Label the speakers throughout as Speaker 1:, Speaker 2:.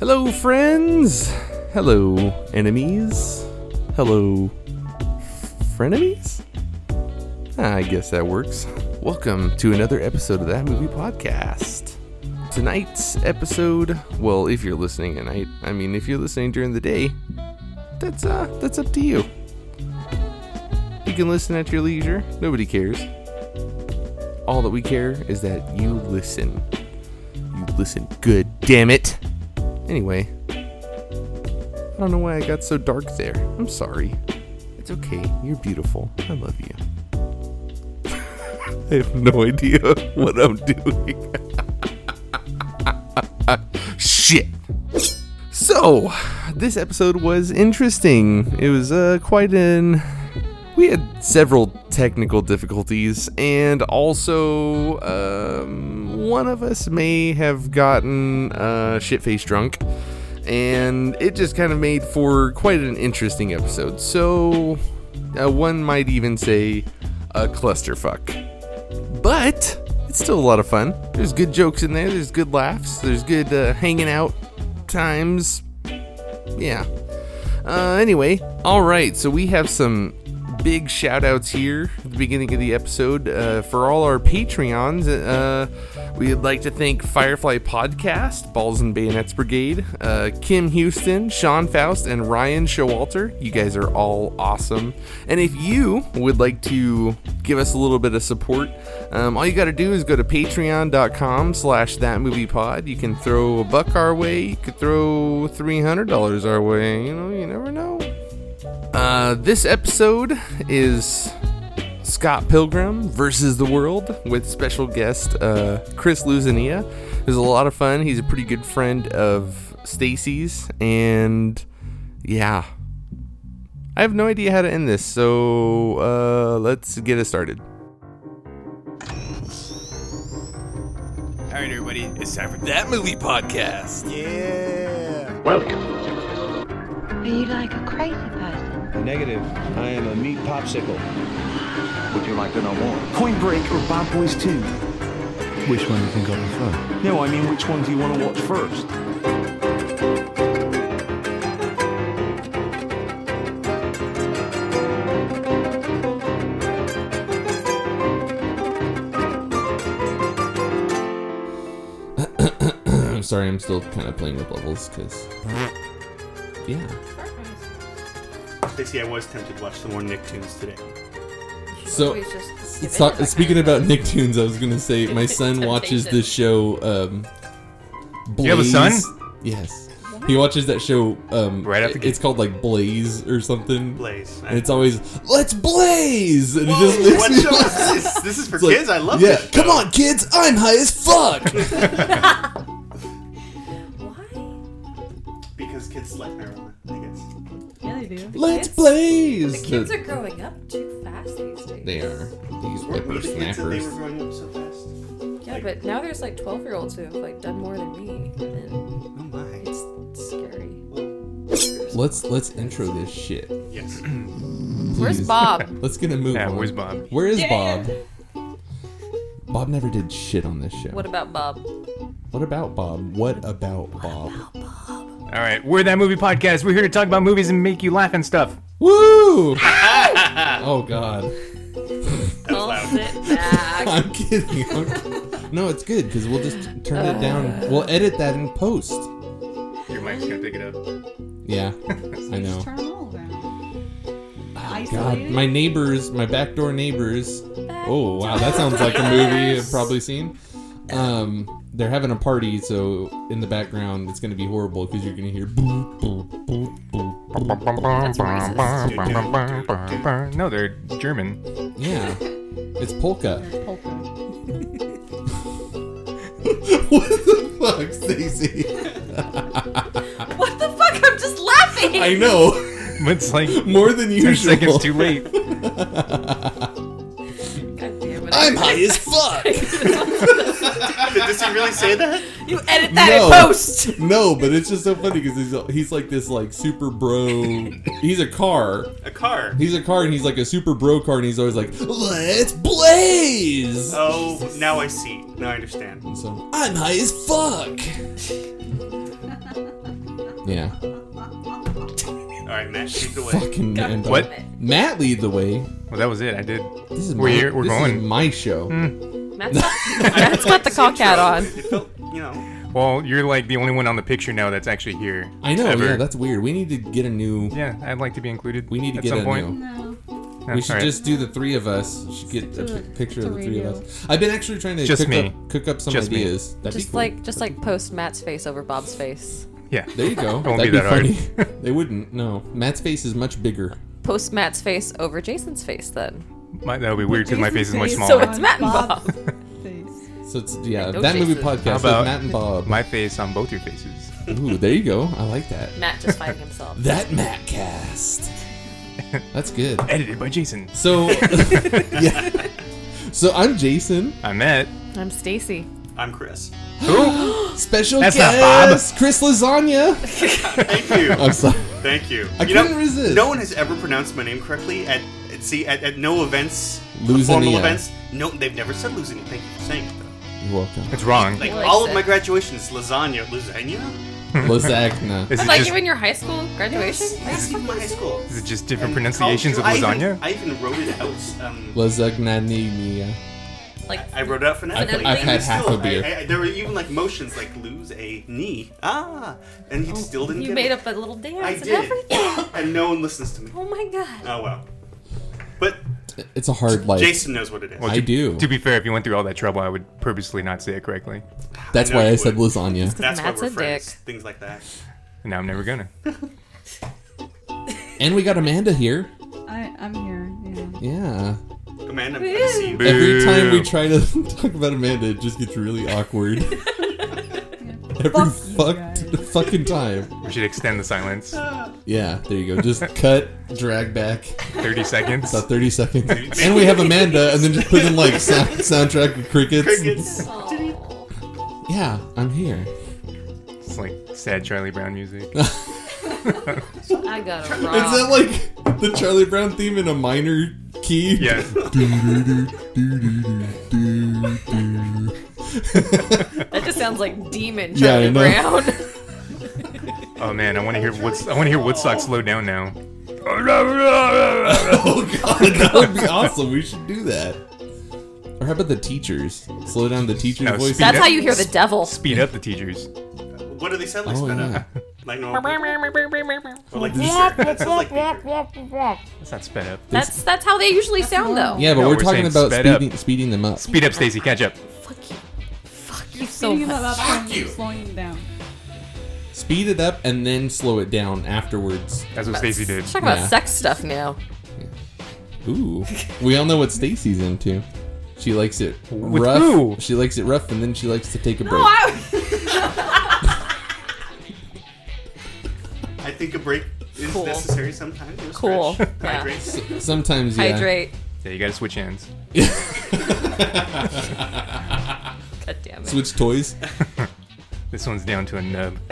Speaker 1: Hello, friends. Hello, enemies. Hello, frenemies? Ah, I guess that works. Welcome to another episode of That Movie Podcast. Tonight's episode, well, if you're listening at night, I mean, if you're listening during the day, that's uh, that's up to you. You can listen at your leisure. Nobody cares. All that we care is that you listen. You listen good, damn it. Anyway, I don't know why I got so dark there. I'm sorry. It's okay. You're beautiful. I love you. I have no idea what I'm doing. Shit. So, this episode was interesting. It was uh, quite an. We had several technical difficulties, and also um, one of us may have gotten uh, shit faced drunk, and it just kind of made for quite an interesting episode. So, uh, one might even say a clusterfuck but it's still a lot of fun. There's good jokes in there. There's good laughs. There's good uh, hanging out times. Yeah. Uh, anyway, all right. So we have some big shout outs here at the beginning of the episode uh, for all our Patreons. Uh, we'd like to thank Firefly Podcast, Balls and Bayonets Brigade, uh, Kim Houston, Sean Faust, and Ryan Showalter. You guys are all awesome. And if you would like to give us a little bit of support, um, all you got to do is go to patreon.com slash thatmoviepod. You can throw a buck our way. You could throw $300 our way. You know, you never know. Uh, this episode is Scott Pilgrim versus the World with special guest uh, Chris Luzania. It was a lot of fun. He's a pretty good friend of Stacy's, and yeah, I have no idea how to end this, so uh, let's get it started.
Speaker 2: All right, everybody, it's time for that movie podcast.
Speaker 3: Yeah.
Speaker 4: Are you like a crazy person?
Speaker 5: Negative. I am a meat popsicle.
Speaker 6: Would you like to know more?
Speaker 3: Point Break or Bad Boys 2?
Speaker 7: Which one do you think I'll prefer?
Speaker 6: No, I mean, which one do you want to watch first?
Speaker 1: I'm sorry, I'm still kind of playing with levels because, yeah,
Speaker 8: Stacey, I was tempted to watch some more Nicktoons today.
Speaker 1: so.
Speaker 9: Always just give
Speaker 1: So,
Speaker 9: in to that
Speaker 1: speaking
Speaker 9: kind of
Speaker 1: about Nicktoons, I was gonna say my son watches
Speaker 9: Temptation.
Speaker 1: this show. Um,
Speaker 2: you have a son?
Speaker 1: Blaze. Yes, he watches that show. Um,
Speaker 2: Right out the
Speaker 1: it-
Speaker 2: gate.
Speaker 1: it's called like Blaze or something.
Speaker 8: Blaze.
Speaker 1: And it's always let's blaze. And it just makes
Speaker 8: what
Speaker 1: me
Speaker 8: show
Speaker 1: laugh.
Speaker 8: is this? This is for
Speaker 1: It's like,
Speaker 8: kids. I love
Speaker 1: yeah,
Speaker 8: this.
Speaker 1: come on, kids! I'm high as fuck.
Speaker 9: Why?
Speaker 8: Because kids like marijuana, I guess.
Speaker 9: Yeah, they do.
Speaker 1: let's
Speaker 9: play.
Speaker 1: blaze.
Speaker 9: The kids are growing up too fast these days.
Speaker 1: they are these
Speaker 8: Weren't we the kids that they were
Speaker 1: whippersnappers.
Speaker 8: growing up so fast?
Speaker 9: Yeah, but now there's like 12 year olds who have like done more than me, and
Speaker 8: Oh my.
Speaker 9: it's it's scary.
Speaker 1: Let's let's intro this shit.
Speaker 8: Yes.
Speaker 9: Where's
Speaker 1: Please.
Speaker 9: Bob?
Speaker 1: Let's get a move
Speaker 2: Yeah,
Speaker 1: on.
Speaker 2: where's Bob?
Speaker 1: Where is
Speaker 9: Damn.
Speaker 1: Bob? Bob never did shit on this show.
Speaker 9: What about Bob?
Speaker 1: What about Bob? What about Bob?
Speaker 2: All right, we're that movie podcast. We're here to talk about movies and make you laugh and stuff.
Speaker 1: Woo! oh God,
Speaker 9: I'll sit back.
Speaker 1: I'm kidding. I'm kidding. no, it's good because we'll just turn it down. We'll edit that in post.
Speaker 2: Your mic's gonna pick it up.
Speaker 1: Yeah, I know.
Speaker 4: Turn them all around.
Speaker 1: God,
Speaker 4: Isolated.
Speaker 1: my neighbors, my backdoor neighbors. Oh wow, that sounds like a movie I've probably seen. Um, they're having a party, so in the background it's gonna be horrible because you're gonna hear. Boop, boop, boop, boop, boop.
Speaker 9: That's racist.
Speaker 2: No, they're German.
Speaker 1: Yeah, it's polka.
Speaker 4: Polka.
Speaker 1: what the fuck, Stacy?
Speaker 9: What the fuck? I'm just laughing.
Speaker 1: I know
Speaker 2: It's like
Speaker 1: more than usual.
Speaker 2: 10 seconds too late.
Speaker 9: God damn it.
Speaker 1: I'm high as fuck.
Speaker 8: Did Disney really say that?
Speaker 9: you edit that
Speaker 1: No.
Speaker 9: in post.
Speaker 1: No, but it's just so funny because he's he's like this like super bro. He's a car.
Speaker 8: A car.
Speaker 1: He's a car, and he's like a super bro car, and he's always like, "Let's blaze."
Speaker 8: Oh, now I see. Now I understand.
Speaker 1: So I'm high as fuck.
Speaker 10: Yeah.
Speaker 8: All right, Matt, take the way.
Speaker 10: Fucking man.
Speaker 11: God
Speaker 12: What?
Speaker 11: damn it.
Speaker 10: Matt lead the way.
Speaker 12: Well, that was it. I did.
Speaker 10: This is
Speaker 12: We're
Speaker 10: my,
Speaker 12: here, we're
Speaker 10: this is
Speaker 12: going. Hmm,
Speaker 10: my show.
Speaker 11: Matt's got, Matt's got the cock hat on.
Speaker 8: It felt, you know.
Speaker 12: Well, you're like the only one on the picture now that's actually here.
Speaker 10: I know.
Speaker 12: Ever.
Speaker 10: Yeah, that's weird. We need to get a new.
Speaker 12: Yeah, I'd like to be included.
Speaker 10: We need to
Speaker 12: at
Speaker 10: get
Speaker 12: some
Speaker 10: a
Speaker 12: point.
Speaker 10: new.
Speaker 13: No.
Speaker 12: Yeah,
Speaker 10: We should
Speaker 12: all right.
Speaker 10: just do the three of us. We should get a
Speaker 13: Do
Speaker 10: pi-
Speaker 13: it.
Speaker 10: picture
Speaker 13: It's
Speaker 10: of
Speaker 13: a
Speaker 10: the three of
Speaker 13: radio.
Speaker 10: us. I've been actually trying to
Speaker 12: Just
Speaker 10: cook
Speaker 12: me.
Speaker 10: up, cook up some
Speaker 12: Just me.
Speaker 10: ideas. That'd be
Speaker 11: Just
Speaker 10: cool.
Speaker 11: like just like post Matt's face over Bob's face.
Speaker 12: Yeah.
Speaker 10: there you go.
Speaker 12: It won't
Speaker 10: That'd
Speaker 12: be
Speaker 10: be,
Speaker 12: that hard.
Speaker 10: funny. they wouldn't. No, Matt's face is much bigger.
Speaker 11: Post Matt's face over Jason's face then.
Speaker 12: My, that would be weird because my face is much
Speaker 13: Jason's
Speaker 11: So
Speaker 13: face.
Speaker 12: smaller.
Speaker 11: it's Matt and Bob.
Speaker 13: Face.
Speaker 10: So it's yeah.
Speaker 11: no
Speaker 10: That movie
Speaker 11: Jason.
Speaker 10: podcast
Speaker 12: How
Speaker 10: with
Speaker 12: about-
Speaker 10: Matt and Bob.
Speaker 12: my face on both your faces.
Speaker 10: Ooh, there you go. I like that.
Speaker 11: Matt just fighting himself.
Speaker 10: That Matt cast. That's good.
Speaker 12: Edited by Jason.
Speaker 10: So yeah. So I'm Jason.
Speaker 12: I'm Matt.
Speaker 11: I'm Stacy.
Speaker 8: I'm Chris.
Speaker 10: Special
Speaker 12: That's not Bob.
Speaker 10: guest Chris Lasagna.
Speaker 8: Thank you.
Speaker 10: I'm sorry.
Speaker 8: Thank you.
Speaker 10: I
Speaker 8: you
Speaker 10: couldn't resist.
Speaker 8: No one has ever pronounced my name correctly at, at see at, at no events,
Speaker 10: Losing
Speaker 8: formal
Speaker 10: the, uh,
Speaker 8: events. No, they've never said losing. Thank you for saying it. though.
Speaker 10: You're welcome.
Speaker 12: It's wrong.
Speaker 8: Like
Speaker 11: Like
Speaker 8: all
Speaker 11: said.
Speaker 8: of my graduations, lasagna, lasagna.
Speaker 10: Lasagna.
Speaker 12: Is it,
Speaker 11: Like
Speaker 12: just,
Speaker 11: even your high school graduation?
Speaker 8: Yes, even my high school.
Speaker 12: is it just different
Speaker 8: And
Speaker 12: pronunciations of
Speaker 8: college- I
Speaker 12: lasagna?
Speaker 8: even- I even, wrote it out. Um,
Speaker 10: Lasagna.
Speaker 11: Like
Speaker 8: I wrote it out phonetically.
Speaker 10: I've- I've
Speaker 8: and
Speaker 10: had
Speaker 8: he
Speaker 10: half
Speaker 8: still,
Speaker 10: a beer.
Speaker 8: I, I, there were even like motions like lose a knee, ah, and he still didn't.
Speaker 11: you
Speaker 8: get
Speaker 11: made
Speaker 8: it.
Speaker 11: up a little dance
Speaker 8: I
Speaker 11: and
Speaker 8: did,
Speaker 11: everything.
Speaker 8: and no one listens to me.
Speaker 11: Oh my god.
Speaker 8: Oh well, but
Speaker 10: It's a hard life.
Speaker 8: Jason knows what it is.
Speaker 12: Well,
Speaker 10: I
Speaker 12: to,
Speaker 10: do.
Speaker 12: To be fair, if you went through all that trouble, I would purposely not say it correctly.
Speaker 10: That's
Speaker 8: I know
Speaker 10: why I
Speaker 8: you
Speaker 10: said
Speaker 8: would.
Speaker 10: lasagna.
Speaker 8: That's why
Speaker 11: Matt's
Speaker 8: we're
Speaker 11: a
Speaker 8: friends.
Speaker 11: dick.
Speaker 8: Things like that.
Speaker 12: And now I'm never gonna.
Speaker 10: And we got Amanda here.
Speaker 13: I, I'm here. Yeah.
Speaker 10: Yeah.
Speaker 8: Command, I'm gonna see you.
Speaker 10: Every time we
Speaker 12: Boo.
Speaker 10: try to talk about Amanda, it just gets really awkward. Every
Speaker 13: Fuck you
Speaker 10: fucked
Speaker 13: guys.
Speaker 10: fucking time.
Speaker 12: We should extend the silence.
Speaker 10: Yeah, there you go. Just cut, drag back
Speaker 12: Thirty seconds.
Speaker 10: about 30 seconds. And we have Amanda, and then just put in like sound, soundtrack of crickets.
Speaker 8: Crickets.
Speaker 10: Yeah, I'm here.
Speaker 12: It's like sad Charlie Brown music.
Speaker 11: I got it
Speaker 10: Is that
Speaker 11: wrong.
Speaker 10: like the Charlie Brown theme in a minor key?
Speaker 12: Yeah.
Speaker 11: That just sounds like demon
Speaker 10: Yeah, I
Speaker 11: Charlie
Speaker 10: know.
Speaker 11: Brown.
Speaker 12: Oh man, I want to hear Woods. I want to hear Woodstock slow down now.
Speaker 10: Oh god, that would be awesome. We should do that. Or how about the teachers? Slow down the teachers'
Speaker 12: No,
Speaker 10: voice.
Speaker 12: speed
Speaker 11: That's how you hear the devil.
Speaker 12: Speed up the teachers.
Speaker 8: What do they sound like?
Speaker 10: Oh
Speaker 8: sped
Speaker 10: yeah.
Speaker 8: up? Like normal. people? Or like this? That sounds like Beaker.
Speaker 12: That's not sped up.
Speaker 11: That's that's how they usually sound though.
Speaker 10: Yeah, but
Speaker 12: No,
Speaker 10: we're,
Speaker 12: we're
Speaker 10: talking
Speaker 12: saying
Speaker 10: about
Speaker 12: sped up.
Speaker 10: speeding, speeding them up.
Speaker 12: Speed up, Stacy. Catch up.
Speaker 11: Fuck you. Fuck you so
Speaker 13: Speeding him
Speaker 11: much.
Speaker 13: up and slowing him down.
Speaker 10: Speed it up and then slow it down afterwards.
Speaker 12: That's what Stacy did.
Speaker 11: Let's talk about
Speaker 10: Yeah.
Speaker 11: sex stuff now.
Speaker 10: Ooh. we all know what Stacy's into. She likes it
Speaker 12: With
Speaker 10: rough.
Speaker 12: who?
Speaker 10: She likes it rough and then she likes to take a
Speaker 11: Oh,
Speaker 10: break.
Speaker 8: I think a break is
Speaker 11: Cool.
Speaker 8: necessary sometimes. Or
Speaker 11: Cool.
Speaker 8: stretch.
Speaker 11: Yeah.
Speaker 8: Hydrate.
Speaker 10: Sometimes yeah.
Speaker 11: Hydrate.
Speaker 12: Yeah, you gotta switch hands.
Speaker 11: God damn it.
Speaker 10: Switch toys.
Speaker 12: This one's down to a nub.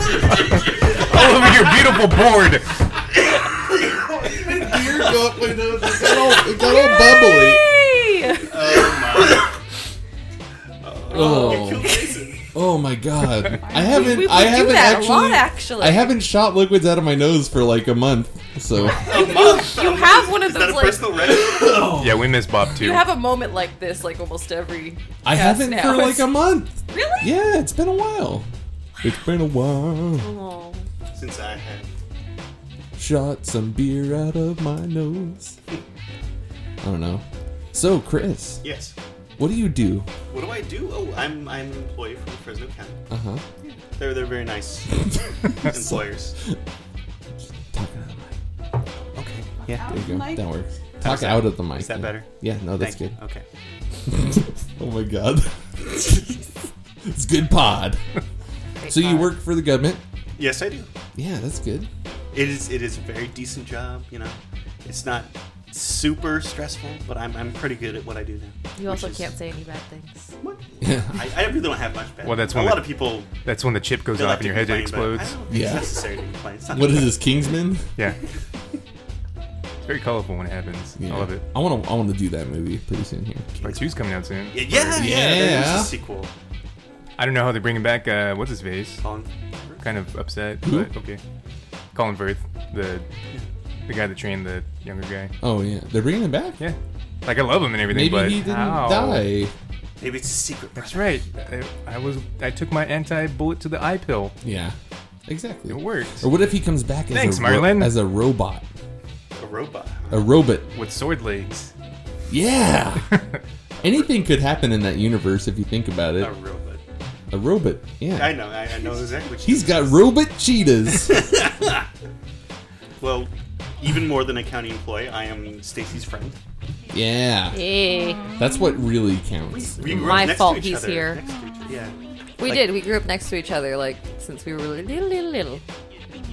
Speaker 12: All over your beautiful board.
Speaker 10: Beer go up my nose. It got all, it got all bubbly.
Speaker 11: Hey!
Speaker 8: Oh
Speaker 10: Oh.
Speaker 8: my. Jason.
Speaker 10: Oh my god. I haven't
Speaker 11: we
Speaker 10: I
Speaker 11: do
Speaker 10: haven't
Speaker 11: that a
Speaker 10: actually,
Speaker 11: lot, actually.
Speaker 10: I haven't shot liquids out of my nose for like a month. So
Speaker 11: You have one of
Speaker 8: Is that
Speaker 11: those
Speaker 8: a
Speaker 11: like
Speaker 8: personal record?
Speaker 12: Yeah, we miss Bob too.
Speaker 11: you have a moment like this like almost every
Speaker 10: I
Speaker 11: Yes,
Speaker 10: haven't
Speaker 11: now
Speaker 10: for like
Speaker 11: it's-
Speaker 10: a month.
Speaker 11: Really?
Speaker 10: Yeah, it's been a while. It's been a while.
Speaker 11: Oh.
Speaker 8: Since I had.
Speaker 10: Shot some beer out of my nose. I don't know. So Chris,
Speaker 8: Yes.
Speaker 10: what do you do?
Speaker 8: What do I do? Oh, I'm I'm an employee from Fresno County.
Speaker 10: Uh-huh.
Speaker 8: They're they're very nice employers.
Speaker 10: Talking out of the mic.
Speaker 8: Okay.
Speaker 10: There you go.
Speaker 13: Mike?
Speaker 10: That works. Talk out of the mic.
Speaker 8: Is that
Speaker 10: yeah.
Speaker 8: better?
Speaker 10: Yeah, no, that's
Speaker 8: Thank you.
Speaker 10: good.
Speaker 8: Okay.
Speaker 10: Oh my god. it's good pod. So you work for the government?
Speaker 8: Yes, I do.
Speaker 10: Yeah, that's good.
Speaker 8: It is it is a very decent job, you know. It's not super stressful, but I'm, I'm pretty good at what I do now.
Speaker 11: You also
Speaker 8: which is-
Speaker 11: can't say any bad things.
Speaker 8: What? I, I really don't have much bad.
Speaker 12: Well, that's
Speaker 8: a
Speaker 12: one
Speaker 8: lot
Speaker 12: that-
Speaker 8: of people.
Speaker 12: That's when the chip goes
Speaker 8: they
Speaker 12: off
Speaker 8: like
Speaker 12: and
Speaker 8: to
Speaker 12: your head
Speaker 8: complain, but I
Speaker 12: explodes.
Speaker 8: don't think
Speaker 10: Yeah.
Speaker 8: It's necessary to complain. It's not
Speaker 10: What is this, Kingsman?
Speaker 12: Yeah. It's very colorful when it happens.
Speaker 10: Yeah.
Speaker 12: I love it.
Speaker 10: I want to. I want to do that movie pretty soon here.
Speaker 12: Part two's coming out soon.
Speaker 8: Yeah, yeah, yeah.
Speaker 10: Yeah.
Speaker 8: There's a sequel.
Speaker 12: I don't know how they're bringing back uh, what's his face.
Speaker 8: Colin.
Speaker 12: Kind of upset,
Speaker 10: Who?
Speaker 12: but okay. Colin Firth, the the guy that trained the younger guy.
Speaker 10: Oh yeah, they're bringing him back.
Speaker 12: Yeah, like I love him and everything,
Speaker 10: Maybe
Speaker 12: but
Speaker 10: he didn't
Speaker 12: Ow.
Speaker 10: die.
Speaker 8: Maybe it's a secret.
Speaker 12: That's right. I, I was I took my anti-bullet to the eye pill.
Speaker 10: Yeah, exactly.
Speaker 12: It worked.
Speaker 10: Or what if he comes back as
Speaker 12: Thanks,
Speaker 10: a
Speaker 12: Merlin.
Speaker 10: as a robot,
Speaker 8: A robot.
Speaker 10: a robot?
Speaker 12: with sword legs.
Speaker 10: Yeah. Anything could happen in that universe if you think about it.
Speaker 12: Oh.
Speaker 8: A robot.
Speaker 10: A robot. Yeah.
Speaker 8: I know. I, I know exactly what you
Speaker 10: He's got robot cheetahs.
Speaker 8: Well, even more than a county employee, I am Stacy's friend.
Speaker 10: yeah.
Speaker 11: Yeah.
Speaker 10: That's what really counts.
Speaker 8: We grew up
Speaker 11: My
Speaker 8: next to
Speaker 11: fault
Speaker 8: each
Speaker 11: he's
Speaker 8: other,
Speaker 11: here.
Speaker 8: next to each other. Yeah.
Speaker 11: We
Speaker 8: Like-
Speaker 11: did. We grew up next to each other, like since we were really little, little, little.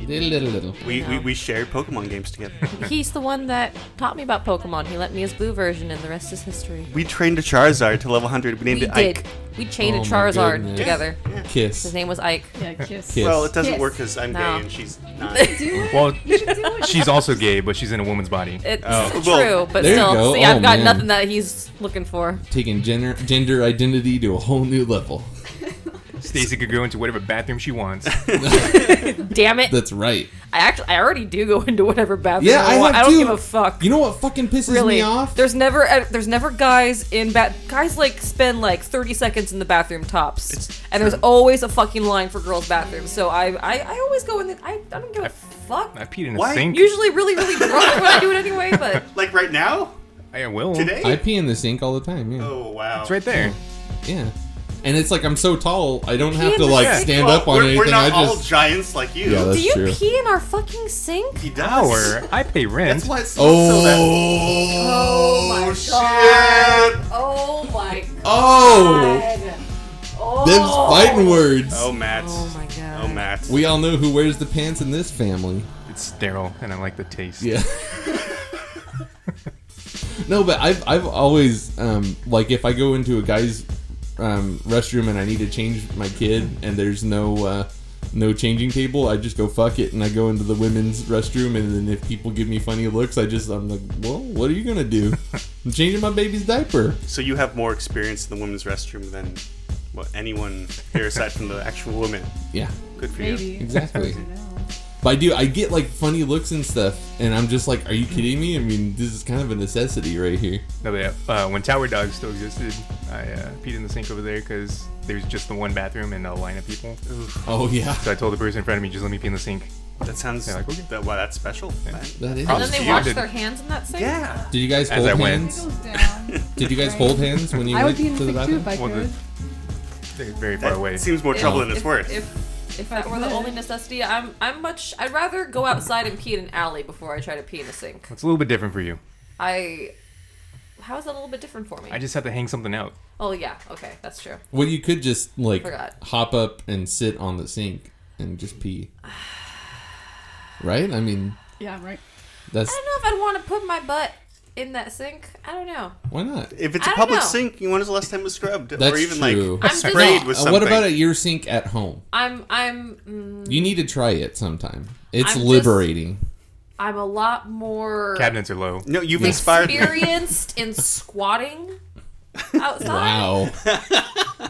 Speaker 10: Little, little, little.
Speaker 8: We, we, we shared Pokemon games together.
Speaker 11: He's the one that taught me about Pokemon. He lent me his blue version, and the rest is history.
Speaker 8: we trained a Charizard to level 100. We named
Speaker 11: We
Speaker 8: it
Speaker 11: did.
Speaker 8: Ike.
Speaker 11: We chained
Speaker 10: Oh
Speaker 11: a
Speaker 10: my
Speaker 11: Charizard
Speaker 10: goodness.
Speaker 11: together.
Speaker 10: Kiss.
Speaker 11: His name was Ike.
Speaker 14: Yeah, kiss.
Speaker 10: Kiss.
Speaker 8: Well, it doesn't
Speaker 14: Yes.
Speaker 8: work because I'm
Speaker 11: No.
Speaker 8: gay and she's not.
Speaker 14: Do
Speaker 12: Well,
Speaker 14: it.
Speaker 12: she's also gay, but she's in a woman's body.
Speaker 11: It's
Speaker 8: Oh.
Speaker 11: true,
Speaker 8: Well,
Speaker 11: but
Speaker 10: there you
Speaker 11: still,
Speaker 10: go.
Speaker 11: see,
Speaker 10: Oh,
Speaker 11: I've got
Speaker 10: man.
Speaker 11: nothing that he's looking for.
Speaker 10: Taking gender gender identity to a whole new level.
Speaker 12: Stacy could go into whatever bathroom she wants.
Speaker 11: Damn it!
Speaker 10: That's right.
Speaker 11: I actually, I already do go into whatever bathroom.
Speaker 10: Yeah, I,
Speaker 11: want.
Speaker 10: have
Speaker 11: I don't
Speaker 10: too.
Speaker 11: give a fuck.
Speaker 10: You know what fucking pisses
Speaker 11: really,
Speaker 10: me off?
Speaker 11: there's never, uh, there's never guys in bat. Guys like spend like 30 seconds in the bathroom tops, and there's always a fucking line for girls' bathrooms. So I, I, I always go in. The, I, I don't give a fuck.
Speaker 12: I peed in a
Speaker 8: Why?
Speaker 12: sink.
Speaker 11: Usually, really, really drunk when I do it anyway. But
Speaker 8: like right now?
Speaker 12: I will.
Speaker 8: Today?
Speaker 10: I pee in the sink all the time. Yeah.
Speaker 8: Oh, wow.
Speaker 12: It's right there.
Speaker 10: Yeah. And it's like I'm so tall, I don't have
Speaker 11: in
Speaker 10: to
Speaker 11: the
Speaker 10: like
Speaker 12: sink?
Speaker 10: stand
Speaker 8: Well,
Speaker 10: up on
Speaker 8: we're,
Speaker 10: anything.
Speaker 8: We're not
Speaker 10: I
Speaker 8: all
Speaker 10: just
Speaker 8: giants like you.
Speaker 10: Yeah, that's-
Speaker 11: do you
Speaker 10: true.
Speaker 11: pee in our fucking sink?
Speaker 8: he does.
Speaker 12: Our, I pay rent.
Speaker 8: That's why it's so, so bad.
Speaker 10: oh
Speaker 11: Oh my
Speaker 8: Shit.
Speaker 11: Oh my
Speaker 10: oh,
Speaker 11: Oh.
Speaker 10: them's fighting words.
Speaker 8: Oh, Matt.
Speaker 11: Oh my god.
Speaker 8: Oh, Matt.
Speaker 10: We all know who wears the pants in this family.
Speaker 12: It's sterile, and I like the taste.
Speaker 10: Yeah. no, but I've I've always um like if I go into a guy's um restroom and I need to change my kid and there's no uh no changing table, I just go fuck it and I go into the women's restroom and then if people give me funny looks, I just I'm like, Well, what are you gonna do? I'm changing my baby's diaper.
Speaker 8: So you have more experience in the women's restroom than well, anyone here aside from the actual women.
Speaker 10: Yeah.
Speaker 8: Good for you.
Speaker 14: Maybe.
Speaker 10: Exactly.
Speaker 14: I don't know.
Speaker 10: But I do I get like funny looks and stuff and I'm just like, Are you kidding me? I mean, this is kind of a necessity right here.
Speaker 12: No, but, uh, when Tower Dogs still existed, I uh, peed in the sink over there because there's just the one bathroom and a line of people.
Speaker 10: Oh yeah.
Speaker 12: So I told the person in front of me, just let me pee in the sink.
Speaker 8: That sounds
Speaker 12: Yeah, like, okay.
Speaker 8: that, wow, that's special.
Speaker 10: That is
Speaker 11: And then
Speaker 12: Props to
Speaker 11: they
Speaker 12: you.
Speaker 11: wash
Speaker 12: Did-
Speaker 11: their hands in that sink.
Speaker 8: Yeah.
Speaker 10: Did you guys
Speaker 12: As
Speaker 10: hold
Speaker 12: I went.
Speaker 10: hands?
Speaker 14: Goes down.
Speaker 10: Did you guys
Speaker 14: Right.
Speaker 10: hold hands when you
Speaker 14: I would
Speaker 10: went
Speaker 14: be in
Speaker 10: to
Speaker 14: the
Speaker 10: the
Speaker 14: sink too if
Speaker 10: bathroom?
Speaker 14: I
Speaker 12: Well, the-
Speaker 14: could.
Speaker 12: They're very far
Speaker 8: That
Speaker 12: away.
Speaker 8: seems more trouble than it's
Speaker 11: If-
Speaker 8: worth.
Speaker 11: If, if
Speaker 14: I
Speaker 11: that were the
Speaker 14: could.
Speaker 11: only necessity, I'm I'm much. I'd rather go outside and pee in an alley before I try to pee in a sink.
Speaker 12: It's a little bit different for you.
Speaker 11: I. How is that a little bit different for me?
Speaker 12: I just have to hang something out.
Speaker 11: oh yeah, okay, that's true.
Speaker 10: Well, you could just like
Speaker 11: Forgot.
Speaker 10: hop up and sit on the sink and just pee. Right? I mean,
Speaker 14: Yeah, right.
Speaker 10: that's
Speaker 11: I don't know if I'd want to put my butt in that sink. I don't know.
Speaker 10: why not. Uh,
Speaker 8: if it's a
Speaker 11: I don't
Speaker 8: public
Speaker 11: know.
Speaker 8: sink, you when was the last time it was scrubbed?
Speaker 10: That's
Speaker 8: or even
Speaker 10: true.
Speaker 8: like
Speaker 11: I'm just-
Speaker 8: sprayed with
Speaker 10: Uh,
Speaker 8: something.
Speaker 10: what about at your sink at home?
Speaker 11: I'm I'm
Speaker 14: Um,
Speaker 11: mm,
Speaker 10: You need to try it sometime. It's
Speaker 11: I'm just-
Speaker 10: liberating.
Speaker 11: I'm a lot more
Speaker 12: Cabinets are low.
Speaker 8: No, you've inspired me.
Speaker 11: experienced in squatting outside.
Speaker 10: Wow.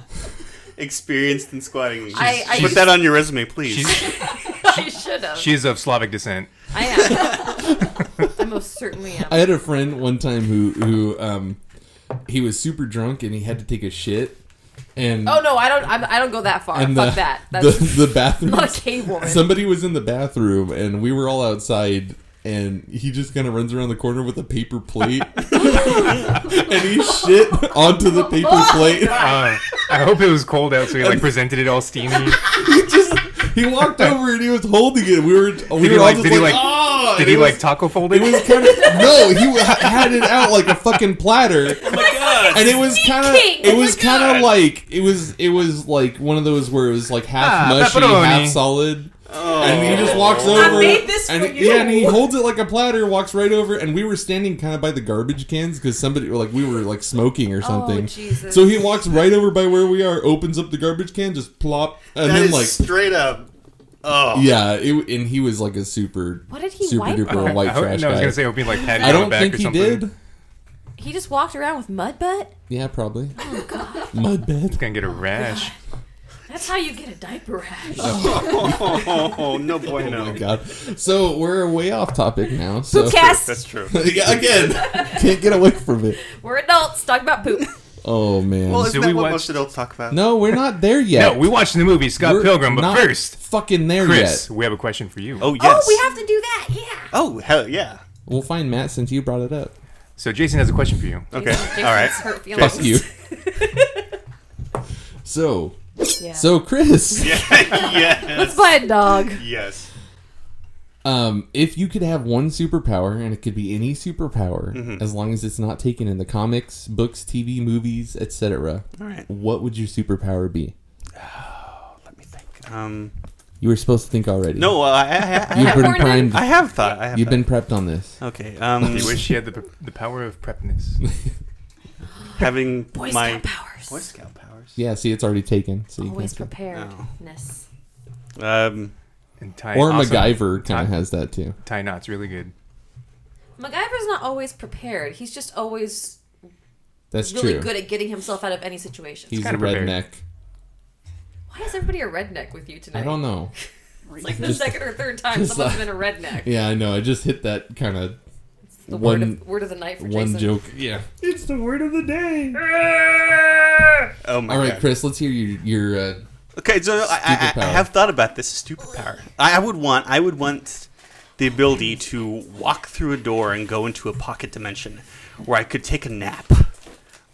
Speaker 8: Experienced in squatting.
Speaker 11: I, I
Speaker 8: Put that on your resume, please.
Speaker 11: she should have.
Speaker 12: She is of Slavic descent.
Speaker 11: I am. I most certainly am.
Speaker 10: I had a friend one time who who um he was super drunk and he had to take a shit and
Speaker 11: Oh no, I don't. I'm, I don't go that far.
Speaker 10: and
Speaker 11: Fuck
Speaker 10: the,
Speaker 11: that. That's
Speaker 10: the the bathroom
Speaker 11: not a cave woman.
Speaker 10: Somebody was in the bathroom and we were all outside and he just kind of runs around the corner with a paper plate and he shit onto the paper plate.
Speaker 12: Uh, I hope it was cold out, so he like presented it all steamy.
Speaker 10: He just he walked over and he was holding it. We were we
Speaker 12: Did
Speaker 10: were
Speaker 12: he
Speaker 10: all
Speaker 12: like?
Speaker 10: just
Speaker 12: Did he like?
Speaker 10: "Ah!"
Speaker 12: Did
Speaker 10: And
Speaker 12: he
Speaker 10: it
Speaker 12: like
Speaker 10: was-
Speaker 12: taco fold
Speaker 10: It was kind of no. He ha- had it out like a fucking platter,
Speaker 12: Oh
Speaker 8: God.
Speaker 10: and it was kind of
Speaker 11: King!
Speaker 10: it
Speaker 11: Oh my
Speaker 10: was kind of like it was it was like one of those where it was like half
Speaker 12: Ah,
Speaker 10: mushy,
Speaker 12: pepperoni. Oh.
Speaker 10: half solid. And he just walks over.
Speaker 11: made this
Speaker 10: and
Speaker 11: for
Speaker 10: he-
Speaker 11: you.
Speaker 10: Yeah, and he holds it like a platter, walks right over, and we were standing kind of by the garbage cans because somebody, like, we were like smoking or something.
Speaker 11: Oh, Jesus.
Speaker 10: So he walks right over by where we are, opens up the garbage can, just plop, and
Speaker 8: That
Speaker 10: then
Speaker 8: is
Speaker 10: like,
Speaker 8: straight up. Oh,
Speaker 10: yeah, it, and he was like a super,
Speaker 11: What did he
Speaker 10: super
Speaker 11: wipe
Speaker 10: duper
Speaker 11: on?
Speaker 10: white
Speaker 12: I, hope,
Speaker 10: trash
Speaker 12: no, I was
Speaker 10: guy.
Speaker 12: gonna say it would be like patty
Speaker 10: I
Speaker 12: on the
Speaker 10: don't
Speaker 12: back
Speaker 10: think
Speaker 12: or
Speaker 10: he
Speaker 12: something.
Speaker 10: did.
Speaker 11: he just walked around with mud butt.
Speaker 10: Yeah, probably. Mud bed.
Speaker 12: Gonna get a rash.
Speaker 11: That's how you get a diaper rash.
Speaker 8: oh, no bueno.
Speaker 10: Oh my god. So we're way off topic now. So.
Speaker 11: Poopcast.
Speaker 8: That's true.
Speaker 10: Yeah, Again, can't get away from it.
Speaker 11: We're adults talking about poop.
Speaker 10: Oh man.
Speaker 8: Well, isn't
Speaker 12: So we
Speaker 8: that what
Speaker 12: watched-
Speaker 8: most adults talk about?
Speaker 10: no, we're not there yet.
Speaker 12: No, we watched the movie Scott
Speaker 10: We're
Speaker 12: Pilgrim, but
Speaker 10: not
Speaker 12: first,
Speaker 10: fucking there
Speaker 12: Chris,
Speaker 10: yet.
Speaker 12: we have a question for you.
Speaker 8: Oh yes.
Speaker 11: Oh, we have to do that. Yeah.
Speaker 8: Oh hell yeah.
Speaker 10: We'll find Matt since you brought it up.
Speaker 12: So Jason has a question for you.
Speaker 8: Okay.
Speaker 11: Jason's
Speaker 8: All right.
Speaker 11: hurt feelings.
Speaker 10: Fuck you. so,
Speaker 11: Yeah.
Speaker 10: so Chris,
Speaker 8: yes.
Speaker 11: Let's buy a dog.
Speaker 8: Yes.
Speaker 10: um, if you could have one superpower, and it could be any superpower,
Speaker 12: Mm-hmm.
Speaker 10: as long as it's not taken in the comics, books, TV, movies, etc.,
Speaker 8: All right.
Speaker 10: what would your superpower be?
Speaker 8: Let me think. Um.
Speaker 10: You were supposed to think already.
Speaker 8: No, uh, I, I, I,
Speaker 10: you've been
Speaker 11: Morning.
Speaker 10: primed.
Speaker 8: I have thought. I have
Speaker 10: You've
Speaker 8: thought.
Speaker 10: been prepped on this.
Speaker 8: Okay. Um.
Speaker 12: You wish you had the, the power of prepness.
Speaker 8: having
Speaker 11: Boy
Speaker 8: my
Speaker 11: Scout powers.
Speaker 8: Boy Scout powers.
Speaker 10: Yeah, see, it's already taken. So you
Speaker 11: Always
Speaker 10: can't.
Speaker 11: preparedness.
Speaker 8: Um.
Speaker 12: And tie,
Speaker 10: Or
Speaker 12: also,
Speaker 10: MacGyver kind
Speaker 12: Tie-
Speaker 10: of has that too.
Speaker 12: Tie knots, really good.
Speaker 11: MacGyver's not always prepared. He's just always
Speaker 10: That's
Speaker 11: really
Speaker 10: true.
Speaker 11: good at getting himself out of any situation.
Speaker 10: He's a
Speaker 12: kinda prepared.
Speaker 10: redneck.
Speaker 11: Why is everybody a redneck with you tonight?
Speaker 10: I don't know.
Speaker 11: It's like the
Speaker 10: Just-
Speaker 11: second or third time
Speaker 10: just
Speaker 11: someone's
Speaker 10: like-
Speaker 11: been a redneck.
Speaker 10: Yeah, I know. I just hit that kind of
Speaker 11: The
Speaker 10: one
Speaker 11: word, of, word of the night for
Speaker 10: one
Speaker 11: Jason.
Speaker 10: joke. Yeah.
Speaker 8: It's the word of the day. Oh my
Speaker 10: All right,
Speaker 8: god.
Speaker 10: Chris. Let's hear your your. Uh,
Speaker 8: Okay, so I, I, I
Speaker 10: Superpower.
Speaker 8: have thought about this stupid power. I, I would want I would want the ability to walk through a door and go into a pocket dimension where I could take a nap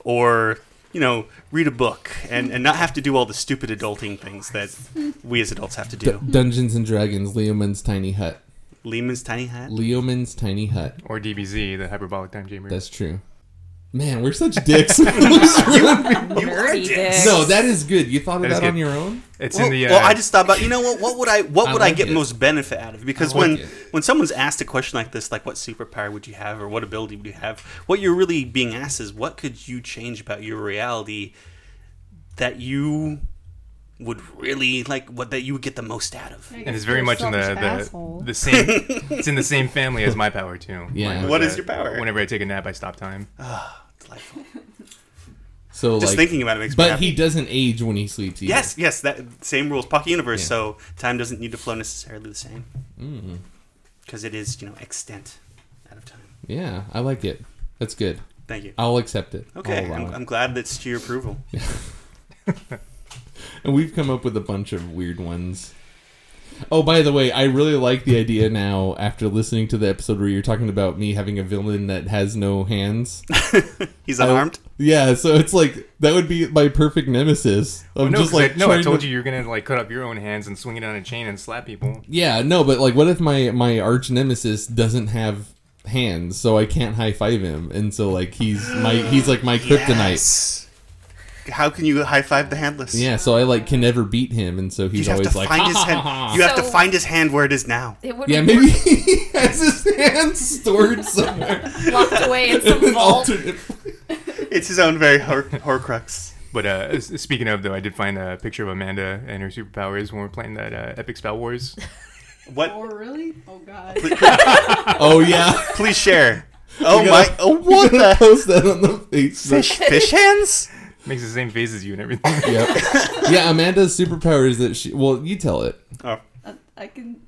Speaker 8: or you know read a book and, and not have to do all the stupid adulting things that we as adults have to do.
Speaker 10: Dungeons and Dragons. Leoman's tiny hut.
Speaker 8: Lehman's tiny hat.
Speaker 10: Leoman's tiny hut.
Speaker 12: Or DBZ, the hyperbolic time chamber.
Speaker 10: That's true. Man, we're such dicks. no,
Speaker 8: You are
Speaker 11: Dirty
Speaker 8: dead.
Speaker 11: dick.
Speaker 10: that is good. You thought of
Speaker 12: That's
Speaker 10: that on
Speaker 12: good.
Speaker 10: your own.
Speaker 12: it's
Speaker 8: Well,
Speaker 12: in the. Uh,
Speaker 8: well, I just thought about you know what what would I what
Speaker 10: I
Speaker 8: would I
Speaker 10: like
Speaker 8: get
Speaker 10: it.
Speaker 8: most benefit out of because
Speaker 10: I
Speaker 8: when
Speaker 10: like it.
Speaker 8: when someone's asked a question like this like what superpower would you have or what ability would you have what you're really being asked is what could you change about your reality that you would really like what that you would get the most out of
Speaker 12: and it's very much in
Speaker 14: Selfish
Speaker 12: the
Speaker 14: asshole.
Speaker 12: the, the same. it's in the same family as my power too.
Speaker 10: Yeah.
Speaker 12: Like,
Speaker 8: What
Speaker 12: uh,
Speaker 8: is your power?
Speaker 12: Whenever I take a nap, I stop time.
Speaker 8: Delightful.
Speaker 10: So
Speaker 8: just
Speaker 10: like,
Speaker 8: thinking about it makes me
Speaker 10: but
Speaker 8: happy.
Speaker 10: he doesn't age when he sleeps. Either.
Speaker 8: yes yes that same rules pocket universe
Speaker 10: Yeah. Mm-hmm.
Speaker 8: so time doesn't need to flow necessarily the same because it is you know extent out of time
Speaker 10: Yeah, I like it. That's good.
Speaker 8: thank you
Speaker 10: I'll accept it. I'll
Speaker 8: okay
Speaker 10: allow
Speaker 8: I'm,
Speaker 10: it.
Speaker 8: I'm glad that's to your approval
Speaker 10: And we've come up with a bunch of weird ones. Oh, by the way, I really like the idea now after listening to the episode where you're talking about me having a villain that has no hands.
Speaker 8: he's unarmed
Speaker 10: yeah, so it's like that would be my perfect nemesis.
Speaker 8: Oh,
Speaker 10: I'm
Speaker 12: No,
Speaker 10: just
Speaker 12: 'cause I-
Speaker 10: like
Speaker 12: no, I
Speaker 10: trying
Speaker 12: told
Speaker 10: to-
Speaker 12: you you're gonna like cut up your own hands and swing it on a chain and slap people.
Speaker 10: Yeah, no, but like, what if my my arch nemesis doesn't have hands, so I can't high five him, and so like he's my he's like my kryptonite.
Speaker 8: Yes. How can you high five the handless?
Speaker 10: Yeah, so I like can never beat him, and so he's
Speaker 8: You have
Speaker 10: always
Speaker 8: to
Speaker 10: like.
Speaker 8: find
Speaker 10: "Ha,
Speaker 8: his
Speaker 10: ha,
Speaker 8: hand.
Speaker 10: ha, ha."
Speaker 8: You have to
Speaker 11: So-
Speaker 8: find his hand where it is now.
Speaker 11: It would
Speaker 10: Yeah,
Speaker 11: be
Speaker 10: maybe he has his hands stored somewhere.
Speaker 11: locked away in some
Speaker 10: An
Speaker 11: vault.
Speaker 10: alternate-
Speaker 8: It's his own very hor- horcrux.
Speaker 12: But uh, s- speaking of though, I did find a picture of Amanda and her superpowers when we were playing that uh, epic spell wars.
Speaker 8: What?
Speaker 14: Oh really? Oh god.
Speaker 10: Oh yeah.
Speaker 8: Please share. Oh
Speaker 10: We
Speaker 8: my!
Speaker 10: gotta-
Speaker 8: Oh
Speaker 10: We're
Speaker 8: what
Speaker 10: gonna
Speaker 8: the
Speaker 10: post that on the Facebook.
Speaker 8: fish? Fish hands?
Speaker 12: Makes the same face as you and everything.
Speaker 10: Yep. Yeah, Amanda's superpower is that she. Well, you tell it.
Speaker 8: Oh,
Speaker 14: I- I can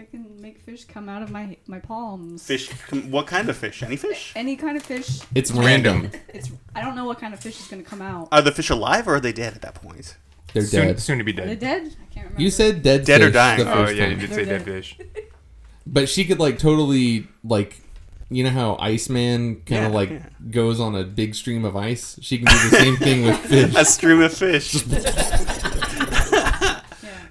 Speaker 14: I can make fish come out of my my palms.
Speaker 8: fish. Come- What kind of fish? Any fish?
Speaker 14: Any kind of fish.
Speaker 10: It's random.
Speaker 14: It's I don't know what kind of fish is gonna come out.
Speaker 8: Are the fish alive or are they dead at that point?
Speaker 10: They're
Speaker 12: Soon,
Speaker 10: dead.
Speaker 12: soon to be
Speaker 14: Are they
Speaker 12: dead.
Speaker 14: dead? I can't remember.
Speaker 10: You said dead.
Speaker 8: Dead or
Speaker 10: fish
Speaker 8: dying.
Speaker 10: The
Speaker 12: Oh
Speaker 10: first
Speaker 12: yeah, you
Speaker 10: time.
Speaker 12: did
Speaker 14: They're
Speaker 12: say dead
Speaker 14: dead.
Speaker 12: fish.
Speaker 10: But she could like totally like. You know how Iceman kind
Speaker 8: Yeah,
Speaker 10: of like
Speaker 8: yeah.
Speaker 10: goes on a big stream of ice? She can do the same thing with fish.
Speaker 8: A stream of fish.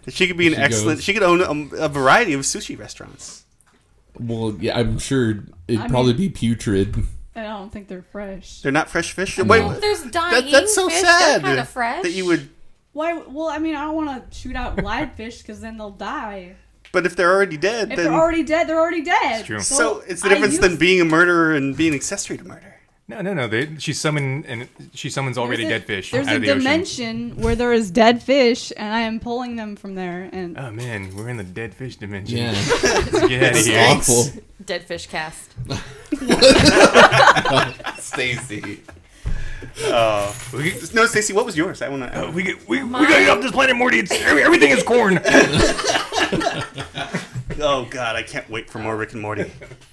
Speaker 8: she could be an
Speaker 10: She
Speaker 8: excellent.
Speaker 10: goes-
Speaker 8: She could own um, a variety of sushi restaurants.
Speaker 10: Well, yeah, I'm sure it'd
Speaker 14: I
Speaker 10: probably
Speaker 14: mean-
Speaker 10: be putrid.
Speaker 14: I don't think they're fresh.
Speaker 8: They're not fresh fish.
Speaker 11: Well, there's dying
Speaker 8: that, that's so
Speaker 11: fish.
Speaker 8: sad.
Speaker 11: kind of fresh.
Speaker 8: That you would
Speaker 14: Why? Well, I mean, I don't want to shoot out live fish because then they'll die.
Speaker 8: But if they're already dead,
Speaker 14: If
Speaker 8: then
Speaker 14: they're already dead, they're already dead.
Speaker 12: It's true.
Speaker 8: so it's the
Speaker 14: I
Speaker 8: difference
Speaker 14: use-
Speaker 8: than being a murderer and being accessory to murder.
Speaker 12: No, no, no. They, she summoned and she summons already
Speaker 14: There's a-
Speaker 12: dead fish
Speaker 14: There's
Speaker 12: out
Speaker 14: a
Speaker 12: of the ocean.
Speaker 14: dimension where there is dead fish, and I am pulling them from there. And
Speaker 12: Oh man, we're in the dead fish dimension.
Speaker 10: Yeah.
Speaker 12: Get out of here.
Speaker 8: Thanks.
Speaker 10: Awful.
Speaker 11: Dead fish cast.
Speaker 10: Stacy.
Speaker 8: Uh, we- no, Stacey, what was yours? I want to.
Speaker 12: Oh.
Speaker 8: we get, we,
Speaker 12: We gotta get off this planet, Morty. It's, every- everything is corn.
Speaker 8: oh God, I can't wait for more Rick and Morty.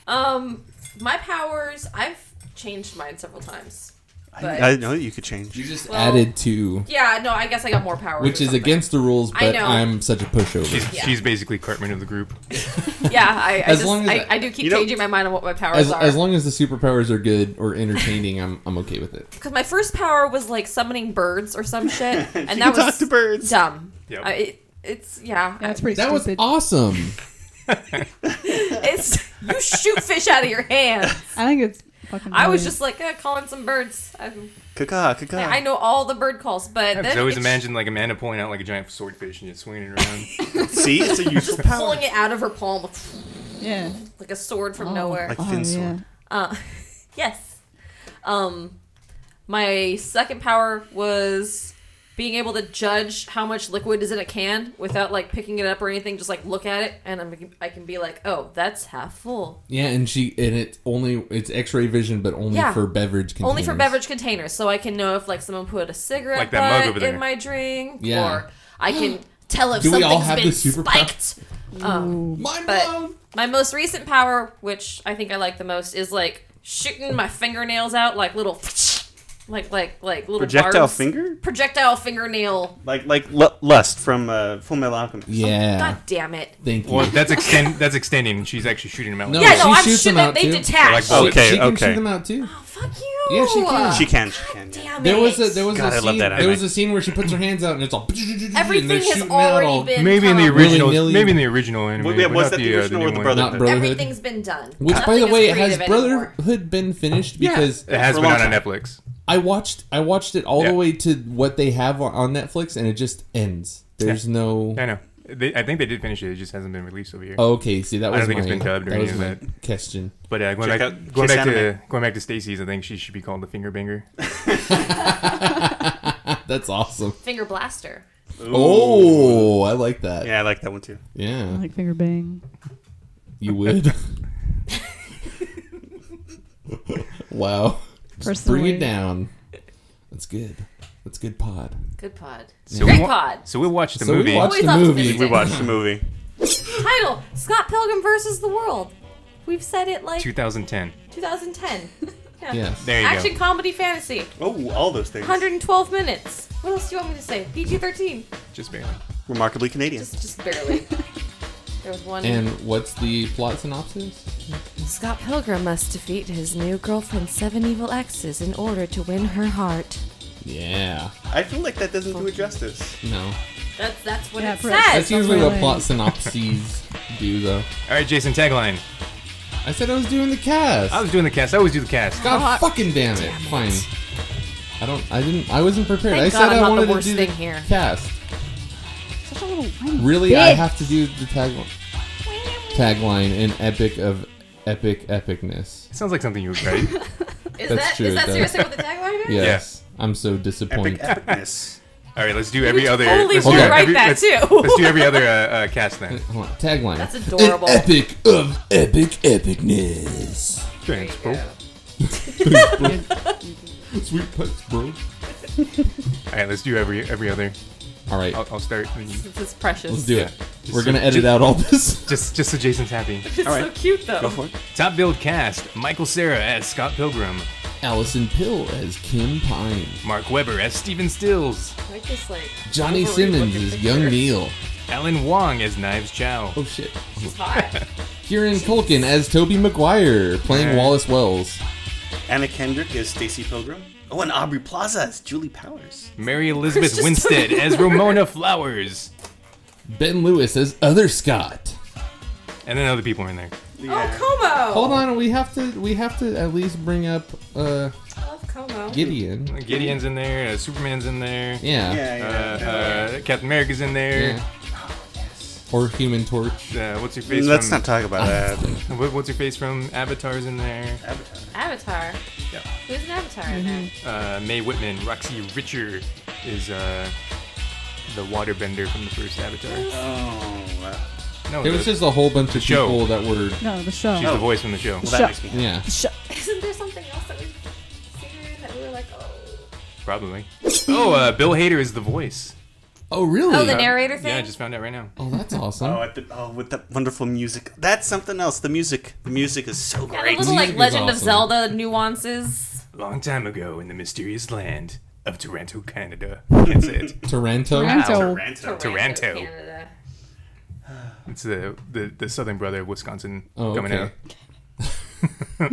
Speaker 11: Um, my powers, I've changed mine several times. But
Speaker 8: I didn't know that you could change.
Speaker 10: You just
Speaker 11: Well,
Speaker 10: added to,
Speaker 11: yeah, no, I guess I got more powers.
Speaker 10: which
Speaker 11: or
Speaker 10: is
Speaker 11: something.
Speaker 10: against the rules,
Speaker 11: I
Speaker 10: but
Speaker 11: know.
Speaker 10: I'm such a pushover.
Speaker 12: She's,
Speaker 11: Yeah.
Speaker 12: she's basically Cartman of the group.
Speaker 11: Yeah, I, I
Speaker 10: As
Speaker 11: just,
Speaker 10: long as
Speaker 11: I,
Speaker 10: I-
Speaker 11: I, do keep
Speaker 10: you know-
Speaker 11: changing my mind on what my powers
Speaker 10: As,
Speaker 11: are.
Speaker 10: as long as the superpowers are good or entertaining, I'm I'm okay with it.
Speaker 11: Because my first power was like summoning birds or some shit, and
Speaker 8: can
Speaker 11: that was
Speaker 8: talk to birds.
Speaker 11: dumb.
Speaker 10: Yep.
Speaker 11: I- it, it's yeah. That's
Speaker 14: pretty.
Speaker 10: That was awesome.
Speaker 11: It's you shoot fish out of your hand.
Speaker 14: I think it's fucking.
Speaker 11: I was
Speaker 14: brilliant.
Speaker 11: just like eh, calling some birds. I'm,
Speaker 8: Caca, caca.
Speaker 11: I know all the bird calls, but
Speaker 12: I
Speaker 11: then
Speaker 12: always
Speaker 11: it's
Speaker 12: imagine like Amanda pulling out like a giant swordfish and just swinging it around.
Speaker 8: See, it's a useful
Speaker 11: just pulling it out of her palm.
Speaker 14: Yeah.
Speaker 11: Like a sword from nowhere.
Speaker 8: Like a thin Oh, sword.
Speaker 11: Uh, yes. Um, my second power was being able to judge how much liquid is in a can without like picking it up or anything. Just like look at it, and I'm, I can be like, oh, that's half full.
Speaker 10: Yeah, and she and it only it's X-ray vision, but only
Speaker 11: Yeah.
Speaker 10: for beverage. Containers.
Speaker 11: Only for beverage containers, so I can know if like someone put a cigarette
Speaker 10: Like that mug
Speaker 11: butt
Speaker 10: over
Speaker 11: in
Speaker 10: there.
Speaker 11: my drink,
Speaker 10: Yeah.
Speaker 11: or I can tell if
Speaker 10: Do we
Speaker 11: something's
Speaker 10: all have
Speaker 11: been
Speaker 10: the superpower?
Speaker 11: spiked. Um, but my most recent power, which I think I like the most, is like shooting my fingernails out like little, like like like little
Speaker 8: Projectile
Speaker 11: barbs.
Speaker 8: finger?
Speaker 11: projectile fingernail.
Speaker 8: Like like l- lust from uh, Full Metal Alchemist.
Speaker 10: Yeah.
Speaker 11: God damn it!
Speaker 10: Thank
Speaker 12: Well, that's extend. That's extending. She's actually shooting him out.
Speaker 11: No, Yeah, no, she I'm shoots sure him that out, they too.
Speaker 12: Like
Speaker 11: detach.
Speaker 8: Okay,
Speaker 12: bullets.
Speaker 8: She can okay. shoot
Speaker 10: them out too. Oh,
Speaker 11: fuck you.
Speaker 10: Yeah, she can.
Speaker 8: She can. She can. yeah.
Speaker 11: Damn
Speaker 10: There
Speaker 11: it.
Speaker 10: was a there was
Speaker 8: God, I
Speaker 10: a
Speaker 8: love
Speaker 10: scene,
Speaker 8: that
Speaker 10: there
Speaker 8: anime.
Speaker 10: was a scene where she puts her hands out and it's all and they're
Speaker 11: Everything has
Speaker 10: shooting out
Speaker 11: already
Speaker 10: all
Speaker 11: been
Speaker 12: Maybe in the
Speaker 10: Willy
Speaker 12: original.
Speaker 10: nilly.
Speaker 12: Maybe in the original anime.
Speaker 8: Wait,
Speaker 12: but
Speaker 8: was
Speaker 12: not
Speaker 8: that the
Speaker 12: uh,
Speaker 8: original
Speaker 12: new
Speaker 8: or the
Speaker 12: one.
Speaker 8: Brotherhood?
Speaker 10: Not Brotherhood.
Speaker 11: Everything's been done.
Speaker 10: Which, by
Speaker 11: Nothing
Speaker 10: the
Speaker 11: is
Speaker 10: way, has
Speaker 11: creative anymore.
Speaker 10: Brotherhood been finished?
Speaker 12: Yeah.
Speaker 10: Because
Speaker 12: It has For a been long out on time. Netflix.
Speaker 10: I watched. I watched it all
Speaker 12: Yeah.
Speaker 10: the way to what they have on- on Netflix, and it just ends. There's
Speaker 12: Yeah.
Speaker 10: no.
Speaker 12: I know. They, I think they did finish it. It just hasn't been released over here.
Speaker 10: Oh, okay, see, that
Speaker 12: I
Speaker 10: was
Speaker 12: don't think it's
Speaker 10: my-
Speaker 12: been dubbed or
Speaker 10: that
Speaker 12: any
Speaker 10: was
Speaker 12: of
Speaker 10: my
Speaker 12: that
Speaker 10: question.
Speaker 12: But uh, going
Speaker 10: Check
Speaker 12: back,
Speaker 10: out
Speaker 12: going
Speaker 10: Kiss
Speaker 12: back
Speaker 10: Anime.
Speaker 12: to going back to Stacy's, I think she should be called the finger banger.
Speaker 10: That's awesome.
Speaker 11: Finger blaster.
Speaker 10: Oh, I like that.
Speaker 8: Yeah, I like that one too.
Speaker 10: Yeah.
Speaker 14: I like finger bang.
Speaker 10: You would. wow. Just bring
Speaker 14: Personally.
Speaker 10: it down. That's good. That's good pod.
Speaker 11: Good pod.
Speaker 10: So
Speaker 11: Great
Speaker 10: we wa-
Speaker 11: pod.
Speaker 12: So we watched the
Speaker 10: So we
Speaker 12: movie.
Speaker 10: watched the Always movie. optimistic.
Speaker 8: We watched the movie.
Speaker 11: Title: Scott Pilgrim versus the World. We've said it like
Speaker 12: 2010.
Speaker 11: 2010. yeah.
Speaker 12: Yes. There you go.
Speaker 11: Action, comedy, fantasy.
Speaker 8: Oh, all those things.
Speaker 11: 112 minutes. What else do you want me to say? PG-13.
Speaker 12: Just barely.
Speaker 8: Remarkably Canadian.
Speaker 11: Just, just barely. there was one.
Speaker 10: And what's the plot synopsis?
Speaker 11: Scott Pilgrim must defeat his new girlfriend's seven evil exes in order to win her heart.
Speaker 10: Yeah.
Speaker 8: I feel like that doesn't do it justice.
Speaker 10: No.
Speaker 11: That's that's what
Speaker 14: Yeah,
Speaker 11: it
Speaker 14: for-
Speaker 11: says.
Speaker 10: That's usually what plot synopses do, though.
Speaker 12: All right, Jason, tagline.
Speaker 10: I said I was doing the cast.
Speaker 12: I was doing the cast. I always do the cast.
Speaker 10: God fucking damn it. Fine. I don't. I didn't. I wasn't prepared.
Speaker 11: Thank
Speaker 10: I
Speaker 11: God I'm
Speaker 10: said I
Speaker 11: not the
Speaker 10: wanted
Speaker 11: worst
Speaker 10: to do the
Speaker 11: thing here.
Speaker 10: cast.
Speaker 14: Such a little. whiny
Speaker 10: Really,
Speaker 14: bitch.
Speaker 10: I have to do the tagline. Tagline an epic of epic epicness.
Speaker 12: Sounds like something you would write.
Speaker 11: Is
Speaker 10: That's
Speaker 11: that- is
Speaker 10: true, it
Speaker 11: that
Speaker 10: does.
Speaker 11: seriously what the tagline is?
Speaker 10: Yes. I'm so disappointed.
Speaker 8: epicness.
Speaker 12: All right, let's do every other.
Speaker 11: only
Speaker 12: let's
Speaker 11: would
Speaker 12: do
Speaker 11: write
Speaker 12: every,
Speaker 11: that
Speaker 12: let's,
Speaker 11: too.
Speaker 12: let's do every other uh, uh, cast then.
Speaker 10: Hold on, Tagline.
Speaker 11: That's adorable.
Speaker 10: An epic of epic epicness.
Speaker 12: Thanks, bro.
Speaker 10: Sweet pets, bro.
Speaker 12: All right, let's do every every other.
Speaker 10: All right,
Speaker 12: I'll, I'll start. and you-
Speaker 11: This is precious.
Speaker 10: Let's do it.
Speaker 12: Just
Speaker 10: We're
Speaker 12: so-
Speaker 10: gonna edit
Speaker 12: just-
Speaker 10: out all this.
Speaker 12: Just just so Jason's happy.
Speaker 11: It's so cute though.
Speaker 12: Top build cast: Michael Sarah as Scott Pilgrim,
Speaker 10: Allison Pill as Kim Pine.
Speaker 12: Mark Weber as Steven Stills,
Speaker 11: Like this, like
Speaker 10: Johnny Simmons as Young Neil.
Speaker 12: Alan Wong as Knives Chow.
Speaker 10: Oh shit.
Speaker 11: She's hot.
Speaker 10: Kieran Culkin as Toby Maguire, playing
Speaker 8: Yeah.
Speaker 10: Wallace Wells.
Speaker 8: Anna Kendrick is Stacy Pilgrim. Oh, and Aubrey Plaza is Julie Powers.
Speaker 12: Mary Elizabeth
Speaker 8: Christian
Speaker 12: Winstead as
Speaker 8: Stewart.
Speaker 12: Ramona Flowers,
Speaker 10: Ben Lewis as Other Scott.
Speaker 12: and then other people are in there.
Speaker 11: Oh, Como.
Speaker 10: Hold on, we have to we have to at least bring up uh
Speaker 11: I love Como.
Speaker 10: Gideon.
Speaker 12: Gideon's in there. Uh, Superman's in there.
Speaker 10: Yeah. Yeah,
Speaker 8: yeah.
Speaker 12: Uh, uh, Captain America's in there.
Speaker 10: Or Human Torch.
Speaker 12: Uh, what's your face?
Speaker 8: Let's
Speaker 12: from-
Speaker 8: not talk about that.
Speaker 12: What- what's your face from Avatar's in there?
Speaker 8: Avatar.
Speaker 11: Avatar.
Speaker 12: Yeah.
Speaker 11: Who's an Avatar in there?
Speaker 10: Mm-hmm.
Speaker 12: Uh, Mae Whitman, Roxy Richer is uh, the waterbender from the first Avatar.
Speaker 8: Oh. Wow.
Speaker 12: No,
Speaker 10: There was
Speaker 12: the-
Speaker 10: just a whole bunch
Speaker 12: the
Speaker 10: of
Speaker 12: show.
Speaker 10: people that were
Speaker 14: No, the show.
Speaker 12: She's the voice from the show.
Speaker 8: Well, that makes me
Speaker 10: Yeah.
Speaker 11: Isn't there something else that we've seen her in that we were like, oh?
Speaker 12: Probably. Oh, uh, Bill Hader is the voice.
Speaker 10: Oh, really?
Speaker 11: Oh, the narrator
Speaker 12: Yeah, I
Speaker 11: thing?
Speaker 12: just found out right now.
Speaker 10: Oh, that's awesome.
Speaker 8: Oh, at the, oh, with that wonderful music. That's something else. The music. The music is so
Speaker 11: Got
Speaker 8: great.
Speaker 11: a little like Legend of Zelda nuances.
Speaker 12: Long time ago in the mysterious land of Toronto, Canada. Can't say it.
Speaker 10: Toronto?
Speaker 12: Wow.
Speaker 10: Toronto.
Speaker 12: Toronto. Toronto. It's the, the the southern brother of Wisconsin
Speaker 10: Oh,
Speaker 12: coming
Speaker 10: okay.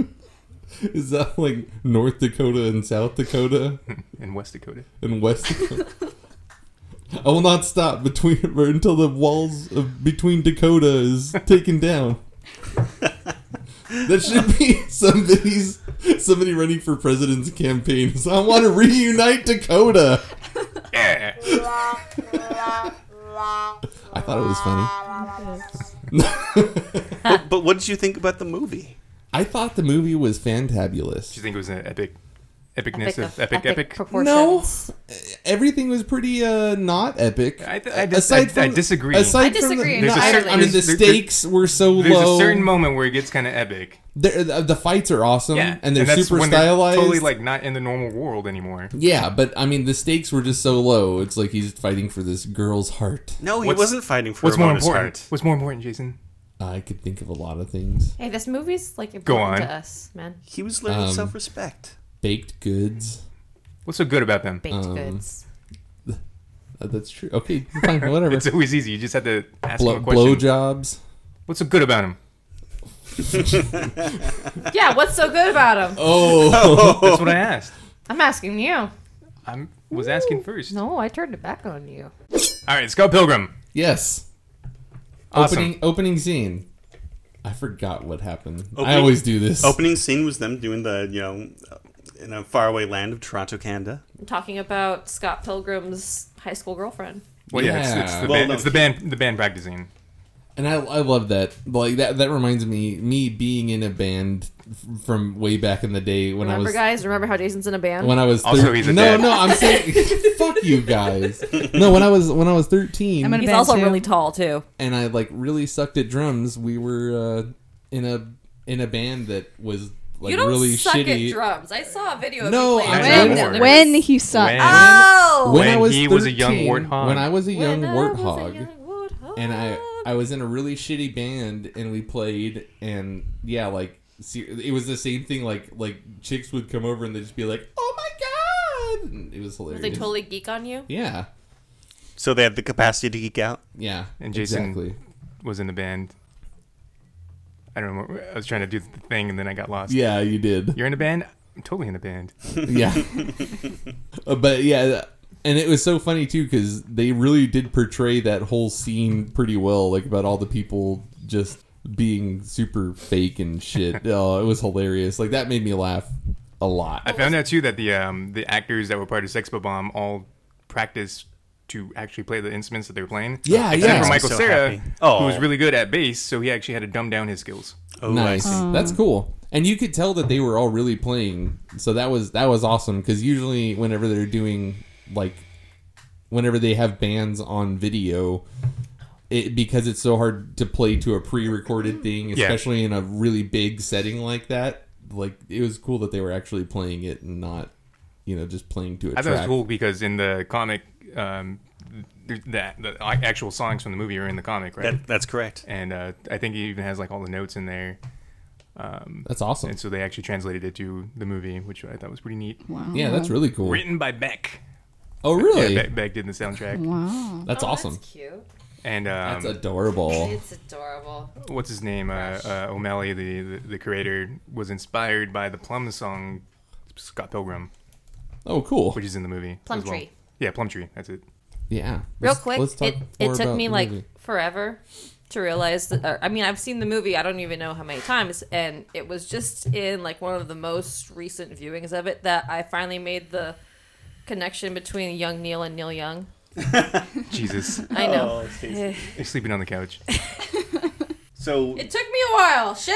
Speaker 10: Is that like North Dakota and South Dakota?
Speaker 12: And West Dakota.
Speaker 10: And West Dakota. I will not stop between or until the walls of between Dakota is taken down. that should be somebody's somebody running for president's campaign. So I want to reunite Dakota.
Speaker 12: out. Yeah.
Speaker 10: I thought it was funny.
Speaker 8: but, but what did you think about the movie?
Speaker 10: I thought the movie was fantabulous.
Speaker 12: Do you think it was an epic, epicness
Speaker 8: Epic
Speaker 12: of
Speaker 8: of-
Speaker 12: epic,
Speaker 8: epic
Speaker 12: epic?
Speaker 10: No, everything was pretty uh, not epic. I,
Speaker 12: I dis- I- I disagree.
Speaker 10: Aside
Speaker 12: I
Speaker 10: from the-
Speaker 12: disagree
Speaker 10: no, I,
Speaker 12: entirely.
Speaker 10: I mean, the
Speaker 12: There's- there-
Speaker 10: stakes were so
Speaker 12: There's
Speaker 10: low.
Speaker 12: a certain moment where it gets kind of epic.
Speaker 10: They're- the, the fights are awesome, Um, and they're
Speaker 12: that's
Speaker 10: super
Speaker 12: when
Speaker 10: stylized.
Speaker 12: Totally like not in the normal world anymore.
Speaker 10: yeah, but I mean, the stakes were just so low. It's like he's fighting for this girl's heart.
Speaker 8: No, he
Speaker 12: What's-
Speaker 8: wasn't fighting for
Speaker 12: what's more
Speaker 8: Ramona's
Speaker 12: important?
Speaker 8: heart.
Speaker 12: What's more important, Jason?
Speaker 10: I could think of a lot of things.
Speaker 11: Hey, this movie's like important
Speaker 12: on.
Speaker 11: to us, man.
Speaker 8: He was learning
Speaker 10: Um,
Speaker 8: self-respect.
Speaker 10: Baked goods.
Speaker 12: What's so good about them?
Speaker 11: Baked
Speaker 10: Um,
Speaker 11: goods.
Speaker 10: th- Uh, that's true. Okay, fine, whatever.
Speaker 12: it's always easy. You just have to ask
Speaker 10: Blow,
Speaker 12: him a question.
Speaker 10: blowjobs.
Speaker 12: What's so good about him?
Speaker 11: Yeah, what's so good about him?
Speaker 10: Oh,
Speaker 12: that's what I asked.
Speaker 11: I'm asking you.
Speaker 12: I was asking first.
Speaker 11: No, I turned it back on you.
Speaker 12: All right, Scott Pilgrim.
Speaker 10: Yes.
Speaker 12: Awesome.
Speaker 10: Opening opening scene. I forgot what happened. I
Speaker 8: Opening-
Speaker 10: always do this.
Speaker 8: Opening scene was them doing the, you know, in a faraway land of Toronto, Canada.
Speaker 11: I'm talking about Scott Pilgrim's high school girlfriend.
Speaker 12: Well, yeah, it's, it's the
Speaker 10: Yeah.
Speaker 8: Well,
Speaker 12: band.
Speaker 8: no,
Speaker 12: it's the band. The band practicing.
Speaker 10: And I, I love that. Like that that reminds me me being in a band f- from way back in the day when
Speaker 11: remember,
Speaker 10: I was
Speaker 11: guys? Remember how Jason's in a band?
Speaker 10: when I was
Speaker 12: Also,
Speaker 10: thir-
Speaker 12: he's a
Speaker 10: No,
Speaker 12: dad.
Speaker 10: no, I'm saying fuck you guys. No, when I was when I was 13
Speaker 11: He's also really tall too.
Speaker 10: and I like really sucked at drums, we were uh, in a in a band that was like
Speaker 11: you don't
Speaker 10: really
Speaker 11: suck
Speaker 10: shitty.
Speaker 11: at drums. I saw a video.
Speaker 10: No,
Speaker 11: of you
Speaker 10: I'm
Speaker 11: playing
Speaker 10: not
Speaker 11: drums.
Speaker 10: more.
Speaker 11: and there
Speaker 13: When
Speaker 11: was-
Speaker 13: he sucked.
Speaker 12: When-
Speaker 1: Ah!
Speaker 11: Oh!
Speaker 10: when, I
Speaker 12: When
Speaker 10: was
Speaker 12: he was a young
Speaker 10: 13,
Speaker 12: warthog.
Speaker 10: When I was a young
Speaker 11: When I was a
Speaker 10: warthog,
Speaker 11: young
Speaker 10: and I I was in a really shitty band, and we played, and yeah, like ser- it was the same thing. Like like chicks would come over and they'd just be like, "Oh my god!" And it was hilarious.
Speaker 11: They totally geek on you.
Speaker 10: yeah,
Speaker 8: So they had the capacity to geek out.
Speaker 10: yeah,
Speaker 12: And Jason
Speaker 10: exactly.
Speaker 12: was in the band. I don't know. I was trying to do the thing, and then I got lost.
Speaker 10: Yeah, you did.
Speaker 12: You're in a band. I'm totally in a band.
Speaker 10: Yeah. Uh, but yeah, th- and it was so funny too because they really did portray that whole scene pretty well, like about all the people just being super fake and shit. oh, it was hilarious. Like that made me laugh a lot.
Speaker 12: I found out too that the um, the actors that were part of Sexpo Bomb all practiced to actually play the instruments that they were playing.
Speaker 10: Yeah,
Speaker 12: Except
Speaker 10: yeah.
Speaker 12: for Michael
Speaker 10: So
Speaker 12: Cera,
Speaker 10: happy.
Speaker 12: who
Speaker 10: Oh.
Speaker 12: was really good at bass, so he actually had to dumb down his skills.
Speaker 10: nice. That's cool. And you could tell that they were all really playing. So that was that was awesome because usually whenever they're doing like whenever they have bands on video it because it's so hard to play to a pre-recorded thing
Speaker 12: Yeah.
Speaker 10: especially in a really big setting like that like it was cool that they were actually playing it and not you know just playing to a
Speaker 12: I thought it was
Speaker 10: track
Speaker 12: cool because in the comic, um, th- that the actual songs from the movie are in the comic, right?
Speaker 8: That- that's correct.
Speaker 12: And uh, I think it even has like all the notes in there. Um,
Speaker 10: That's awesome.
Speaker 12: And so they actually translated it to the movie, which I thought was pretty neat. Wow.
Speaker 10: Yeah, that's really cool.
Speaker 12: Written by Beck.
Speaker 10: Oh, really?
Speaker 12: Yeah, Beck, Beck did the soundtrack.
Speaker 10: Wow. That's Oh, that's awesome.
Speaker 11: cute.
Speaker 12: And um,
Speaker 10: That's adorable.
Speaker 11: It's adorable.
Speaker 12: what's his name uh, uh, O'Malley, the, the the creator, was inspired by the Plum song Scott Pilgrim.
Speaker 10: Oh, cool.
Speaker 12: Which is in the movie.
Speaker 11: Plum
Speaker 12: as well.
Speaker 11: Tree.
Speaker 12: Yeah, Plum Tree. That's it.
Speaker 10: yeah
Speaker 11: Real
Speaker 10: Let's-
Speaker 11: quick,
Speaker 10: let's talk
Speaker 11: it, it
Speaker 10: more
Speaker 11: took
Speaker 10: about
Speaker 11: me
Speaker 10: the
Speaker 11: like
Speaker 10: movie.
Speaker 11: forever to realize that. Or, I mean, I've seen the movie. I don't even know how many times, and it was just in like one of the most recent viewings of it that I finally made the connection between Young Neil and Neil Young.
Speaker 12: Jesus.
Speaker 11: I
Speaker 10: Oh,
Speaker 11: know.
Speaker 12: He's sleeping on the couch.
Speaker 8: so
Speaker 11: It took me a while. Shit.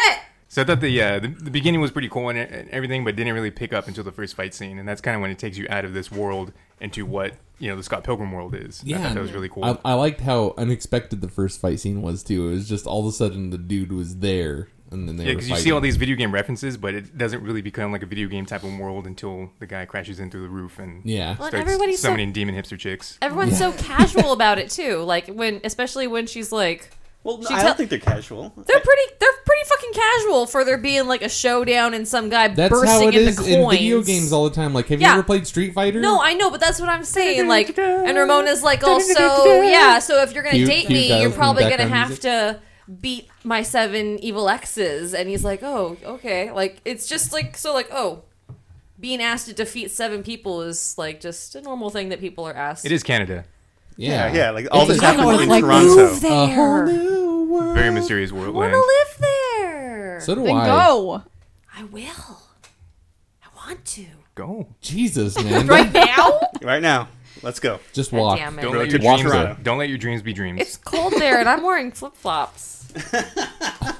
Speaker 12: So I thought the, uh, the the beginning was pretty cool and, and everything, but didn't really pick up until the first fight scene, and that's kind of when it takes you out of this world into what you know the Scott Pilgrim world is. And I thought that was really cool.
Speaker 10: I, I liked how unexpected the first fight scene was too. It was just all of a sudden the dude was there, and then they
Speaker 12: yeah,
Speaker 10: were
Speaker 12: because you see
Speaker 10: fighting.
Speaker 12: all these video game references, but it doesn't really become like a video game type of world until the guy crashes in through the roof and
Speaker 10: Yeah. Well,
Speaker 12: starts
Speaker 11: and everybody's so-
Speaker 12: summoning demon hipster chicks.
Speaker 11: Everyone's so casual about it too. Like when, especially when she's like,
Speaker 8: well,
Speaker 11: she
Speaker 8: I
Speaker 11: tell-
Speaker 8: don't think they're casual.
Speaker 11: they're pretty, they're pretty fucking casual for there being like a showdown and some guy
Speaker 10: That's
Speaker 11: bursting
Speaker 10: how it
Speaker 11: into
Speaker 10: is
Speaker 11: coins.
Speaker 10: in video games all the time. Like, have
Speaker 11: Yeah.
Speaker 10: you ever played Street Fighter?
Speaker 11: No, I know, but that's what I'm saying. Like, and Ramona's like, also, yeah. So if you're gonna
Speaker 10: Cute-
Speaker 11: date
Speaker 10: cute
Speaker 11: me,
Speaker 10: guys
Speaker 11: you're
Speaker 10: in the
Speaker 11: probably gonna
Speaker 10: background
Speaker 11: have
Speaker 10: music.
Speaker 11: to beat my seven evil exes. And he's like, oh, okay. Like, it's just like so, like, oh, being asked to defeat seven people is like just a normal thing that people are asked.
Speaker 12: It is Canada.
Speaker 10: Yeah.
Speaker 8: Yeah, like, all this
Speaker 12: a-
Speaker 8: happens
Speaker 12: Everyone's
Speaker 8: in
Speaker 12: like,
Speaker 8: Toronto.
Speaker 12: "Move
Speaker 11: there." A whole
Speaker 14: Uh-huh.
Speaker 12: Very mysterious world.
Speaker 11: I want
Speaker 12: land.
Speaker 11: to live there.
Speaker 10: So do
Speaker 14: Then
Speaker 10: I.
Speaker 14: go.
Speaker 11: I will. I want to.
Speaker 12: Go.
Speaker 10: Jesus, man.
Speaker 11: Right now?
Speaker 8: Right now, let's go.
Speaker 10: Just
Speaker 11: God
Speaker 10: walk.
Speaker 11: damn it.
Speaker 12: Don't
Speaker 11: Road
Speaker 12: let, your
Speaker 10: to
Speaker 12: dreams,
Speaker 10: Toronto.
Speaker 12: don't let your dreams be dreams.
Speaker 11: It's cold there, and I'm wearing flip flops. I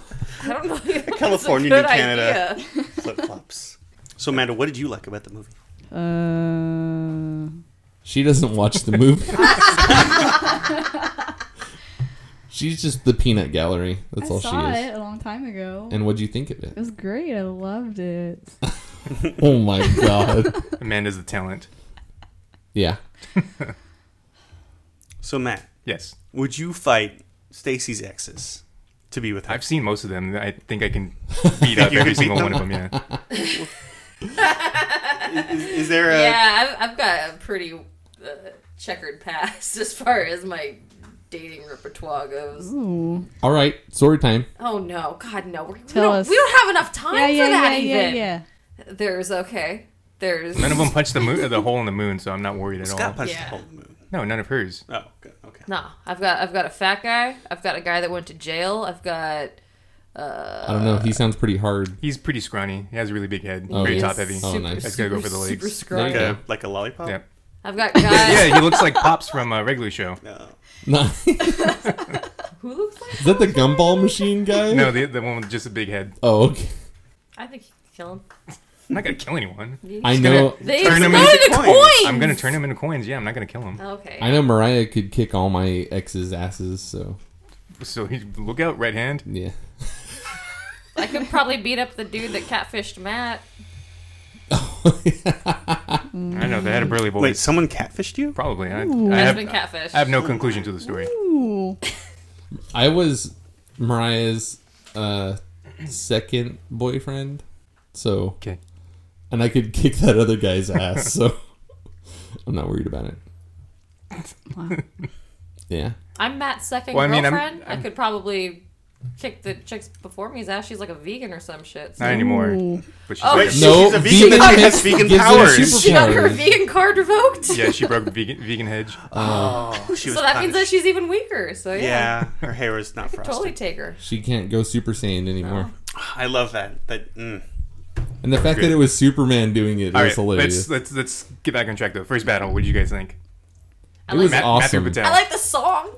Speaker 11: don't know. if that's a
Speaker 8: California,
Speaker 11: good
Speaker 8: New Canada.
Speaker 11: idea.
Speaker 8: Flip flops. So, Amanda, what did you like about the movie?
Speaker 14: Uh,
Speaker 10: She doesn't watch the movie. She's just the peanut gallery. That's
Speaker 14: I
Speaker 10: all
Speaker 14: saw
Speaker 10: she is.
Speaker 14: it a long time ago.
Speaker 10: And what'd you think of it?
Speaker 14: It was great. I loved it.
Speaker 10: Oh my god.
Speaker 12: Amanda's the talent.
Speaker 10: Yeah.
Speaker 8: So, Matt.
Speaker 12: Yes.
Speaker 8: Would you fight Stacy's exes to be with her?
Speaker 12: I've seen most of them. I think I can beat up
Speaker 8: You
Speaker 12: every
Speaker 8: can beat
Speaker 12: single
Speaker 8: them?
Speaker 12: one of them. Yeah.
Speaker 8: Is, is there a.
Speaker 11: Yeah, I've, I've got a pretty uh, checkered past as far as my dating repertoire goes.
Speaker 10: All right. Sorry time.
Speaker 11: Oh no, God no. We're, we,
Speaker 14: Tell
Speaker 11: don't,
Speaker 14: us.
Speaker 11: we don't have enough time
Speaker 14: Yeah,
Speaker 11: for
Speaker 14: yeah,
Speaker 11: that
Speaker 14: yeah, yeah,
Speaker 11: even.
Speaker 14: yeah.
Speaker 11: There's okay. There's
Speaker 12: None of them punched the moon, the hole in the moon, so I'm not worried at all.
Speaker 8: Scott punched
Speaker 11: Yeah.
Speaker 8: the hole in the moon.
Speaker 12: No, none of hers.
Speaker 8: Oh, okay. okay.
Speaker 11: No, I've got I've got a fat guy. I've got a guy that went to jail. I've got
Speaker 10: I don't know. He sounds pretty hard.
Speaker 12: He's pretty scrawny. He has a really big head.
Speaker 10: Oh,
Speaker 12: very
Speaker 10: yeah.
Speaker 12: top heavy.
Speaker 10: Oh, nice.
Speaker 12: That's gonna go for the legs.
Speaker 11: super scrawny.
Speaker 10: There you
Speaker 8: Like, like a lollipop?
Speaker 12: Yeah.
Speaker 11: I've got guys.
Speaker 12: yeah, he looks like Pops from a regular show.
Speaker 8: No.
Speaker 10: No.
Speaker 11: Who looks like?
Speaker 10: Is that the gumball machine guy?
Speaker 12: No, the, the one with just a big head.
Speaker 10: Oh, okay.
Speaker 11: I think you can kill him.
Speaker 12: I'm not gonna kill anyone.
Speaker 10: I know.
Speaker 11: They
Speaker 12: Turn him
Speaker 11: exploded
Speaker 12: into
Speaker 11: the
Speaker 12: coins.
Speaker 11: coins.
Speaker 12: I'm gonna turn him into coins. Yeah, I'm not gonna kill him.
Speaker 11: Okay.
Speaker 10: I know Mariah could kick all my ex's asses, so
Speaker 12: So he, look out, right hand.
Speaker 10: yeah.
Speaker 11: I could probably beat up the dude that catfished Matt.
Speaker 12: I know they had a burly voice.
Speaker 8: Wait, someone catfished you?
Speaker 12: Probably. I,
Speaker 14: Ooh.
Speaker 12: I
Speaker 11: Has
Speaker 12: have,
Speaker 11: been catfished.
Speaker 12: I have no conclusion to the story.
Speaker 14: Ooh.
Speaker 10: I was Mariah's uh, second boyfriend, so
Speaker 12: Okay.
Speaker 10: and I could kick that other guy's ass, so I'm not worried about it. Yeah.
Speaker 11: I'm Matt's second
Speaker 12: Well, I mean, I'm-
Speaker 11: girlfriend. i
Speaker 12: I'm-
Speaker 11: could probably kick the chicks before me's ass. She's like a vegan or some shit. So.
Speaker 12: Not anymore.
Speaker 14: Ooh.
Speaker 12: But she's
Speaker 11: Oh,
Speaker 12: like a-
Speaker 11: She-
Speaker 10: no,
Speaker 8: she's a vegan that
Speaker 10: mix
Speaker 8: has vegan
Speaker 10: gives them
Speaker 8: powers.
Speaker 11: She got her
Speaker 10: superpowers.
Speaker 11: vegan card revoked.
Speaker 12: yeah, she broke the vegan vegan hedge.
Speaker 8: Oh, she
Speaker 11: so
Speaker 8: was
Speaker 11: that means that
Speaker 8: punished.
Speaker 11: she's even weaker. So yeah,
Speaker 8: Yeah, her hair was not
Speaker 11: Could
Speaker 8: frosted.
Speaker 11: totally take her.
Speaker 10: She can't go Super Saiyan anymore.
Speaker 8: I love that. That mm.
Speaker 10: And the fact that it was Superman doing it is
Speaker 12: All right,
Speaker 10: hilarious.
Speaker 12: let's let's let's get back on track though. First battle. What did you guys think?
Speaker 11: I
Speaker 10: it
Speaker 11: like,
Speaker 10: was
Speaker 12: Matt,
Speaker 10: awesome.
Speaker 12: Matthew
Speaker 11: I
Speaker 12: Patel.
Speaker 11: like the song.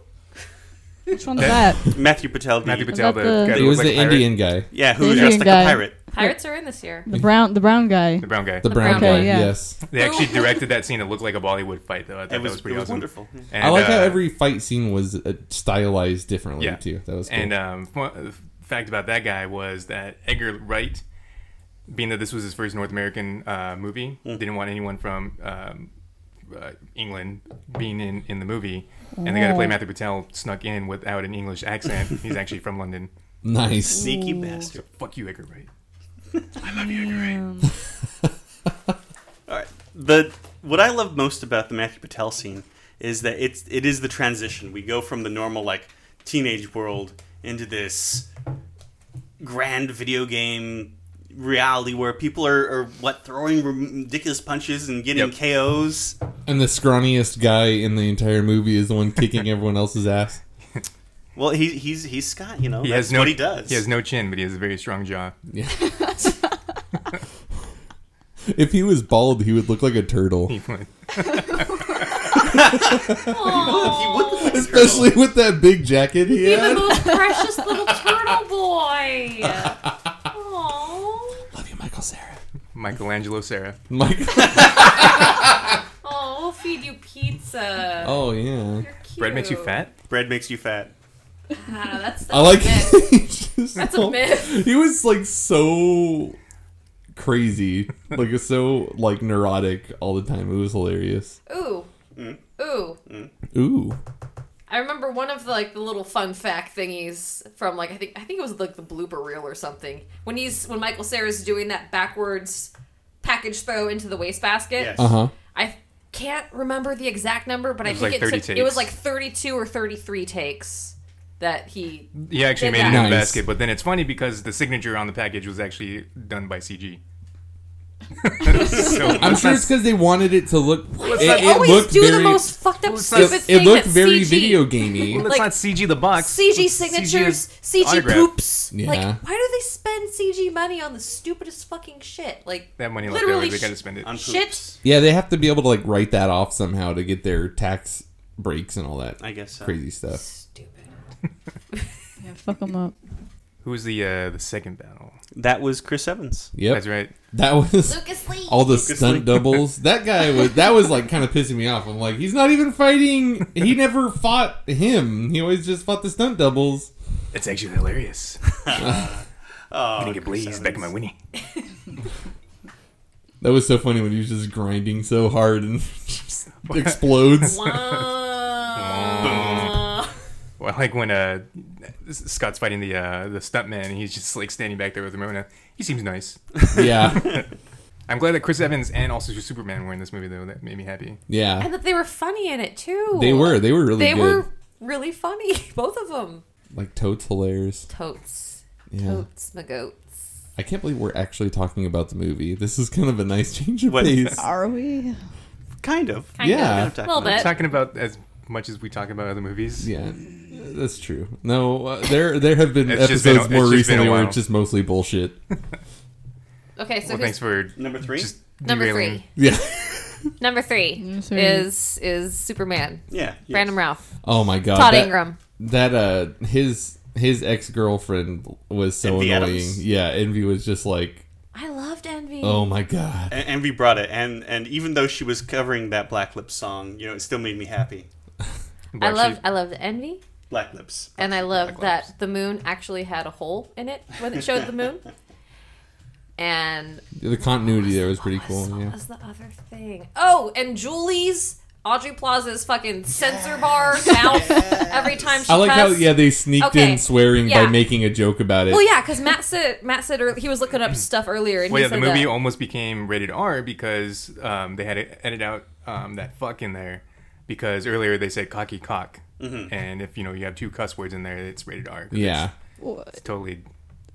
Speaker 14: Which one's that?
Speaker 8: Matthew Patel. The,
Speaker 12: Matthew Patel. The,
Speaker 14: About the-
Speaker 12: guy that
Speaker 10: He was
Speaker 12: looked
Speaker 10: the
Speaker 12: like a pirate.
Speaker 10: Indian guy,
Speaker 8: Yeah, who
Speaker 14: The
Speaker 8: was dressed
Speaker 14: Indian
Speaker 8: like
Speaker 14: guy.
Speaker 8: a pirate.
Speaker 11: Pirates are in this year.
Speaker 14: The brown, the brown guy.
Speaker 12: The brown guy.
Speaker 10: the brown
Speaker 11: brown
Speaker 10: guy.
Speaker 14: guy, yeah.
Speaker 10: Yes.
Speaker 12: They actually directed that scene. It looked like a Bollywood fight though. I thought
Speaker 8: It was,
Speaker 12: that was pretty
Speaker 8: it was
Speaker 12: awesome.
Speaker 8: wonderful.
Speaker 12: And,
Speaker 10: I like how
Speaker 12: uh,
Speaker 10: every fight scene was uh, stylized differently
Speaker 12: Yeah.
Speaker 10: too. That was cool.
Speaker 12: And um, fun fact about that guy was that Edgar Wright, being that this was his first North American uh, movie, didn't want anyone from um, uh, England being in, in the movie. And the guy that played Matthew Patel snuck in without an English accent. He's actually from London.
Speaker 10: nice.
Speaker 8: Sneaky bastard.
Speaker 12: Fuck you, Edgar Wright.
Speaker 8: All right. The what I love most about the Matthew Patel scene is that it's it is the transition. We go from the normal like teenage world into this grand video game reality where people are, are what throwing ridiculous punches and getting
Speaker 12: Yep.
Speaker 8: KOs.
Speaker 10: And the scrawniest guy in the entire movie is the one kicking everyone else's ass.
Speaker 8: Well, he, he's he's Scott, you know.
Speaker 12: He
Speaker 8: That's
Speaker 12: has no
Speaker 8: what he does.
Speaker 12: He has no chin, but he has a very strong jaw.
Speaker 10: If he was bald, he would look like a turtle.
Speaker 12: He went-
Speaker 8: He would look like a turtle.
Speaker 10: Especially with that big jacket he
Speaker 11: He's the
Speaker 10: had.
Speaker 11: most precious little turtle boy. Aww.
Speaker 10: Love you, Michael Sarah.
Speaker 12: Michelangelo Sarah.
Speaker 10: Michael.
Speaker 11: Oh, we'll feed you pizza.
Speaker 10: Oh yeah. Oh.
Speaker 11: You're cute.
Speaker 12: Bread makes you fat?
Speaker 8: bread makes you fat.
Speaker 11: I don't know. That's, that's
Speaker 10: I like.
Speaker 11: a myth. That's a myth.
Speaker 10: He was like so crazy, like so like neurotic all the time. It was hilarious.
Speaker 11: Ooh,
Speaker 12: Hmm?
Speaker 11: ooh.
Speaker 10: Ooh,
Speaker 11: I remember one of the, like the little fun fact thingies from like I think I think it was like the blooper reel or something. When he's when Michael Sarah's doing that backwards package throw into the wastebasket.
Speaker 10: Yes. Uh-huh.
Speaker 11: I can't remember the exact number, but
Speaker 12: It
Speaker 11: I
Speaker 12: was
Speaker 11: think
Speaker 12: like
Speaker 11: it
Speaker 12: 30
Speaker 11: took, it was
Speaker 12: takes.
Speaker 11: like 32 or 33 takes that he
Speaker 12: He actually
Speaker 11: did
Speaker 12: made it in
Speaker 11: that.
Speaker 12: the basket, but then it's funny because the signature on the package was actually done by CG. So-
Speaker 10: I'm sure it's because they wanted it to look.
Speaker 11: Let's
Speaker 10: it,
Speaker 11: not-
Speaker 10: it
Speaker 11: They always
Speaker 10: looked
Speaker 11: do the
Speaker 10: very,
Speaker 11: most fucked up,
Speaker 10: it-
Speaker 11: stupid
Speaker 10: it,
Speaker 11: thing
Speaker 10: looked
Speaker 11: that
Speaker 10: very
Speaker 11: CG
Speaker 10: video gamey.
Speaker 11: Well, let's Like- not
Speaker 12: CG the box.
Speaker 11: CG signatures, CG,
Speaker 12: autograph.
Speaker 11: poops.
Speaker 10: Yeah.
Speaker 11: Like, why do they spend CG money on the stupidest fucking shit? Like
Speaker 12: That money left
Speaker 11: literally
Speaker 12: over, they
Speaker 11: sh-
Speaker 12: gotta spend it. On
Speaker 11: Shit.
Speaker 10: Yeah, they have to be able to like write that off somehow to get their tax breaks and all that.
Speaker 8: I guess so.
Speaker 10: crazy stuff.
Speaker 13: Yeah, fuck them up.
Speaker 12: Who was the uh, the second battle?
Speaker 8: That was Chris Evans.
Speaker 10: Yep,
Speaker 12: That's right.
Speaker 10: That was
Speaker 11: Lucas Lee.
Speaker 10: all the
Speaker 8: Lucas
Speaker 10: stunt
Speaker 8: Lee.
Speaker 10: doubles. That guy was that was like kind of pissing me off. I'm like, he's not even fighting. He never fought him. He always just fought the stunt doubles.
Speaker 12: It's actually hilarious.
Speaker 8: oh,
Speaker 12: Winnie get please back in my Winnie.
Speaker 10: That was so funny when he was just grinding so hard and just explodes.
Speaker 12: Well, like when uh, Scott's fighting the uh, the stuntman, and he's just like standing back there with Ramona. He seems nice.
Speaker 10: Yeah.
Speaker 12: I'm glad that Chris Evans and also Superman were in this movie, though. That made me happy.
Speaker 10: Yeah.
Speaker 11: and that they were funny in it too.
Speaker 10: They were. They were really
Speaker 11: They
Speaker 10: good.
Speaker 11: were really funny, both of them.
Speaker 10: Like totes hilarious.
Speaker 11: Totes,
Speaker 10: Yeah.
Speaker 11: totes, my goat.
Speaker 10: I can't believe we're actually talking about the movie. This is kind of a nice change of
Speaker 8: What-
Speaker 10: pace.
Speaker 13: Are we?
Speaker 8: Kind of.
Speaker 11: Kind
Speaker 10: Yeah.
Speaker 11: of. little bit.
Speaker 12: Talking about as much as we talk about other movies.
Speaker 10: Yeah. That's true. No, uh, there there have been
Speaker 12: It's just been a-
Speaker 10: episodes
Speaker 12: it's just
Speaker 10: more
Speaker 12: been a
Speaker 10: recently where
Speaker 12: while.
Speaker 10: it's just mostly bullshit.
Speaker 11: Okay,
Speaker 12: well,
Speaker 11: so who's-
Speaker 12: thanks for
Speaker 8: number three.
Speaker 11: number
Speaker 12: derailing.
Speaker 11: three.
Speaker 10: Yeah.
Speaker 11: Number three
Speaker 13: sorry.
Speaker 11: is is Superman.
Speaker 8: Yeah, yes.
Speaker 11: Brandon Ralph.
Speaker 10: Oh my god.
Speaker 11: Todd
Speaker 10: that-
Speaker 11: Ingram.
Speaker 10: That uh his his ex girlfriend was so
Speaker 8: Envy
Speaker 10: annoying.
Speaker 8: Adams.
Speaker 10: Yeah, Envy was just like
Speaker 11: I loved Envy.
Speaker 10: Oh my god.
Speaker 8: And, and we brought it, and and even though she was covering that Black Lips song, you know, it still made me happy.
Speaker 11: I loved I loved Envy.
Speaker 8: Black Lips.
Speaker 11: And I love that the moon actually had a hole in it when it showed the moon. And
Speaker 10: The continuity there was pretty cool. Yeah.
Speaker 11: what was the other thing? Oh, and Julie's Audrey Plaza's fucking censor bar mouth every time she
Speaker 10: I like how
Speaker 11: cussed.
Speaker 10: yeah they sneaked
Speaker 11: Okay,
Speaker 10: in swearing
Speaker 11: yeah.
Speaker 10: by making a joke about it.
Speaker 11: Well, yeah, because Matt said Matt said earlier, he was looking up stuff earlier, and
Speaker 12: Well,
Speaker 11: he
Speaker 12: yeah,
Speaker 11: said
Speaker 12: the movie
Speaker 11: that.
Speaker 12: almost became rated R because um, they had to edit out um, that fuck in there because earlier they said cocky cock,
Speaker 8: Mhm.
Speaker 12: and if you know you have two cuss words in there, it's rated R. 'cause
Speaker 10: Yeah.
Speaker 12: it's, it's totally.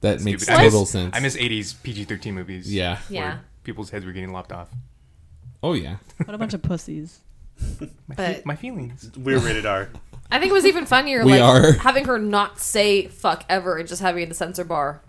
Speaker 10: That makes
Speaker 12: I miss-
Speaker 10: total sense.
Speaker 12: I miss '80s PG-13 movies.
Speaker 10: Yeah.
Speaker 12: where
Speaker 11: Yeah.
Speaker 12: People's heads were getting lopped off.
Speaker 10: Oh yeah.
Speaker 13: What a bunch of pussies.
Speaker 11: But
Speaker 12: My feelings.
Speaker 8: We're rated R.
Speaker 11: I think it was even funnier,
Speaker 10: We
Speaker 11: like
Speaker 10: are.
Speaker 11: having her not say "fuck" ever and just having the censor bar.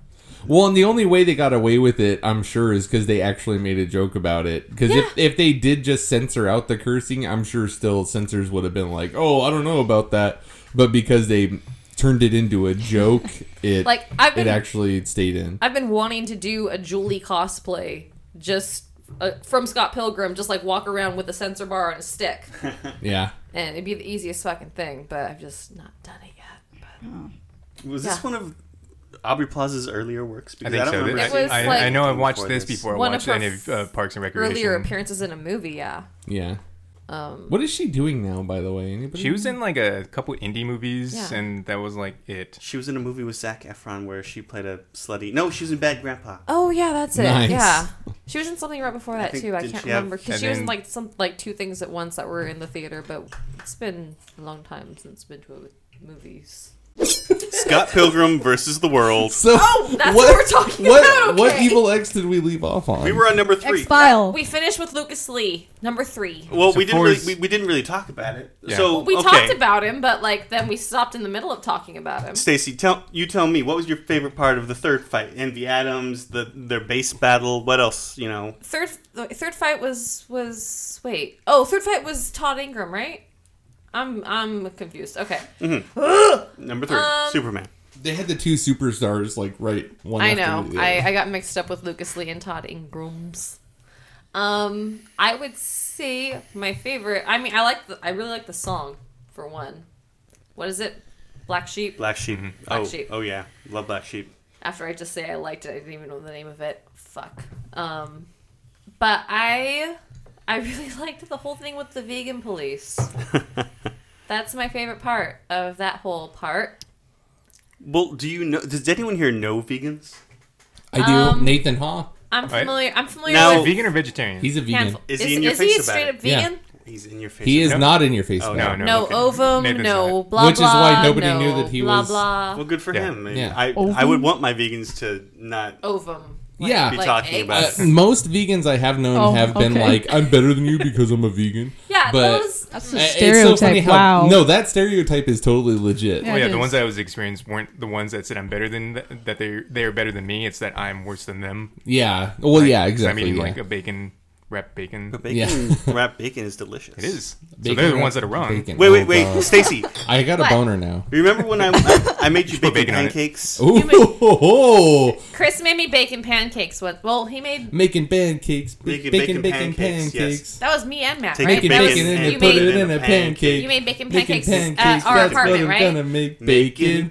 Speaker 10: Well, and the only way they got away with it, I'm sure, is because they actually made a joke about it. Because if, if they did just censor out the cursing, I'm sure still censors would have been like, "Oh, I don't know about that," but because they turned it into a joke, it
Speaker 11: Like, I've been-
Speaker 10: it actually stayed in.
Speaker 11: I've been wanting to do a Julie cosplay, just uh, from Scott Pilgrim, just like walk around with a censor bar on a stick,
Speaker 10: Yeah,
Speaker 11: and it'd be the easiest fucking thing. But I've just not done it yet.
Speaker 8: Was
Speaker 11: Yeah.
Speaker 8: this one of Aubrey Plaza's earlier works?
Speaker 12: I think so. This-
Speaker 11: It was
Speaker 12: I,
Speaker 11: like-
Speaker 12: I know I've watched
Speaker 8: before
Speaker 12: this
Speaker 8: this.
Speaker 12: before. I
Speaker 11: One of
Speaker 12: watched
Speaker 11: her
Speaker 12: any of uh, Parks and Recreation.
Speaker 11: Earlier appearances in a movie, yeah.
Speaker 10: yeah.
Speaker 11: Um,
Speaker 10: What is she doing now, by the way? Anybody?
Speaker 12: She was in like a couple indie movies,
Speaker 11: Yeah.
Speaker 12: and that was like it.
Speaker 8: She was in a movie with Zach Efron where she played a slutty. No, she was in Bad Grandpa.
Speaker 11: Oh yeah, that's it.
Speaker 8: Nice.
Speaker 11: Yeah, she was in something right before that
Speaker 8: think-
Speaker 11: too. I
Speaker 8: didn't
Speaker 11: can't
Speaker 8: she have-
Speaker 11: remember because
Speaker 12: and
Speaker 11: she was in
Speaker 12: then-
Speaker 11: like some like two things at once that were in the theater. But it's been a long time since been to a movies.
Speaker 8: Scott Pilgrim versus the World.
Speaker 10: So
Speaker 11: that's what we're talking
Speaker 10: what,
Speaker 11: about,
Speaker 10: What
Speaker 11: Oh, okay.
Speaker 10: evil X did we leave off on?
Speaker 8: We were on number three.
Speaker 13: File.
Speaker 11: We finished with Lucas Lee, number three.
Speaker 8: Well,
Speaker 12: So
Speaker 8: we didn't
Speaker 12: four
Speaker 8: really,
Speaker 12: is-
Speaker 8: we, we didn't really talk about it.
Speaker 12: Yeah.
Speaker 8: So
Speaker 11: We
Speaker 8: Oh, okay.
Speaker 11: talked about him, but like then we stopped in the middle of talking about him.
Speaker 8: Stacy, tell you tell me what was your favorite part of the third fight? Envy Adams, the their base battle. What else? You know,
Speaker 11: Third, the third fight was was wait. Oh, third fight was Todd Ingram, right? I'm I'm confused. Okay.
Speaker 8: Mhm. number three,
Speaker 11: Um,
Speaker 8: Superman.
Speaker 10: They had the two superstars like right one.
Speaker 11: I
Speaker 10: after
Speaker 11: know.
Speaker 10: the other.
Speaker 11: I, I got mixed up with Lucas Lee and Todd Ingrams. Um, I would say my favorite. I mean, I like. The, I really like the song for one. What is it? Black Sheep.
Speaker 8: Black Sheep.
Speaker 10: Mm-hmm.
Speaker 11: Black
Speaker 8: oh,
Speaker 11: Sheep.
Speaker 8: oh yeah, love Black Sheep.
Speaker 11: After I just say I liked it, I didn't even know the name of it. Fuck. Um, but I, I really liked the whole thing with the vegan police. That's my favorite part of that whole part.
Speaker 8: Well, do you know? Does anyone here know vegans?
Speaker 10: I do. Um, Nathan Haw.
Speaker 11: I'm familiar. I'm familiar.
Speaker 8: Now-
Speaker 11: with
Speaker 12: vegan or vegetarian?
Speaker 10: He's a vegan.
Speaker 11: Handful- Is, is he, straight up vegan?
Speaker 8: He's in your face.
Speaker 10: He is
Speaker 8: about it.
Speaker 10: not in your face.
Speaker 8: Oh,
Speaker 10: about
Speaker 8: no,
Speaker 10: it.
Speaker 11: No, ovum.
Speaker 10: Nathan's
Speaker 11: no
Speaker 10: not.
Speaker 11: blah
Speaker 10: Which is
Speaker 11: blah.
Speaker 10: why nobody
Speaker 11: no,
Speaker 10: knew that he
Speaker 11: blah,
Speaker 10: was-
Speaker 11: Blah
Speaker 8: Well, good for
Speaker 10: Yeah.
Speaker 8: him. I-
Speaker 10: Yeah.
Speaker 8: I, I
Speaker 10: Ovum?
Speaker 8: would want my vegans to not
Speaker 11: Ovum.
Speaker 10: yeah,
Speaker 8: be talking about
Speaker 10: Uh, most vegans I have known
Speaker 11: Oh,
Speaker 10: have been
Speaker 11: okay.
Speaker 10: like, "I'm better than you because I'm a vegan."
Speaker 11: Yeah,
Speaker 10: but
Speaker 11: those- That's a
Speaker 10: Uh, it's so
Speaker 13: stereotype,
Speaker 10: funny how-
Speaker 13: wow.
Speaker 10: No, Oh, that stereotype is totally legit.
Speaker 12: Well, Oh, Yeah, the ones I was experienced weren't the ones that said I'm better than th- that. They they are better than me. It's that I'm worse than them.
Speaker 10: Yeah. Well, yeah,
Speaker 12: 'cause
Speaker 10: exactly,
Speaker 12: I'm eating
Speaker 10: yeah.
Speaker 12: like a bacon wrapped bacon.
Speaker 8: But bacon, wrapped bacon is delicious.
Speaker 12: It is. so they're the ones that are wrong.
Speaker 8: Wait, wait, wait, Stacy.
Speaker 10: Oh, I got a
Speaker 11: What?
Speaker 10: boner now.
Speaker 8: Remember when I I, I made you bacon,
Speaker 10: bacon on it. Oh,
Speaker 8: pancakes?
Speaker 10: Ooh,
Speaker 11: Chris made me bacon pancakes. What? Well, he made
Speaker 10: making pancakes,
Speaker 8: Making
Speaker 10: bacon, bacon,
Speaker 8: bacon pancakes,
Speaker 10: pancakes.
Speaker 8: yes.
Speaker 11: that was me and Matt.
Speaker 10: Take
Speaker 11: right?
Speaker 10: the
Speaker 11: That
Speaker 10: bacon
Speaker 11: was-
Speaker 10: and
Speaker 11: you
Speaker 10: put
Speaker 11: made-
Speaker 10: it in a pancake.
Speaker 11: You made bacon
Speaker 10: Making
Speaker 11: pancakes, at our
Speaker 10: that's what
Speaker 11: apartment,
Speaker 10: I'm
Speaker 11: right?
Speaker 10: gonna make bacon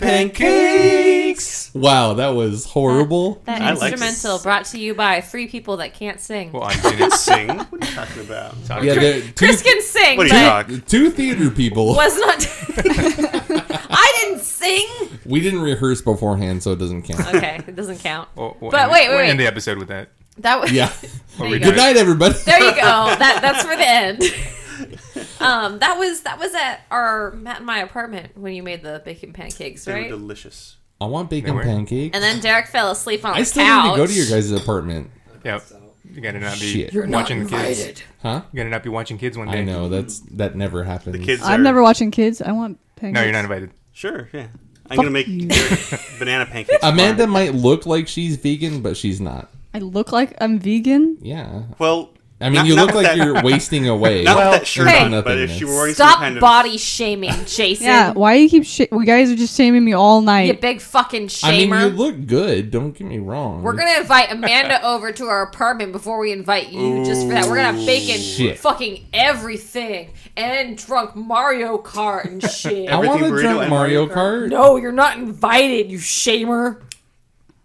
Speaker 8: pancakes.
Speaker 10: Wow, that was horrible.
Speaker 11: That instrumental brought to you by three people that can't sing.
Speaker 12: Well,
Speaker 8: I didn't sing. What are you talking about?
Speaker 10: Yeah, there- two,
Speaker 11: Chris can sing,
Speaker 10: two-
Speaker 11: but
Speaker 10: two theater people.
Speaker 11: was not. I didn't sing.
Speaker 10: We didn't rehearse beforehand, so it doesn't count.
Speaker 11: Okay, it doesn't count.
Speaker 12: oh, Well, we'll
Speaker 11: but
Speaker 12: end-
Speaker 11: wait, wait,
Speaker 12: we'll
Speaker 11: wait.
Speaker 12: End the episode with that.
Speaker 11: That was
Speaker 10: Yeah.
Speaker 11: There you go.
Speaker 10: Good night, everybody.
Speaker 11: There you go. That that's for the end. um, that was that was at our Matt and my apartment when you made the bacon pancakes,
Speaker 8: They were
Speaker 11: right?
Speaker 8: delicious.
Speaker 10: I want bacon
Speaker 12: They were.
Speaker 10: pancakes.
Speaker 11: And then Derek fell asleep on the
Speaker 10: I still
Speaker 11: couch.
Speaker 10: need to go to your guys' apartment.
Speaker 12: Yep. You gotta not be
Speaker 10: Shit. You're
Speaker 13: not
Speaker 12: watching the
Speaker 13: invited.
Speaker 12: kids.
Speaker 10: Huh?
Speaker 12: You gotta not be watching kids one day.
Speaker 10: I know that's that never happens. The
Speaker 8: kids
Speaker 13: I'm never watching kids. I want pancakes.
Speaker 12: No, you're not invited.
Speaker 8: Sure, yeah.
Speaker 13: Fuck
Speaker 8: I'm gonna make
Speaker 13: you.
Speaker 8: Derek banana pancakes.
Speaker 10: Amanda might look like she's vegan, but she's not.
Speaker 13: I look like I'm vegan.
Speaker 10: Yeah.
Speaker 8: Well,
Speaker 10: I mean,
Speaker 8: not-
Speaker 10: you
Speaker 8: not
Speaker 10: look
Speaker 8: with that-
Speaker 10: like you're wasting away.
Speaker 8: Not with that shirt
Speaker 11: Hey.
Speaker 8: on, but if she were wearing
Speaker 11: Stop
Speaker 8: some kind of
Speaker 11: body shaming, Jason.
Speaker 13: Yeah. Why do you keep? Sh- you guys are just shaming me all night.
Speaker 11: You big fucking shamer.
Speaker 10: I mean, you look good. Don't get me wrong.
Speaker 11: We're gonna invite Amanda over to our apartment before we invite you just for that. We're gonna have bacon,
Speaker 10: Shit.
Speaker 11: fucking everything, and drunk Mario Kart and shit.
Speaker 10: I want to
Speaker 8: burrito
Speaker 10: drink
Speaker 8: and
Speaker 10: Mario Kart.
Speaker 11: No, you're not invited, you shamer.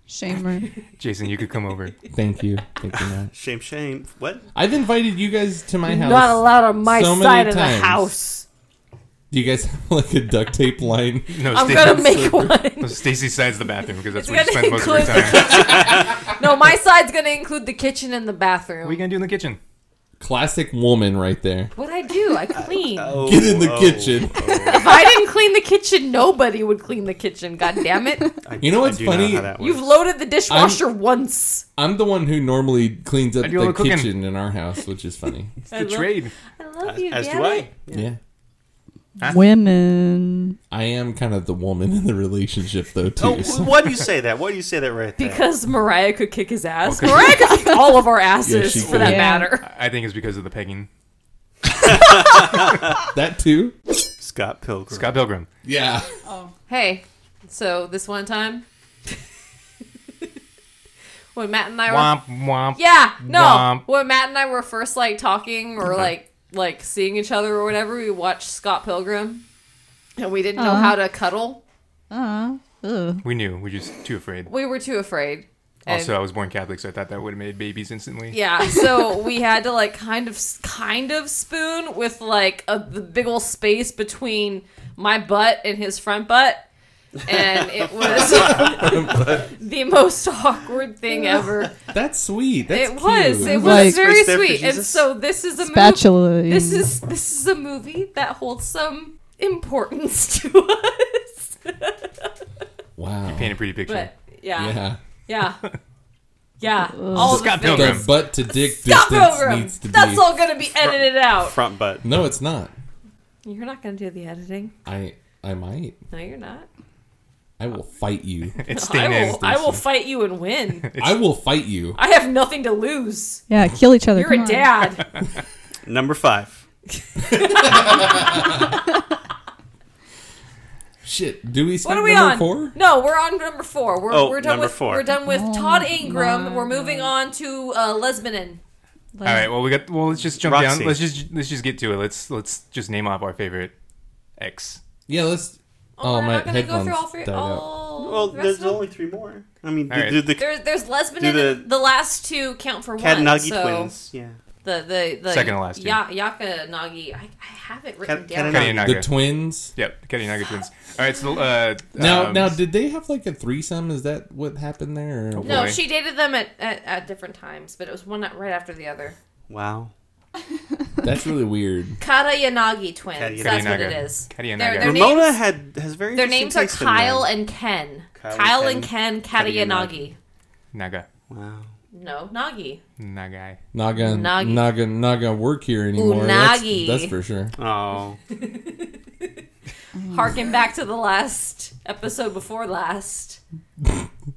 Speaker 13: Shamer.
Speaker 12: Jason, you could come over.
Speaker 10: Thank you. Thank you. Matt.
Speaker 8: shame, shame. What?
Speaker 10: I've invited you guys to my house.
Speaker 11: Not allowed on my
Speaker 10: so many
Speaker 11: side of the
Speaker 10: times.
Speaker 11: house.
Speaker 10: Do you guys have like a duct tape line?
Speaker 12: No,
Speaker 11: I'm
Speaker 12: Stacy-
Speaker 11: gonna make one.
Speaker 12: No, Stacy sides the bathroom because that's
Speaker 11: It's
Speaker 12: where she
Speaker 11: gonna
Speaker 12: spends most of her
Speaker 11: include
Speaker 12: time.
Speaker 11: the kitchen. no, my side's gonna include the kitchen and the bathroom.
Speaker 12: What are you gonna do in the kitchen?
Speaker 10: Classic woman right there.
Speaker 11: What I do? I clean.
Speaker 10: Get in
Speaker 8: Oh,
Speaker 10: the kitchen.
Speaker 11: if I didn't clean the kitchen, nobody would clean the kitchen. God damn it!
Speaker 10: You know what's
Speaker 8: oh. do know
Speaker 10: funny?
Speaker 8: how that works.
Speaker 11: You've loaded the dishwasher once.
Speaker 10: I'm the one who normally cleans up
Speaker 12: I do all
Speaker 10: the
Speaker 12: the cooking.
Speaker 10: kitchen in our house, which is funny.
Speaker 12: It's the trade.
Speaker 11: I love you.
Speaker 8: As
Speaker 11: damn
Speaker 8: do
Speaker 11: it.
Speaker 8: I.
Speaker 10: yeah.
Speaker 13: Women.
Speaker 10: I am kind of the woman in the relationship though too.
Speaker 8: Oh,
Speaker 10: so-
Speaker 8: why do you say that? Why do you say that right there?
Speaker 11: Because Mariah could kick his ass. Mariah could kick all of our asses,
Speaker 10: she
Speaker 11: for
Speaker 10: could.
Speaker 11: that
Speaker 10: Yeah.
Speaker 11: matter.
Speaker 12: I I think it's because of the pegging.
Speaker 10: that too?
Speaker 8: Scott Pilgrim.
Speaker 12: Scott Pilgrim.
Speaker 10: Yeah.
Speaker 11: Hey, so this one time, when Matt and I were,
Speaker 12: Womp womp.
Speaker 11: yeah, no,
Speaker 12: womp.
Speaker 11: when Matt and I were first like talking or like like seeing each other or whatever, we watched Scott Pilgrim, and we didn't know
Speaker 13: Uh-huh.
Speaker 11: how to cuddle.
Speaker 13: Uh. Ugh.
Speaker 12: We knew. We were just too afraid.
Speaker 11: We were too afraid. And-
Speaker 12: Also, I was born Catholic, so I thought that would have made babies instantly.
Speaker 11: Yeah, so we had to like kind of kind of spoon with like a the big old space between my butt and his front butt. And it was the most awkward thing ever.
Speaker 10: That's sweet. That's
Speaker 11: it was.
Speaker 10: cute.
Speaker 11: It was
Speaker 13: Like-
Speaker 11: very
Speaker 13: Was there for
Speaker 11: sweet. And
Speaker 13: Jesus?
Speaker 11: so this is a mov-
Speaker 13: Spatula.
Speaker 11: This is this is a movie that holds some importance to us.
Speaker 10: Wow.
Speaker 12: Paint a pretty picture.
Speaker 11: But yeah.
Speaker 10: Yeah.
Speaker 11: Yeah. Yeah. All the
Speaker 12: Scott
Speaker 11: things.
Speaker 10: The butt to dick
Speaker 11: Scott
Speaker 10: distance
Speaker 11: Pilgrim.
Speaker 10: needs to
Speaker 11: That's
Speaker 10: be.
Speaker 11: all gonna be edited out.
Speaker 8: Front butt.
Speaker 10: No, it's not.
Speaker 11: You're not gonna do the editing.
Speaker 10: I I might.
Speaker 11: No, you're not.
Speaker 10: I will fight you.
Speaker 12: It's
Speaker 11: I
Speaker 12: stained.
Speaker 11: will. I will fight you and win.
Speaker 10: I will fight you.
Speaker 11: I have nothing to lose.
Speaker 13: Yeah. Kill each other.
Speaker 11: You're a
Speaker 13: come on.
Speaker 11: dad.
Speaker 8: Number five.
Speaker 10: Shit. Do we skip
Speaker 11: What are we
Speaker 10: number
Speaker 11: on?
Speaker 10: four?
Speaker 11: No, we're on number four. We're,
Speaker 8: Oh,
Speaker 11: we're done
Speaker 8: number
Speaker 11: with
Speaker 8: four.
Speaker 11: we we're done with Todd Ingram. We're moving on to uh, Lesbanon.
Speaker 12: All right. Well, we got. Well, let's just jump
Speaker 8: Roxy.
Speaker 12: down. Let's just let's just get to it. Let's let's just name off our favorite ex.
Speaker 10: Yeah, let's
Speaker 11: Oh,
Speaker 10: Oh,
Speaker 11: we're
Speaker 10: my
Speaker 11: not gonna go
Speaker 10: headphones
Speaker 11: through all three. oh.
Speaker 10: died out.
Speaker 11: All
Speaker 8: Well,
Speaker 11: the rest
Speaker 8: there's
Speaker 11: of them?
Speaker 8: only three more. I mean,
Speaker 10: All
Speaker 8: do-
Speaker 10: right.
Speaker 8: do the-
Speaker 11: there's there's Lesbian
Speaker 8: do
Speaker 11: and
Speaker 8: the-
Speaker 11: the, last two count for
Speaker 8: Cat
Speaker 11: one.
Speaker 8: Nagi
Speaker 11: so
Speaker 8: twins, yeah.
Speaker 11: The the, the
Speaker 12: Second to last two.
Speaker 11: Ya- Yaka Nagi. I, I have it written down.
Speaker 10: The twins.
Speaker 12: Yep, Kenny Naga twins. All right, so uh,
Speaker 10: Now,
Speaker 12: um,
Speaker 10: now, did they have like a threesome? Is that what happened there? or-
Speaker 11: No, she dated them at, at, at different times, but it was one right after the other.
Speaker 8: Wow.
Speaker 10: That's really weird.
Speaker 11: Kata Yanagi twins.
Speaker 8: Kata
Speaker 11: That's what
Speaker 8: Yanagi.
Speaker 11: it is.
Speaker 8: Kata
Speaker 11: Their-
Speaker 8: Yanagi.
Speaker 11: their
Speaker 8: Ramona
Speaker 11: names-
Speaker 8: had- has very
Speaker 11: Their
Speaker 8: interesting
Speaker 11: names are
Speaker 8: taste in men.
Speaker 11: Kyle and Ken.
Speaker 8: Kyle
Speaker 11: Kyle,
Speaker 8: and
Speaker 11: and Ken
Speaker 8: Ken.
Speaker 11: Kata
Speaker 8: Kata
Speaker 11: Yanagi.
Speaker 12: Naga.
Speaker 8: Wow.
Speaker 11: No, Nagi.
Speaker 12: Nagai.
Speaker 10: Naga,
Speaker 11: Nagi.
Speaker 10: Naga, Naga work here anymore. That's-
Speaker 11: Unagi.
Speaker 10: That's, for sure.
Speaker 8: Oh,
Speaker 11: Harken back to the last episode before last.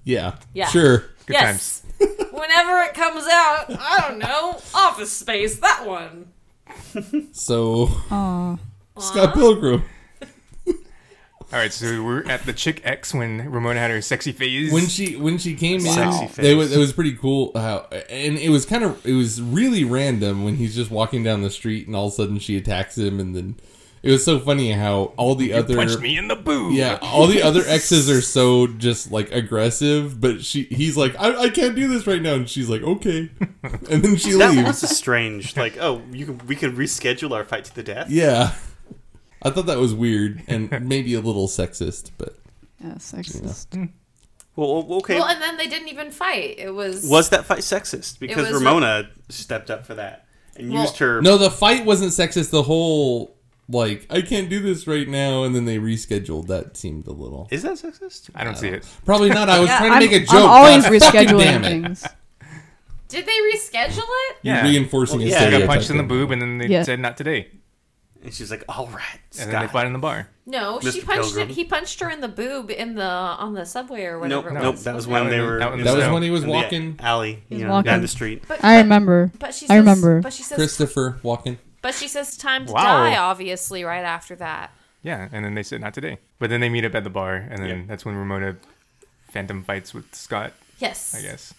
Speaker 10: yeah,
Speaker 11: Yeah.
Speaker 10: sure.
Speaker 11: yes. Whenever it comes out, I don't know. Office Space, that one.
Speaker 10: So, Scott Pilgrim.
Speaker 12: All right, so we're at the chick X when Ramona had her sexy phase.
Speaker 10: When she when she came
Speaker 12: Sexy
Speaker 10: in,
Speaker 12: face.
Speaker 10: it was, it was pretty cool. How and it was kind of it was really random when he's just walking down the street and all of a sudden she attacks him and then it was so funny how all the
Speaker 12: You
Speaker 10: other
Speaker 12: punched me in the boob.
Speaker 10: Yeah, all the other exes are so just like aggressive, but she he's like I, I can't do this right now, and she's like okay, and then she
Speaker 8: that
Speaker 10: leaves.
Speaker 8: was a strange. Like, oh, you can we can reschedule our fight to the death.
Speaker 10: Yeah. I thought that was weird and maybe a little sexist, but
Speaker 13: Yeah, sexist.
Speaker 8: Well, o- okay.
Speaker 11: Well, and then they didn't even fight. It was
Speaker 8: was that fight sexist? Because
Speaker 11: was-
Speaker 8: Ramona stepped up for that and
Speaker 11: Well-
Speaker 8: used her.
Speaker 10: No, the fight wasn't sexist. The whole like I can't do this right now, and then they rescheduled. That seemed a little.
Speaker 8: Is that sexist?
Speaker 12: I don't see it.
Speaker 10: Probably not. I was
Speaker 11: Yeah,
Speaker 10: trying to
Speaker 11: I'm-
Speaker 10: make a
Speaker 11: I'm
Speaker 10: joke.
Speaker 13: always
Speaker 10: God fucking
Speaker 13: rescheduling
Speaker 10: damn it.
Speaker 13: things.
Speaker 11: Did they reschedule it?
Speaker 10: You're reinforcing
Speaker 12: well,
Speaker 10: a
Speaker 12: yeah. She got
Speaker 10: stereotype
Speaker 12: punched in the
Speaker 10: there.
Speaker 12: boob, and then they
Speaker 10: Yeah.
Speaker 12: said not today.
Speaker 8: And she's like, "All right."
Speaker 12: And then they fight in the bar.
Speaker 11: No, she punched him, he punched her in the boob in the on the subway or
Speaker 8: Nope,
Speaker 11: whatever. it
Speaker 8: nope.
Speaker 11: was.
Speaker 8: That was when they were.
Speaker 10: That was
Speaker 8: in
Speaker 10: when
Speaker 8: the-
Speaker 10: he was
Speaker 8: in the
Speaker 10: walking.
Speaker 8: alley,
Speaker 10: He was
Speaker 8: you know,
Speaker 10: walking.
Speaker 8: down the street.
Speaker 11: But-
Speaker 13: I remember.
Speaker 11: but she
Speaker 13: I
Speaker 11: says-
Speaker 13: remember.
Speaker 11: but she says-
Speaker 10: Christopher walking.
Speaker 11: But she says time to
Speaker 12: Wow.
Speaker 11: die, obviously, right after that.
Speaker 12: Yeah, and then they said not today. But then they meet up at the bar, and then that's when Ramona Phantom fights with Scott.
Speaker 11: Yes.
Speaker 12: I guess.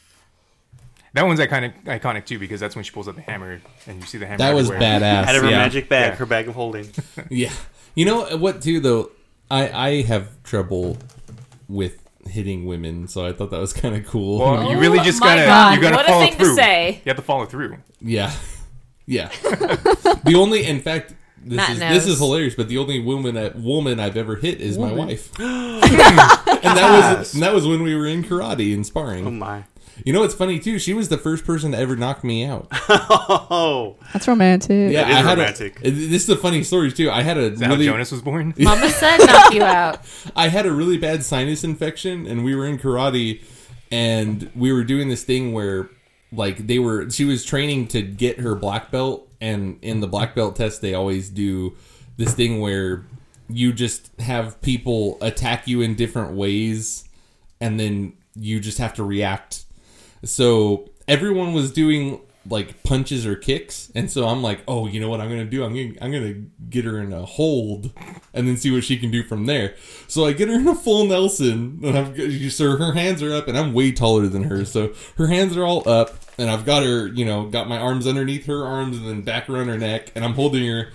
Speaker 12: That one's iconic, iconic too, because that's when she pulls out the hammer, and you see the hammer.
Speaker 10: That was
Speaker 12: everywhere.
Speaker 10: badass.
Speaker 8: Out of her
Speaker 10: yeah.
Speaker 8: magic bag,
Speaker 12: Yeah.
Speaker 8: her bag of holding.
Speaker 10: yeah. You know what too though? I I have trouble with hitting women, so I thought that was kind of cool.
Speaker 12: Well, you really just gotta, you gotta follow through. You have to follow through.
Speaker 10: Yeah, yeah. the only, in fact, this
Speaker 12: Matt
Speaker 10: is
Speaker 12: knows.
Speaker 10: this is hilarious. But the only woman I, woman I've ever hit is my
Speaker 12: Woman.
Speaker 10: wife, and that was and that was when we were in karate and sparring. Oh
Speaker 8: my!
Speaker 10: You know what's funny too? She was the first person to ever knock me out.
Speaker 8: oh,
Speaker 13: That's romantic.
Speaker 10: yeah,
Speaker 8: That is
Speaker 10: I had a-
Speaker 8: romantic.
Speaker 10: this is a funny story too. I had a
Speaker 12: that how
Speaker 10: really
Speaker 12: Jonas was born.
Speaker 11: Mama said knock you out.
Speaker 10: I had a really bad sinus infection, and we were in karate, and we were doing this thing where, like, they were she was training to get her black belt, and in the black belt test, they always do this thing where you just have people attack you in different ways, and then you just have to react. So everyone was doing like punches or kicks, and so I'm like, oh, you know what I'm gonna do? I'm gonna I'm gonna get her in a hold, and then see what she can do from there. So I get her in a full Nelson, and I've got, so her hands are up, and I'm way taller than her, so her hands are all up, and I've got her, you know, got my arms underneath her arms, and then back around her neck, and I'm holding her,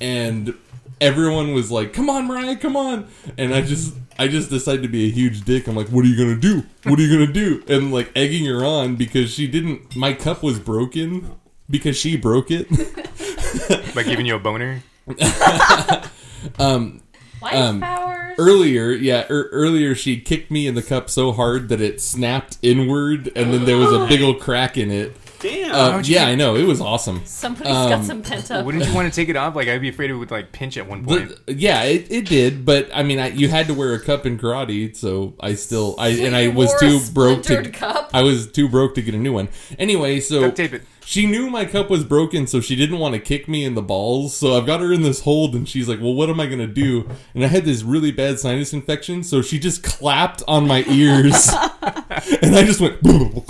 Speaker 10: and everyone was like, "Come on, Mariah, come on!" And I just, I just decided to be a huge dick. I'm like, "What are you gonna do? What are you gonna do?" And like egging her on because she didn't. My cup was broken because she broke it.
Speaker 12: By giving you a boner.
Speaker 10: um,
Speaker 12: Wife powers.
Speaker 10: Earlier, yeah, er, earlier she kicked me in the cup so hard that it snapped inward, and then there was a big old crack in it.
Speaker 8: Damn.
Speaker 10: Uh,
Speaker 12: How'd you-
Speaker 10: yeah, I know. It was awesome.
Speaker 11: Somebody's
Speaker 10: Um,
Speaker 11: got some pent up.
Speaker 12: Wouldn't you want to take it off? Like I'd be afraid it would like pinch at one point.
Speaker 10: But, yeah, it, it did, but I mean, I, you had to wear a cup in karate, so I still I and I
Speaker 12: you
Speaker 10: was
Speaker 12: wore a
Speaker 10: too broke to
Speaker 12: splintered cup?
Speaker 10: I was too broke to get a new one. Anyway, so
Speaker 12: Duct tape it.
Speaker 10: she knew my cup was broken, so she didn't want to kick me in the balls. So I've got her in this hold, and she's like, "Well, what am I gonna do?" And I had this really bad sinus infection, so she just clapped on my ears, and I just went.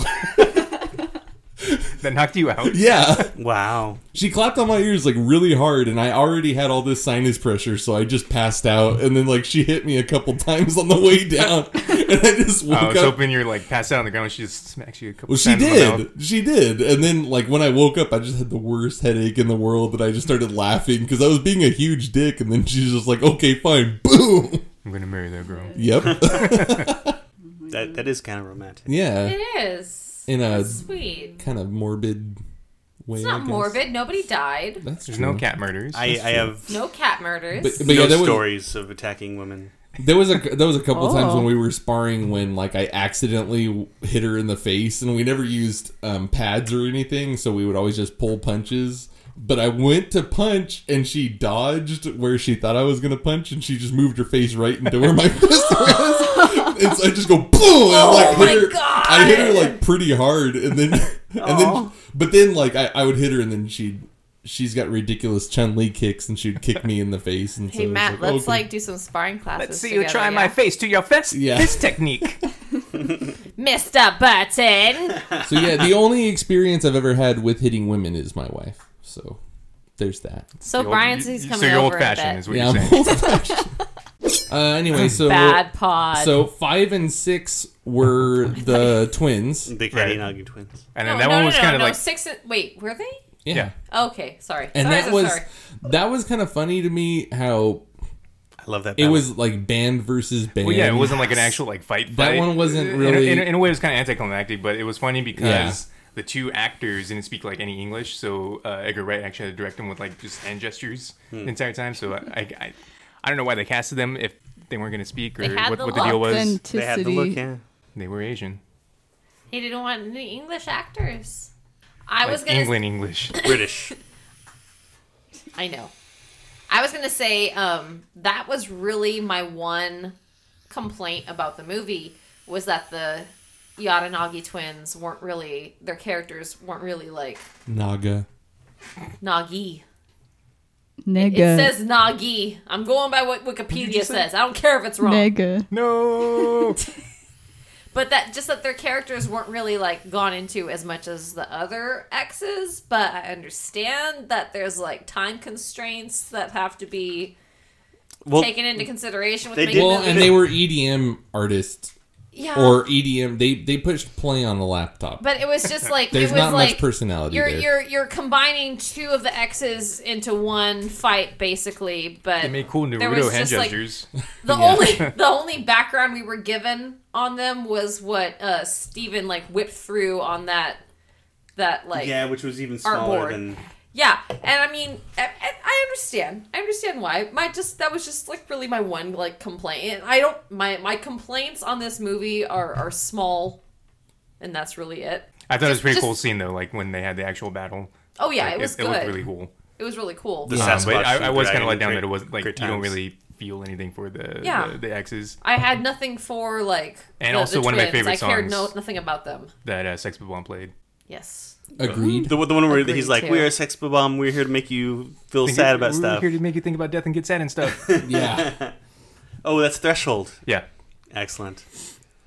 Speaker 12: that knocked you out.
Speaker 10: Yeah.
Speaker 8: Wow.
Speaker 10: She clapped on my ears like really hard, and I already had all this sinus pressure, so I just passed out. And then like she hit me a couple times on the way down, and I just woke
Speaker 12: Oh, I was
Speaker 10: up.
Speaker 12: hoping you're like passed out on the ground. She just smacks you a couple
Speaker 10: Well, she
Speaker 12: times. in the mouth.
Speaker 10: did. She did. And then like when I woke up, I just had the worst headache in the world, and I just started laughing because I was being a huge dick. And then she's just like, "Okay, fine, boom."
Speaker 12: I'm gonna marry that girl.
Speaker 10: Yep.
Speaker 8: that that is kind of romantic.
Speaker 10: Yeah.
Speaker 11: It is.
Speaker 10: In a
Speaker 11: That's sweet.
Speaker 10: kind of morbid way.
Speaker 11: It's
Speaker 10: I
Speaker 11: not
Speaker 10: guess.
Speaker 11: morbid. Nobody died.
Speaker 10: That's
Speaker 12: There's no
Speaker 10: true.
Speaker 12: cat murders.
Speaker 8: I, I have
Speaker 11: No cat murders.
Speaker 10: But- but yeah,
Speaker 8: no
Speaker 10: that was-
Speaker 8: stories of attacking women.
Speaker 10: There was a there was a couple of times
Speaker 11: Oh.
Speaker 10: when we were sparring when like I accidentally hit her in the face and we never used um, pads or anything so we would always just pull punches but I went to punch and she dodged where she thought I was gonna punch and she just moved her face right into where my fist was and so I just go boom and
Speaker 11: Oh
Speaker 10: like hit her I hit her like pretty hard and then and
Speaker 11: Oh.
Speaker 10: then but then like I, I would hit her and then she she's got ridiculous Chun Li kicks and she'd kick me in the face and so
Speaker 11: Hey
Speaker 10: it was
Speaker 11: Matt,
Speaker 10: oh,
Speaker 11: let's
Speaker 10: okay.
Speaker 11: like do some sparring classes.
Speaker 12: Let's see
Speaker 11: together,
Speaker 12: you try
Speaker 11: yeah?
Speaker 12: my face to your fist.
Speaker 10: Yeah.
Speaker 12: Fist technique.
Speaker 11: Mr. Button.
Speaker 10: So yeah, the only experience I've ever had with hitting women is my wife. So there's that.
Speaker 11: So
Speaker 12: You're old-
Speaker 11: Brian's he's
Speaker 12: you-
Speaker 11: coming
Speaker 12: so you're
Speaker 11: over.
Speaker 12: old-fashioned
Speaker 11: I bet.
Speaker 12: is what
Speaker 10: Yeah,
Speaker 12: you're
Speaker 10: I'm
Speaker 12: saying.
Speaker 10: Uh, anyway, so
Speaker 11: Bad pod.
Speaker 10: So five and six were the twins.
Speaker 8: The Kalinagi twins.
Speaker 12: And
Speaker 11: no,
Speaker 12: then that
Speaker 11: no,
Speaker 12: one
Speaker 11: no,
Speaker 12: was
Speaker 11: no,
Speaker 12: kind of
Speaker 11: no,
Speaker 12: like
Speaker 11: six. and- Wait, were they?
Speaker 10: Yeah.
Speaker 11: Okay, sorry.
Speaker 10: And
Speaker 11: sorry,
Speaker 10: that
Speaker 11: so
Speaker 10: was
Speaker 11: sorry.
Speaker 10: that was kind of funny to me how
Speaker 8: I love that.
Speaker 10: it
Speaker 8: balance.
Speaker 10: was like band versus band.
Speaker 12: Well, yeah, it wasn't like an actual like fight.
Speaker 10: That
Speaker 12: fight.
Speaker 10: one wasn't
Speaker 12: In a-
Speaker 10: really-
Speaker 12: In a, in a way, it was kind of anticlimactic, but it was funny because the two actors didn't speak like any English, so uh, Edgar Wright actually had to direct them with like just hand gestures
Speaker 10: Hmm.
Speaker 12: the entire time. So I, I, I, I don't know why they casted them if they weren't going to speak or
Speaker 11: They had
Speaker 12: what
Speaker 11: the
Speaker 12: what the deal
Speaker 11: look.
Speaker 12: was.
Speaker 8: They had the
Speaker 13: Authenticity.
Speaker 8: look, yeah.
Speaker 12: They were Asian,
Speaker 11: He didn't want any English actors. I
Speaker 12: like
Speaker 11: was gonna.
Speaker 12: England English.
Speaker 8: British.
Speaker 11: I know. I was gonna say um, that was really my one complaint about the movie was that the Yadanagi twins weren't really their characters weren't really like
Speaker 10: Naga.
Speaker 11: Nagi.
Speaker 13: Nega.
Speaker 11: It says Nagi. I'm going by what Wikipedia says. I don't care if it's wrong.
Speaker 13: Nega.
Speaker 12: no.
Speaker 11: But that just that their characters weren't really like gone into as much as the other exes, but I understand that there's like time constraints that have to be
Speaker 8: Well,
Speaker 11: taken into consideration with
Speaker 8: they
Speaker 11: making
Speaker 8: did-
Speaker 10: Well,
Speaker 11: movies.
Speaker 10: and they were EDM artists.
Speaker 11: Yeah.
Speaker 10: Or EDM. They they pushed play on the laptop.
Speaker 11: But it was just like
Speaker 10: There's
Speaker 11: it was
Speaker 10: not much
Speaker 11: like
Speaker 10: personality
Speaker 11: You're
Speaker 10: there.
Speaker 11: you're you're combining two of the X's into one fight, basically. But
Speaker 12: They made cool
Speaker 11: there was
Speaker 12: Naruto hand
Speaker 11: just, like,
Speaker 12: gestures.
Speaker 11: the only the only background we were given on them was what uh Steven like whipped through on that that like
Speaker 8: yeah, which was even
Speaker 11: art
Speaker 8: smaller
Speaker 11: board.
Speaker 8: than.
Speaker 11: Yeah, and I mean, I, I- I understand. I understand why. My just that was just like really my one like complaint. And I don't my my complaints on this movie are are small, and that's really it.
Speaker 12: I thought it was a pretty
Speaker 11: just-
Speaker 12: cool scene though, like when they had the actual battle.
Speaker 11: Oh yeah,
Speaker 12: Like,
Speaker 11: it was
Speaker 12: It looked
Speaker 11: good.
Speaker 12: really cool.
Speaker 11: It was really cool.
Speaker 8: The
Speaker 12: Um,
Speaker 8: Sasquatch
Speaker 12: but I,
Speaker 8: and
Speaker 12: I was
Speaker 8: Dragon
Speaker 12: kind of let down
Speaker 8: great-
Speaker 12: that it was like you
Speaker 8: great
Speaker 12: don't
Speaker 8: times.
Speaker 12: really feel anything for the
Speaker 11: Yeah.
Speaker 12: the, the exes.
Speaker 11: I had nothing for like
Speaker 12: And
Speaker 11: the-
Speaker 12: also
Speaker 11: the
Speaker 12: one of my
Speaker 11: twins.
Speaker 12: favorite
Speaker 11: I cared no,
Speaker 12: songs.
Speaker 11: nothing about them.
Speaker 12: that uh, Sex Bomb played.
Speaker 11: Yes.
Speaker 10: Agreed.
Speaker 8: The, the one where
Speaker 11: Agreed
Speaker 8: he's like,
Speaker 11: too.
Speaker 8: "We are a sex bomb. We're here to make you feel sad about
Speaker 12: We're
Speaker 8: stuff."
Speaker 12: here to make you think about death and get sad and stuff.
Speaker 10: yeah.
Speaker 8: Oh, that's threshold.
Speaker 12: yeah,
Speaker 8: Excellent.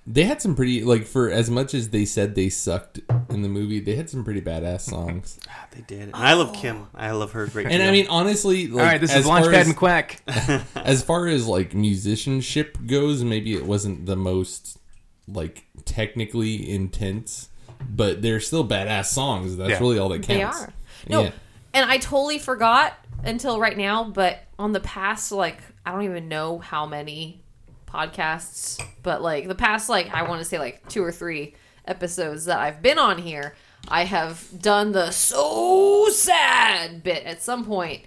Speaker 10: They had some pretty like for as much as they said they sucked in the movie, they had some pretty badass songs.
Speaker 8: Ah, They did. I love Kim.
Speaker 12: Oh.
Speaker 8: I love her a great.
Speaker 10: and
Speaker 8: deal.
Speaker 10: I mean, honestly, like,
Speaker 12: All right, this
Speaker 10: as
Speaker 12: is
Speaker 10: far
Speaker 12: Launchpad
Speaker 10: as-
Speaker 12: McQuack.
Speaker 10: as far as like musicianship goes, maybe it wasn't the most like technically intense, but they're still badass songs. That's
Speaker 12: Yeah.
Speaker 10: really all that
Speaker 11: They
Speaker 10: counts.
Speaker 11: are. No,
Speaker 10: Yeah.
Speaker 11: and I totally forgot until right now, but on the past, like, I don't even know how many podcasts, but like the past, like, I want to say like two or three episodes that I've been on here, I have done the so sad bit at some point,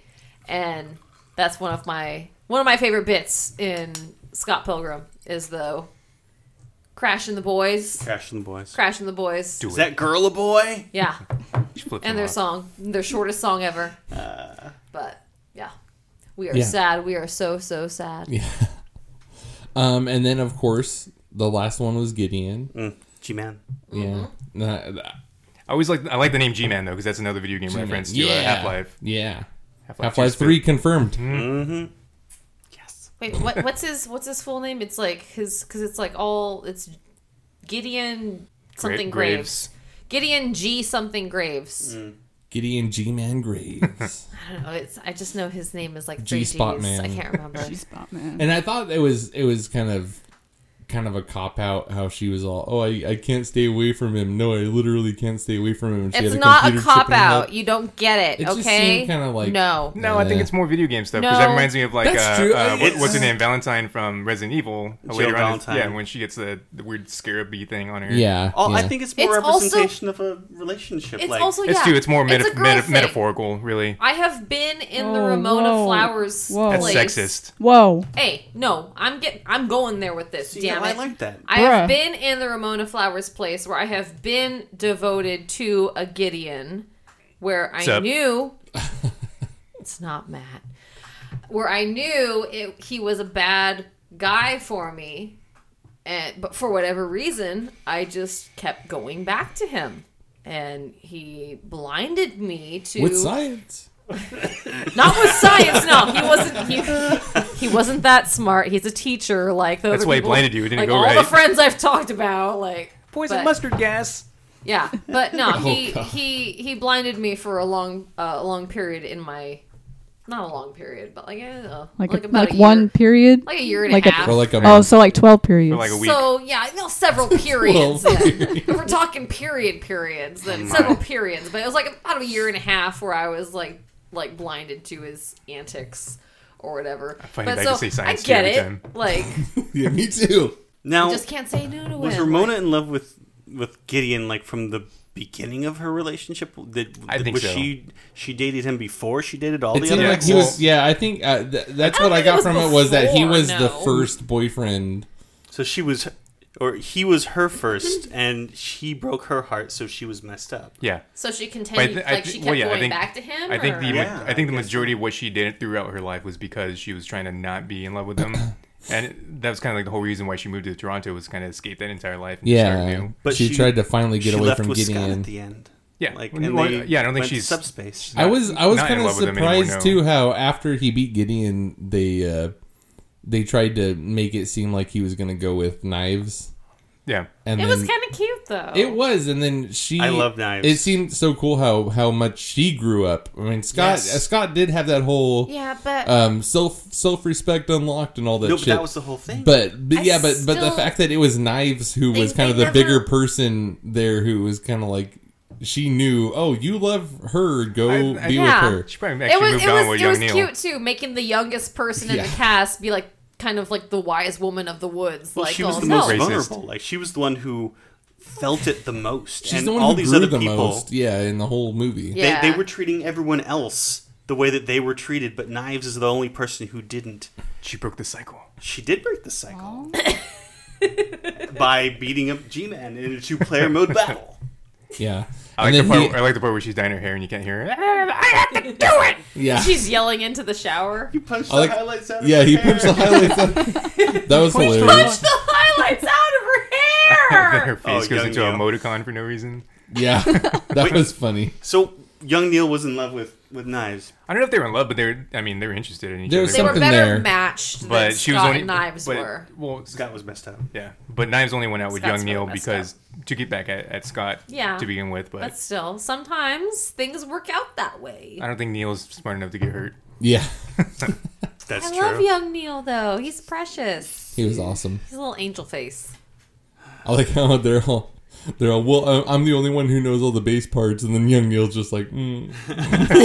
Speaker 11: and that's one of my one of my favorite bits in Scott Pilgrim is the crashing the boys,
Speaker 8: Crash and the Boys.
Speaker 11: crashing the boys,
Speaker 8: Is that girl a boy?
Speaker 11: yeah
Speaker 12: She flipped
Speaker 11: and
Speaker 12: him
Speaker 11: their
Speaker 12: off. Uh.
Speaker 11: song, their shortest song ever. but yeah, we are
Speaker 10: Yeah.
Speaker 11: sad. We are so so sad.
Speaker 10: Um, and then of course the last one was Gideon.
Speaker 8: G man.
Speaker 12: Mm-hmm.
Speaker 10: Yeah.
Speaker 11: Mm-hmm.
Speaker 10: Nah, uh,
Speaker 12: I always like I like the name G Man though because that's another video game reference to uh, Half Life.
Speaker 10: Yeah.
Speaker 12: Half-Life
Speaker 10: Half Life
Speaker 12: two spin-
Speaker 10: Three confirmed.
Speaker 12: Mm-hmm.
Speaker 11: Wait, what, what's his what's his full name? It's like his because it's like all it's Gideon something Graves. Gideon G something Graves.
Speaker 12: Mm.
Speaker 10: Gideon G Man Graves.
Speaker 11: I don't know. It's I just know his name is like three
Speaker 10: G-Spot
Speaker 11: G's.
Speaker 10: Man.
Speaker 11: I can't remember.
Speaker 13: She's Batman.
Speaker 10: And I thought it was it was kind of kind of a cop out how she was all, oh, I, I can't stay away from him. No, I literally can't stay away from him. She
Speaker 11: It's
Speaker 10: had
Speaker 11: not a
Speaker 10: computer chip
Speaker 11: cop
Speaker 10: in her head.
Speaker 11: out. You don't get it.
Speaker 10: It
Speaker 11: okay.
Speaker 10: just seemed kinda like-
Speaker 11: no.
Speaker 12: No, I think it's more video game stuff because
Speaker 11: No.
Speaker 12: that reminds me of like
Speaker 11: That's
Speaker 12: uh,
Speaker 11: true.
Speaker 12: uh, what,
Speaker 11: It's-
Speaker 12: what's her name, Valentine from Resident Evil.
Speaker 8: Jill
Speaker 12: later on,
Speaker 8: Valentine.
Speaker 12: yeah, when she gets the, the weird scarabee thing on her.
Speaker 10: Yeah,
Speaker 8: All, Oh, I think it's more
Speaker 11: It's also-
Speaker 8: representation of a relationship.
Speaker 11: It's
Speaker 8: like,
Speaker 11: also yeah.
Speaker 12: it's true. It's more
Speaker 11: It's
Speaker 12: metaf-
Speaker 11: a girl
Speaker 12: meta-
Speaker 11: thing.
Speaker 12: metaphorical, really.
Speaker 11: I have been in the
Speaker 13: Oh,
Speaker 11: Ramona
Speaker 13: whoa.
Speaker 11: Flowers
Speaker 13: Whoa.
Speaker 12: That's
Speaker 11: place.
Speaker 12: sexist.
Speaker 13: Whoa.
Speaker 11: Hey, no, I'm get I'm going there with this. damn
Speaker 8: no, I
Speaker 11: it.
Speaker 8: like that.
Speaker 11: I have
Speaker 13: Bruh.
Speaker 11: been in the Ramona Flowers place where I have been devoted to a Gideon, where I
Speaker 15: Sup?
Speaker 11: knew it's not Matt, where I knew it, he was a bad guy for me, and but for whatever reason, I just kept going back to him, and he blinded me to
Speaker 10: With science.
Speaker 11: not with science. No, he wasn't. He, he wasn't that smart. He's a teacher. Like the
Speaker 12: That's
Speaker 11: other
Speaker 12: why he
Speaker 11: people-
Speaker 12: blinded you. It didn't
Speaker 11: like,
Speaker 12: go
Speaker 11: all the
Speaker 12: right.
Speaker 11: friends I've talked about, like
Speaker 8: poison
Speaker 11: mustard gas. Yeah, but no,
Speaker 12: Oh,
Speaker 11: he
Speaker 12: God.
Speaker 11: he he blinded me for a long uh, a long period in my not a long period, but like I don't know,
Speaker 13: Like, a,
Speaker 11: about
Speaker 13: like
Speaker 11: a year.
Speaker 13: one period.
Speaker 11: like a year and a half.
Speaker 10: Or like a
Speaker 13: oh,
Speaker 10: month.
Speaker 13: so like twelve periods.
Speaker 11: So yeah, no, several periods.
Speaker 13: Twelve
Speaker 11: If We're talking period periods, then several periods. But it was like about a year and a half where I was like like blinded to his antics or whatever. I
Speaker 8: find it
Speaker 11: but
Speaker 8: bad to say
Speaker 11: I
Speaker 8: science to
Speaker 11: get
Speaker 8: every
Speaker 11: it.
Speaker 8: time.
Speaker 11: Like
Speaker 10: yeah, me too.
Speaker 8: Now,
Speaker 11: you just can't say no to
Speaker 8: was
Speaker 11: him.
Speaker 8: Ramona in love with with Gideon like from the beginning of her relationship? Did
Speaker 12: I think
Speaker 8: was
Speaker 12: so.
Speaker 8: she she dated him before she dated all
Speaker 10: It
Speaker 8: the
Speaker 10: seemed
Speaker 8: other?
Speaker 10: like he was. Yeah, I think uh, th- that's what I got from it was that he was the first boyfriend.
Speaker 8: So she was, or he was her first, and she broke her heart, so she was messed up.
Speaker 12: Yeah.
Speaker 11: So she
Speaker 12: But I
Speaker 11: continued,
Speaker 12: thi- I
Speaker 11: like
Speaker 12: thi-
Speaker 11: she kept
Speaker 12: well, yeah, I
Speaker 11: going
Speaker 12: think-
Speaker 11: back to him.
Speaker 12: I think
Speaker 11: or?
Speaker 12: the ma- I think the majority of what she did throughout her life was because she was trying to not be in love with him, and it- that was kind of like the whole reason why she moved to Toronto was kind of escape that entire life. And start
Speaker 10: Yeah,
Speaker 12: new.
Speaker 10: she, tried to finally get
Speaker 8: she
Speaker 10: away
Speaker 8: left
Speaker 10: from
Speaker 8: with
Speaker 10: getting
Speaker 8: Scott
Speaker 10: in.
Speaker 8: at the end.
Speaker 12: Yeah.
Speaker 8: like
Speaker 12: Well,
Speaker 8: and
Speaker 12: well,
Speaker 8: they
Speaker 12: yeah, I don't think
Speaker 8: went to
Speaker 12: she's-
Speaker 8: subspace.
Speaker 10: I was I was
Speaker 12: not in
Speaker 10: kind of
Speaker 12: love with him anymore,
Speaker 10: surprised
Speaker 12: no.
Speaker 10: too how after he beat Gideon they uh they tried to make it seem like he was gonna go with knives.
Speaker 12: Yeah,
Speaker 10: and
Speaker 11: it
Speaker 10: then,
Speaker 12: mm.
Speaker 11: was kind of cute though.
Speaker 10: It was, and then she.
Speaker 8: I love knives.
Speaker 10: It seemed so cool how how much she grew up. I mean, Scott
Speaker 8: Yes.
Speaker 10: uh, Scott did have that whole
Speaker 11: Yeah, but-
Speaker 12: Uh,
Speaker 10: um self self respect unlocked and all that.
Speaker 8: No, but
Speaker 10: shit.
Speaker 8: that was the whole thing.
Speaker 10: But, but
Speaker 8: I
Speaker 10: yeah, but but the
Speaker 8: still-
Speaker 10: fact that it was knives who was
Speaker 8: They-
Speaker 10: kind of
Speaker 8: they
Speaker 10: the bigger
Speaker 8: never-
Speaker 10: person there who was kind of like. She knew. Oh, you love her. Go
Speaker 12: I-
Speaker 10: be
Speaker 11: yeah.
Speaker 10: with her.
Speaker 12: She probably
Speaker 11: it was, it was,
Speaker 10: with
Speaker 11: it was
Speaker 10: young Neil.
Speaker 11: cute too, making the youngest person in the
Speaker 10: Yeah.
Speaker 11: cast be like kind of like the wise woman of the woods.
Speaker 8: Well,
Speaker 11: like
Speaker 8: she was
Speaker 11: oh,
Speaker 8: the
Speaker 11: no.
Speaker 8: most vulnerable. Like she was the one who felt it the most,
Speaker 10: She's
Speaker 8: and
Speaker 10: the one
Speaker 8: all
Speaker 10: who
Speaker 8: these
Speaker 10: grew
Speaker 8: other
Speaker 10: the
Speaker 8: people.
Speaker 10: most. Yeah, in the whole movie.
Speaker 8: They, they were treating everyone else the way that they were treated, but Knives is the only person who didn't.
Speaker 12: She broke the cycle.
Speaker 8: She did break the cycle by beating up G-Man in a two-player mode battle.
Speaker 10: Yeah.
Speaker 12: I like,
Speaker 10: And
Speaker 12: the
Speaker 10: then
Speaker 12: part,
Speaker 10: he-
Speaker 12: I like the part where she's dyeing her hair and you can't hear it.
Speaker 11: I have to do it.
Speaker 10: Yeah.
Speaker 11: She's yelling into the shower. You
Speaker 8: punched
Speaker 10: I like- yeah, he punched the highlights. out. That was
Speaker 11: Punched
Speaker 10: hilarious.
Speaker 11: the highlights out of her
Speaker 12: then
Speaker 11: hair.
Speaker 12: her face
Speaker 8: Oh,
Speaker 12: goes
Speaker 8: young
Speaker 12: into
Speaker 8: Neil.
Speaker 12: a emoticon for no reason.
Speaker 10: Yeah, that was funny.
Speaker 8: So young Neil was in love with, with Knives.
Speaker 12: I don't know if they were in love, but they were. I mean, they were interested in each
Speaker 10: There
Speaker 12: other.
Speaker 10: was They were something better there.
Speaker 11: matched than
Speaker 12: But she was
Speaker 11: Scott
Speaker 12: only
Speaker 11: and Knives
Speaker 12: but-
Speaker 11: were.
Speaker 12: Well,
Speaker 8: Scott was messed up.
Speaker 12: Yeah, but Knives only went out with
Speaker 11: Scott's
Speaker 12: Young Neil
Speaker 11: really messed
Speaker 12: because to get back at, at Scott
Speaker 11: Yeah.
Speaker 12: to begin with. But
Speaker 11: But still, sometimes things work out that way.
Speaker 12: I don't think Neil's smart enough to get hurt.
Speaker 10: Yeah,
Speaker 8: that's
Speaker 11: I love young Neil though. He's precious.
Speaker 10: He was awesome.
Speaker 11: He's a little angel face.
Speaker 10: I like how they're all they're all well. I- I'm the only one who knows all the bass parts, and then Young Neil's just like, mm.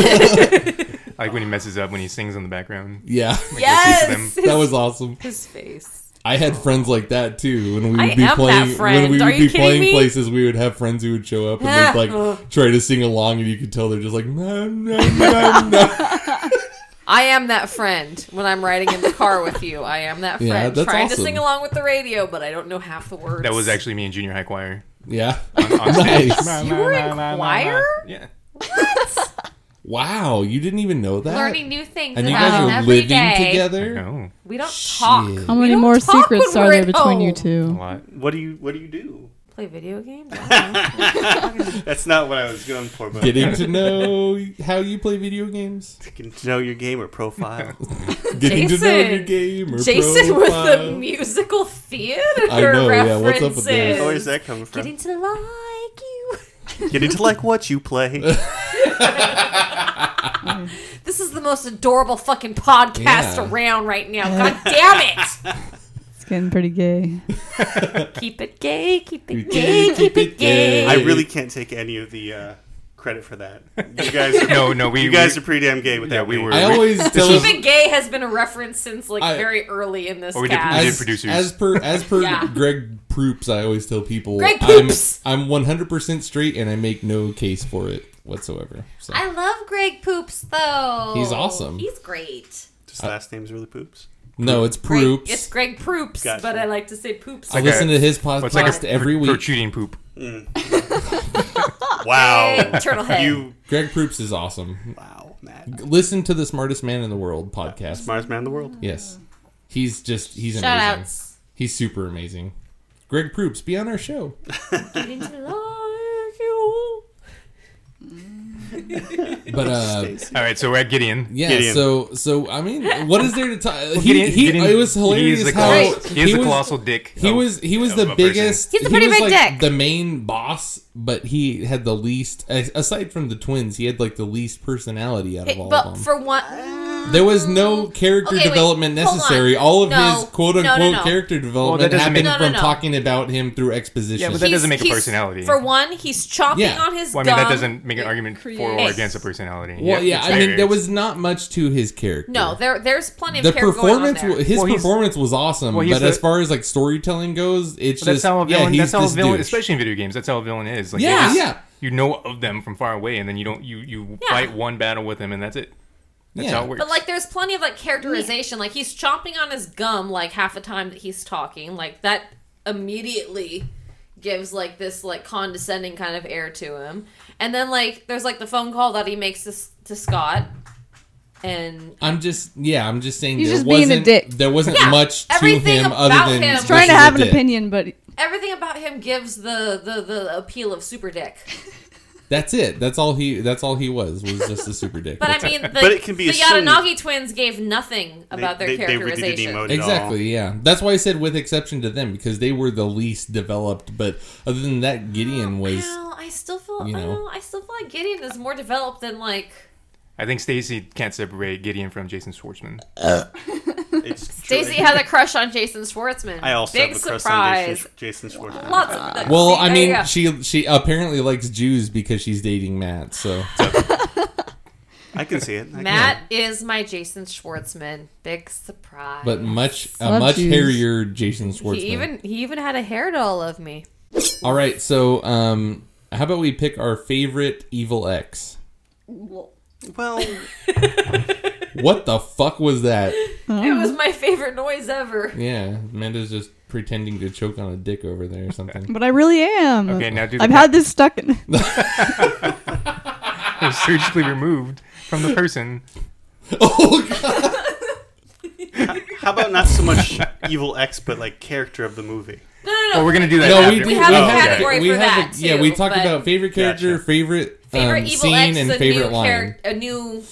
Speaker 12: I like when he messes up when he sings in the background.
Speaker 10: yeah,
Speaker 12: Like, listens to them.
Speaker 10: that was awesome.
Speaker 11: His face.
Speaker 10: I had friends like that too. When we would
Speaker 11: I
Speaker 10: be
Speaker 11: am that
Speaker 10: playing,
Speaker 11: friend.
Speaker 10: when we
Speaker 11: Are
Speaker 10: would
Speaker 11: you
Speaker 10: be
Speaker 11: kidding
Speaker 10: playing
Speaker 11: me?
Speaker 10: places, we would have friends who would show up and they'd
Speaker 11: Ugh.
Speaker 10: like try to sing along, and you could tell they're just like, no, no, no, no.
Speaker 11: I am that friend when I'm riding in the car with you. I am that friend
Speaker 10: Yeah, that's
Speaker 11: trying to
Speaker 10: awesome.
Speaker 11: sing along with the radio, but I don't know half the words.
Speaker 12: That was actually me in junior high choir.
Speaker 10: Yeah,
Speaker 12: On, on stage.
Speaker 10: nice.
Speaker 11: You were in choir?
Speaker 12: Yeah.
Speaker 10: Wow, you didn't even know that.
Speaker 11: Learning new things
Speaker 10: and you
Speaker 11: about
Speaker 10: guys
Speaker 11: him
Speaker 10: are
Speaker 11: every
Speaker 10: living
Speaker 11: day.
Speaker 10: together.
Speaker 12: Oh,
Speaker 11: We don't talk.
Speaker 10: Shit.
Speaker 13: How
Speaker 11: We
Speaker 13: many
Speaker 11: don't
Speaker 13: more
Speaker 11: talk when
Speaker 13: secrets are
Speaker 11: we're
Speaker 13: there
Speaker 11: at
Speaker 13: between you
Speaker 11: home.
Speaker 13: two?
Speaker 8: What do you What do you do?
Speaker 11: Play video games?
Speaker 8: That's not what I was going for. But
Speaker 10: Getting to know how you play video games.
Speaker 8: Getting to know your gamer profile.
Speaker 10: Getting to know your gamer
Speaker 11: Jason with
Speaker 10: profile.
Speaker 11: the musical theater
Speaker 10: I know, yeah,
Speaker 11: references.
Speaker 10: what's up with that?
Speaker 8: Where's that coming from?
Speaker 11: Getting to like
Speaker 8: Getting to like what you play.
Speaker 11: This is the most adorable fucking podcast
Speaker 8: Yeah.
Speaker 11: around right now. God damn it!
Speaker 13: getting pretty gay.
Speaker 11: keep it gay, keep it gay, keep it gay.
Speaker 8: I really can't take any of the uh, credit for that. You guys,
Speaker 12: No, no, we-
Speaker 8: you guys
Speaker 12: we-
Speaker 8: are pretty damn gay with
Speaker 12: yeah,
Speaker 8: that.
Speaker 12: we
Speaker 8: name.
Speaker 12: were- I we- always
Speaker 10: tell
Speaker 11: Keep it gay has been a reference since like
Speaker 10: I-
Speaker 11: very early in this
Speaker 12: Or Oh, we did- we
Speaker 11: cast.
Speaker 12: did producers.
Speaker 10: As per as per
Speaker 11: Yeah.
Speaker 10: Greg Proops, I always tell people
Speaker 11: Greg
Speaker 10: I'm
Speaker 11: Proops!
Speaker 10: I'm 100% straight and I make no case for it whatsoever. So
Speaker 11: I love Greg Poops though.
Speaker 10: He's awesome.
Speaker 11: He's great.
Speaker 8: His last name's really poops.
Speaker 10: no, it's
Speaker 11: Greg-
Speaker 10: Proops.
Speaker 11: It's Greg Proops,
Speaker 8: Gotcha.
Speaker 11: but I like to say Poops.
Speaker 10: I listen to his podcast
Speaker 12: What's like a
Speaker 10: every
Speaker 12: pro-
Speaker 10: week.
Speaker 12: Protruding poop.
Speaker 8: Wow.
Speaker 11: Big turtle head.
Speaker 8: You
Speaker 10: Greg Proops is awesome.
Speaker 8: Wow,
Speaker 10: Matt. Listen to the Smartest Man in the World podcast.
Speaker 8: smartest man in the world.
Speaker 10: Yes. He's just he's
Speaker 11: Shout
Speaker 10: amazing.
Speaker 11: outs.
Speaker 10: He's super amazing. Greg Proops, be on our show.
Speaker 11: Getting to like you.
Speaker 10: But uh
Speaker 12: All right, so we're at Gideon.
Speaker 10: yeah, so so I mean, what is there to talk? He,
Speaker 12: Gideon-
Speaker 10: he,
Speaker 12: Gideon-
Speaker 10: it was
Speaker 12: he is
Speaker 10: hilarious
Speaker 12: the
Speaker 10: how
Speaker 12: colossal- he is the colossal dick
Speaker 10: He
Speaker 12: of-
Speaker 10: was he was
Speaker 12: of
Speaker 10: the
Speaker 12: a person.
Speaker 10: biggest.
Speaker 11: He's a
Speaker 10: he
Speaker 11: pretty
Speaker 10: was,
Speaker 11: big
Speaker 10: like,
Speaker 11: dick.
Speaker 10: The main boss, but he had the least. as- Aside from the twins, he had like the least personality out of
Speaker 11: Hey,
Speaker 10: all
Speaker 11: but
Speaker 10: of them.
Speaker 11: for one,
Speaker 10: there was no character
Speaker 11: Okay, wait,
Speaker 10: development
Speaker 11: hold on.
Speaker 10: necessary. All of
Speaker 11: No,
Speaker 10: his quote
Speaker 11: no, no,
Speaker 10: unquote
Speaker 11: no.
Speaker 10: character development
Speaker 12: doesn't
Speaker 10: happened
Speaker 12: make-
Speaker 11: No, no,
Speaker 10: from
Speaker 11: no.
Speaker 10: talking about him through exposition.
Speaker 12: Yeah, but that doesn't make a
Speaker 11: he's-
Speaker 12: personality.
Speaker 11: For one, he's chomping
Speaker 10: Yeah.
Speaker 11: on his
Speaker 12: well, I mean, that
Speaker 11: gum.
Speaker 12: doesn't make an argument for or
Speaker 11: creates-
Speaker 12: against a personality.
Speaker 10: well,
Speaker 12: Yep,
Speaker 10: yeah,
Speaker 12: it's
Speaker 10: I mean,
Speaker 12: there.
Speaker 10: there was not much to his character.
Speaker 11: No, there there's plenty of
Speaker 10: the
Speaker 11: character going on
Speaker 10: performance,
Speaker 11: there.
Speaker 10: wa- his
Speaker 12: Well, he's-
Speaker 10: performance was awesome,
Speaker 12: well, he's
Speaker 10: but
Speaker 12: the-
Speaker 10: as far as like storytelling goes, it's
Speaker 12: But
Speaker 10: just
Speaker 12: that's how a
Speaker 10: yeah,
Speaker 12: villain.
Speaker 10: he's
Speaker 12: that's how a
Speaker 10: this
Speaker 12: villain,
Speaker 10: douche.
Speaker 12: especially in video games. That's how a villain is. Like, they
Speaker 10: Yeah.
Speaker 12: just-
Speaker 10: Yeah.
Speaker 12: You know of them from far away, and then you don't. You you
Speaker 11: Yeah.
Speaker 12: fight one battle with him, and that's it. That's
Speaker 10: Yeah.
Speaker 12: how it works.
Speaker 11: But like, there's plenty of like characterization. Like he's chomping on his gum like half the time that he's talking. Like that immediately gives like this like condescending kind of air to him. And then like there's like the phone call that he makes to, S- to Scott, and
Speaker 10: I'm just yeah, I'm just saying
Speaker 13: He's
Speaker 10: there
Speaker 13: just being a
Speaker 10: wasn't
Speaker 13: dick.
Speaker 10: there wasn't
Speaker 11: Yeah,
Speaker 10: much to
Speaker 11: everything
Speaker 10: him other
Speaker 11: about
Speaker 10: than
Speaker 11: him-
Speaker 10: this
Speaker 11: He's
Speaker 13: Trying to
Speaker 10: is a
Speaker 13: have an
Speaker 10: dick.
Speaker 13: opinion, but
Speaker 11: everything about him gives the the the appeal of super dick.
Speaker 10: That's it. That's all he. That's all he was was just a super dick.
Speaker 11: But
Speaker 10: That's
Speaker 11: I
Speaker 10: it.
Speaker 11: mean, the,
Speaker 8: But it can be
Speaker 11: the
Speaker 8: assumed-
Speaker 11: Yadanagi twins gave nothing about their
Speaker 8: they- they really didn't
Speaker 11: characterization.
Speaker 8: emote at all.
Speaker 10: exactly yeah. That's why I said with exception to them because they were the least developed. But other than that, Gideon was
Speaker 11: Oh, Well, I still feel
Speaker 10: you
Speaker 11: I,
Speaker 10: know.
Speaker 11: don't know, I still feel like Gideon is more developed than like
Speaker 12: I think Stacy can't separate Gideon from Jason Schwartzman.
Speaker 8: It's true.
Speaker 11: Stacy has a crush on Jason Schwartzman.
Speaker 8: I also
Speaker 11: Big
Speaker 8: have a
Speaker 11: surprise.
Speaker 8: crush on Jason Schwar- Jason Schwartzman.
Speaker 11: Lots of
Speaker 10: well.
Speaker 11: see,
Speaker 10: I
Speaker 11: there you
Speaker 10: mean,
Speaker 11: go.
Speaker 10: she she apparently likes Jews because she's dating Matt. So
Speaker 8: I can see it. I can-
Speaker 11: Matt is my Jason Schwartzman. Big surprise.
Speaker 10: but much a
Speaker 13: Love
Speaker 10: much
Speaker 13: Jews.
Speaker 10: hairier Jason Schwartzman.
Speaker 11: he even he even had a hair doll of me.
Speaker 10: All right, so um, how about we pick our favorite evil ex?
Speaker 8: Well,
Speaker 10: What the fuck was that? Hmm.
Speaker 11: It was my favorite noise ever.
Speaker 10: Yeah, Amanda's just pretending to choke on a dick over there or something.
Speaker 13: but I really am.
Speaker 12: Okay, now do the
Speaker 13: I've had this stuck in.
Speaker 12: It was surgically removed from the person.
Speaker 10: oh god!
Speaker 8: how about not so much evil X, but like character of the movie?
Speaker 11: No, no, no.
Speaker 12: Well, we're gonna do that.
Speaker 10: No, we
Speaker 12: after.
Speaker 10: did.
Speaker 11: have a
Speaker 10: we had-
Speaker 11: category
Speaker 10: we
Speaker 11: for
Speaker 10: had
Speaker 11: that,
Speaker 10: a- yeah, we
Speaker 11: too,
Speaker 10: talked
Speaker 11: but-
Speaker 10: about favorite character,
Speaker 8: Gotcha.
Speaker 10: favorite, um,
Speaker 11: favorite
Speaker 10: scene,
Speaker 11: evil ex
Speaker 10: and
Speaker 11: a
Speaker 10: favorite
Speaker 11: new
Speaker 10: line.
Speaker 11: character, a new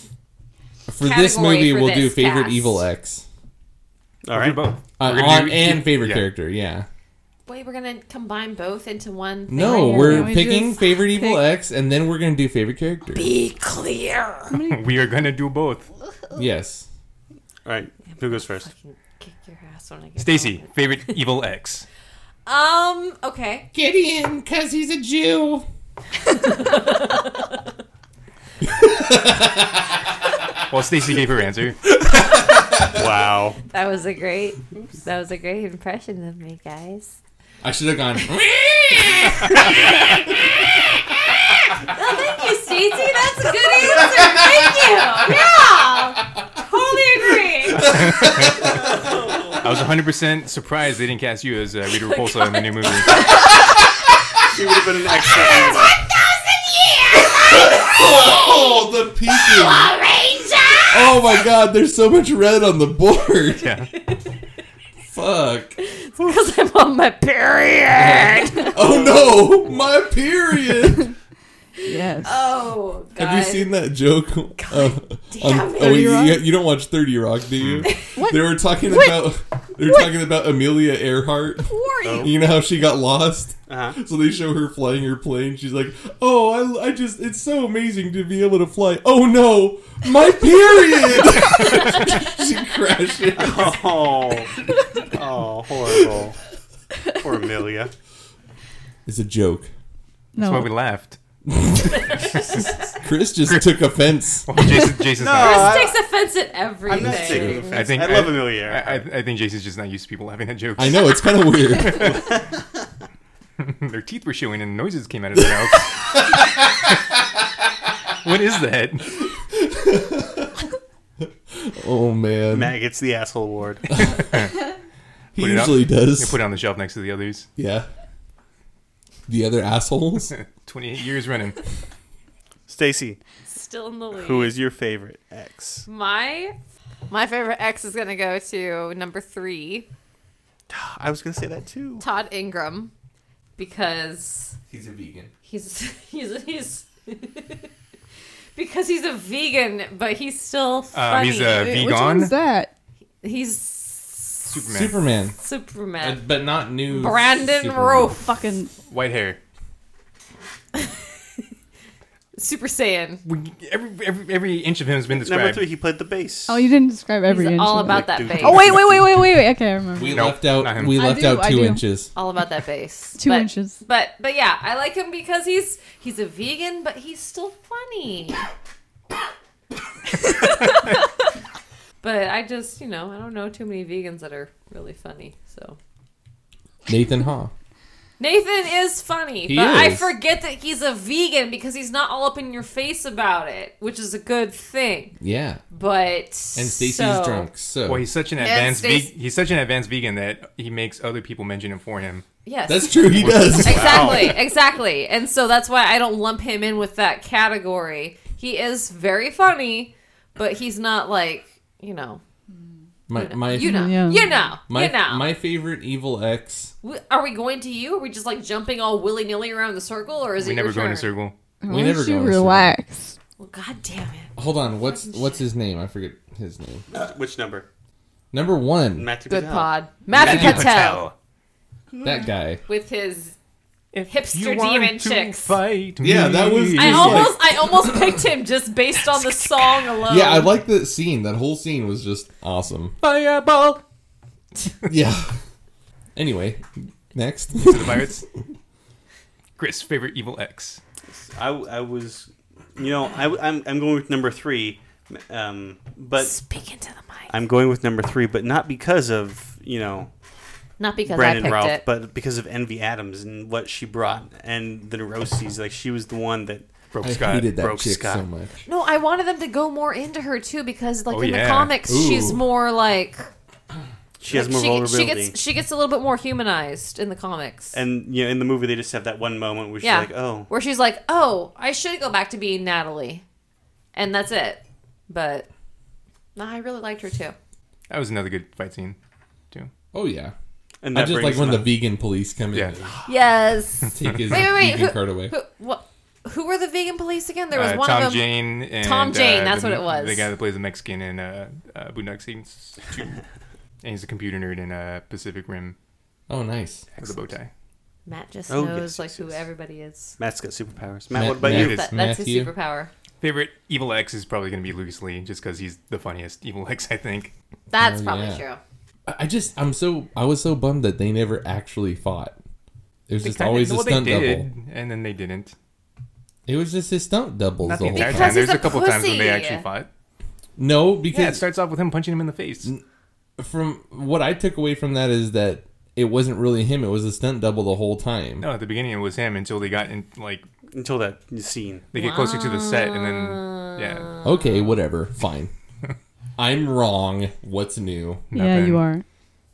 Speaker 10: for this
Speaker 11: category
Speaker 10: movie,
Speaker 11: for
Speaker 10: we'll
Speaker 11: this
Speaker 10: do favorite
Speaker 11: cast.
Speaker 10: evil ex
Speaker 12: We'll
Speaker 8: All
Speaker 12: do
Speaker 8: right.
Speaker 12: both.
Speaker 10: uh,
Speaker 12: We're gonna
Speaker 10: on,
Speaker 12: do-
Speaker 10: and favorite
Speaker 12: yeah.
Speaker 10: character. Yeah.
Speaker 11: wait, we're gonna combine both into one thing.
Speaker 10: No,
Speaker 13: yeah,
Speaker 10: we're
Speaker 13: then we
Speaker 10: picking
Speaker 13: just
Speaker 10: favorite evil
Speaker 13: pick-
Speaker 10: ex, and then we're gonna do favorite character.
Speaker 11: Be clear.
Speaker 12: We are gonna do both.
Speaker 10: Yes.
Speaker 8: All right. Who goes first?
Speaker 11: Kick your ass when I get
Speaker 12: Stacy,
Speaker 11: home.
Speaker 12: favorite evil ex.
Speaker 11: Um, okay.
Speaker 10: Gideon, cause he's a Jew.
Speaker 12: Well, Stacy gave her answer.
Speaker 8: Wow.
Speaker 11: That was a great that was a great impression of me, guys.
Speaker 10: I should have gone.
Speaker 11: Oh, thank you, Stacy. That's a good answer. Thank you. Yeah. Totally agree.
Speaker 12: I was 100% surprised they didn't cast you as uh, Rita Repulsa in the new movie.
Speaker 8: She would have been an excellent.
Speaker 10: Oh, the peeking! Oh my god, there's so much red on the board.
Speaker 12: Yeah.
Speaker 10: Fuck.
Speaker 11: Because I'm on my period.
Speaker 10: Oh no, my period.
Speaker 13: Yes.
Speaker 11: Oh, God.
Speaker 10: Have you seen that joke? Uh, on- oh,
Speaker 13: it.
Speaker 10: you,
Speaker 13: Rock?
Speaker 10: you- you don't watch Thirty Rock, do you? They were talking about they were talking about Amelia Earhart.
Speaker 11: War sorry.
Speaker 10: You know how she got lost?
Speaker 8: Uh-huh.
Speaker 10: So they show her flying her plane. She's like, "Oh, I, I just it's so amazing to be able to fly." Oh no, my period! she crashes.
Speaker 8: Oh, oh, horrible. Poor Amelia.
Speaker 10: It's a joke.
Speaker 12: That's why we laughed.
Speaker 10: Chris just took offense.
Speaker 12: Well, Jason, Jason's
Speaker 11: Chris
Speaker 12: not.
Speaker 11: takes offense at everything.
Speaker 8: I'm not taking offense.
Speaker 12: I think
Speaker 8: I love Amelia.
Speaker 12: I, I, I think Jason's just not used to people having that joke.
Speaker 10: I know it's kind of weird.
Speaker 12: Their teeth were showing and noises came out of their mouths. what is that?
Speaker 10: oh man,
Speaker 8: Mag gets the asshole award.
Speaker 10: he
Speaker 12: Put it on-
Speaker 10: usually
Speaker 12: yeah,
Speaker 10: does.
Speaker 12: Put it on the shelf next to the others.
Speaker 10: yeah. The other assholes.
Speaker 12: 28 years running.
Speaker 8: Stacy,
Speaker 11: Still in the lead.
Speaker 8: who is your favorite ex?
Speaker 11: my my favorite ex is gonna go to number three,
Speaker 8: I was gonna say that too.
Speaker 11: Todd Ingram, because
Speaker 10: He's a vegan.
Speaker 11: he's he's he's because he's a vegan, but he's still
Speaker 12: Um,
Speaker 11: funny.
Speaker 12: he's a
Speaker 13: Wait,
Speaker 12: vegan.
Speaker 13: Which one's that?
Speaker 11: He's
Speaker 12: Superman.
Speaker 10: Superman.
Speaker 11: Superman.
Speaker 12: Uh, but not new.
Speaker 11: Brandon
Speaker 12: Superman.
Speaker 11: Rowe, fucking
Speaker 12: White hair.
Speaker 11: Super Saiyan.
Speaker 12: We, every, every, every inch of him has been described.
Speaker 8: Number three, he played the bass.
Speaker 13: Oh, you didn't describe every
Speaker 11: He's
Speaker 13: inch.
Speaker 11: all
Speaker 13: of it.
Speaker 11: about that face.
Speaker 13: Oh wait, wait, wait, wait, wait, wait. Okay, I remember.
Speaker 10: We
Speaker 12: Nope,
Speaker 10: left
Speaker 12: not
Speaker 10: out.
Speaker 12: him.
Speaker 10: We
Speaker 13: I
Speaker 10: left
Speaker 13: do,
Speaker 10: out
Speaker 13: I
Speaker 10: two
Speaker 13: do.
Speaker 10: inches.
Speaker 11: All about that base.
Speaker 13: Two
Speaker 11: but,
Speaker 13: inches.
Speaker 11: But but yeah, I like him because he's he's a vegan, but he's still funny. but I just you know I don't know too many vegans that are really funny. So
Speaker 10: Nathan Haw.
Speaker 11: Nathan is funny,
Speaker 10: He
Speaker 11: but I
Speaker 10: is.
Speaker 11: forget that he's a vegan because he's not all up in your face about it, which is a good thing.
Speaker 10: Yeah.
Speaker 11: But
Speaker 10: And Stacy's
Speaker 11: so-
Speaker 10: drunk. So
Speaker 12: Well, he's such an
Speaker 11: And
Speaker 12: advanced ve-
Speaker 11: Stace-
Speaker 12: he's such an advanced vegan that he makes other people mention him for him.
Speaker 11: Yes,
Speaker 10: That's true, he does.
Speaker 11: Exactly, exactly. And so that's why I don't lump him in with that category. He is very funny, but he's not like, you know,
Speaker 10: My my
Speaker 11: you know,
Speaker 13: Yeah.
Speaker 11: you know,
Speaker 10: my
Speaker 11: you know.
Speaker 10: my favorite evil ex.
Speaker 11: W- Are we going to you? Are we just like jumping all willy nilly around the circle, or is
Speaker 12: We
Speaker 11: it
Speaker 12: never
Speaker 11: your
Speaker 12: go in a
Speaker 11: turn?
Speaker 12: circle.
Speaker 10: We
Speaker 13: Why
Speaker 10: never
Speaker 13: don't
Speaker 10: go.
Speaker 13: you
Speaker 10: in a circle.
Speaker 13: relax?
Speaker 11: Well, God damn it!
Speaker 10: Hold on. What's what's his name? I forget his name.
Speaker 8: Uh, Which number?
Speaker 10: Number one.
Speaker 8: Matthew
Speaker 11: Good
Speaker 8: Patel.
Speaker 11: pod, Matthew
Speaker 10: Matthew
Speaker 11: Patel
Speaker 10: That guy.
Speaker 11: with his hipster demon chicks.
Speaker 12: fight
Speaker 10: Yeah, that was-
Speaker 11: I
Speaker 10: He's
Speaker 11: almost, I almost picked him just based on the song alone.
Speaker 10: Yeah, I like that scene. That whole scene was just awesome.
Speaker 12: fireball.
Speaker 10: Yeah. Anyway, next.
Speaker 12: to the pirates. Chris, favorite evil ex.
Speaker 8: I, I was, you know, I, am I'm going with number three, um, but
Speaker 11: Speak into the mic,
Speaker 8: I'm going with number three, but not because of you know
Speaker 11: not because I
Speaker 8: Brandon
Speaker 11: picked
Speaker 8: Ralph,
Speaker 11: it.
Speaker 8: but because of Envy Adams and what she brought and the neuroses. Like she was the one that
Speaker 12: Broke
Speaker 10: I
Speaker 12: Scott.
Speaker 10: hated that
Speaker 8: broke
Speaker 10: chick
Speaker 8: Scott.
Speaker 10: so much.
Speaker 11: No, I wanted them to go more into her too because, like
Speaker 12: Oh,
Speaker 11: in
Speaker 12: yeah.
Speaker 11: the comics, she's
Speaker 10: Ooh.
Speaker 11: more like
Speaker 8: she has
Speaker 11: like, she,
Speaker 8: more
Speaker 11: she
Speaker 8: vulnerability.
Speaker 11: gets she gets a little bit more humanized in the comics.
Speaker 8: and you know, in the movie, they just have that one moment where she's
Speaker 11: yeah,
Speaker 8: like, "Oh,
Speaker 11: where she's like, "Oh, I should go back to being Natalie," and that's it. But no, I really liked her too.
Speaker 12: That was another good fight scene, too.
Speaker 10: Oh yeah.
Speaker 8: and
Speaker 10: I
Speaker 8: that
Speaker 10: just like
Speaker 8: brings
Speaker 10: when the
Speaker 8: them up.
Speaker 10: vegan police come in
Speaker 12: Yeah.
Speaker 10: and
Speaker 11: Yes.
Speaker 10: take his
Speaker 11: wait, wait, wait.
Speaker 10: vegan
Speaker 11: Who,
Speaker 10: card away.
Speaker 11: who, what? Who were the vegan police again? There was
Speaker 12: Uh,
Speaker 11: one
Speaker 12: Tom
Speaker 11: of them.
Speaker 12: Jane and
Speaker 11: Tom Jane,
Speaker 12: uh,
Speaker 11: that's
Speaker 12: the-
Speaker 11: what it was.
Speaker 12: The guy that plays the Mexican in uh, uh, Boondock Saints Two, and he's a computer nerd in uh, Pacific Rim
Speaker 10: Oh nice.
Speaker 12: with a bow tie.
Speaker 11: Matt just
Speaker 8: Oh,
Speaker 11: knows
Speaker 8: yes,
Speaker 11: like
Speaker 8: yes,
Speaker 11: who
Speaker 8: yes.
Speaker 11: everybody is.
Speaker 8: Matt's got superpowers." Matt,
Speaker 10: Matt-
Speaker 8: what about
Speaker 10: Matt
Speaker 8: you?
Speaker 10: is-
Speaker 11: That, that's his
Speaker 10: Matthew.
Speaker 11: superpower.
Speaker 12: Favorite evil ex is probably going to be Lucas Lee, just because he's the funniest evil ex, I think.
Speaker 11: That's
Speaker 10: Oh,
Speaker 11: probably
Speaker 10: yeah.
Speaker 11: true.
Speaker 10: I I just I'm so I was so bummed that they never actually fought. It was
Speaker 12: They
Speaker 10: just
Speaker 12: kinda-
Speaker 10: always a
Speaker 12: well, they
Speaker 10: stunt
Speaker 12: did,
Speaker 10: double.
Speaker 12: and then they didn't.
Speaker 10: It was just his stunt doubles
Speaker 12: Not
Speaker 10: the
Speaker 12: the
Speaker 10: whole
Speaker 12: entire
Speaker 11: Because
Speaker 10: time.
Speaker 12: time.
Speaker 11: he's
Speaker 12: There's a
Speaker 11: a
Speaker 12: couple times when they
Speaker 11: pussy.
Speaker 12: actually fought.
Speaker 10: No,
Speaker 12: Yeah, it
Speaker 10: because
Speaker 12: starts off with him punching him in the face.
Speaker 10: from what I took away from that is that it wasn't really him. It was a stunt double the whole time.
Speaker 12: No, at the beginning it was him until they got in, like
Speaker 8: Until that scene,
Speaker 12: they get closer to the set, and then yeah,
Speaker 11: Oh.
Speaker 10: Okay, whatever. Fine. I'm wrong. What's new?
Speaker 13: Yeah,
Speaker 12: Nothing.
Speaker 13: you are.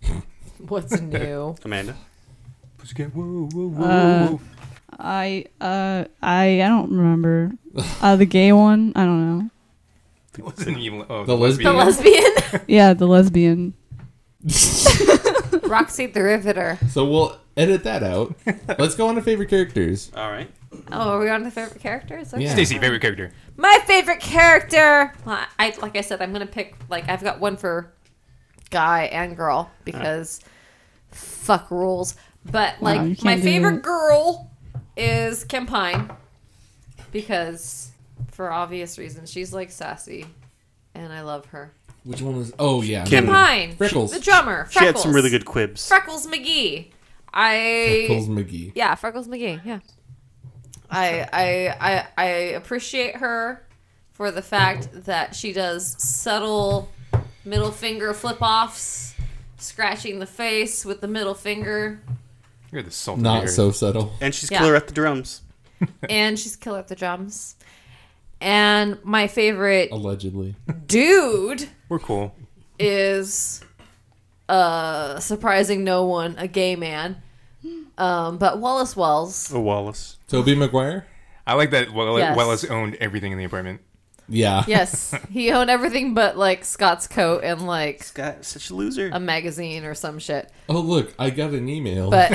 Speaker 11: What's new?
Speaker 8: Amanda.
Speaker 12: Pussycat, whoa, whoa, whoa,
Speaker 13: Uh,
Speaker 12: whoa.
Speaker 13: I uh I I don't remember. Uh, the gay one. I don't know.
Speaker 12: It was an evil. Oh,
Speaker 10: The lesbian.
Speaker 11: the lesbian.
Speaker 13: Yeah, the lesbian.
Speaker 11: Roxy the Riveter.
Speaker 10: So we'll edit that out. Let's go on to favorite characters.
Speaker 8: All right,
Speaker 11: Oh, are we on to favorite characters? Okay.
Speaker 10: Yeah.
Speaker 12: Stacy, favorite character.
Speaker 11: My favorite character. Well, I like I said, I'm gonna pick like I've got one for guy and girl because fuck rules. But
Speaker 13: No,
Speaker 11: like
Speaker 13: you can't
Speaker 11: my
Speaker 13: do
Speaker 11: favorite
Speaker 13: that.
Speaker 11: girl is Kim Pine because for obvious reasons she's like sassy and I love her.
Speaker 10: Which one was? Oh yeah,
Speaker 11: Kim Pine,
Speaker 10: Freckles,
Speaker 11: the drummer.
Speaker 8: She had
Speaker 11: Freckles.
Speaker 8: some really good quibs.
Speaker 11: Freckles McGee. I
Speaker 10: Freckles McGee.
Speaker 11: Yeah, Freckles McGee. Yeah. I I I I appreciate her for the fact that she does subtle middle finger flip offs, scratching the face with the middle finger,
Speaker 12: You're the salt. of the
Speaker 10: not
Speaker 12: earth.
Speaker 10: so subtle.
Speaker 8: And she's
Speaker 11: Yeah.
Speaker 8: killer at the drums.
Speaker 11: and she's killer at the drums. And my favorite
Speaker 10: Oh. Allegedly,
Speaker 11: dude
Speaker 12: We're cool.
Speaker 11: is uh surprising no one, a gay man. Um, but Wallace Wells.
Speaker 8: Oh, Wallace.
Speaker 10: Toby McGuire.
Speaker 12: I like that Wallace,
Speaker 11: Yes.
Speaker 12: Wallace owned everything in the apartment.
Speaker 10: Yeah.
Speaker 11: Yes, he owned everything but like Scott's coat and like
Speaker 8: Scott, such a loser.
Speaker 11: A magazine or some shit.
Speaker 10: Oh look, I got an email.
Speaker 11: But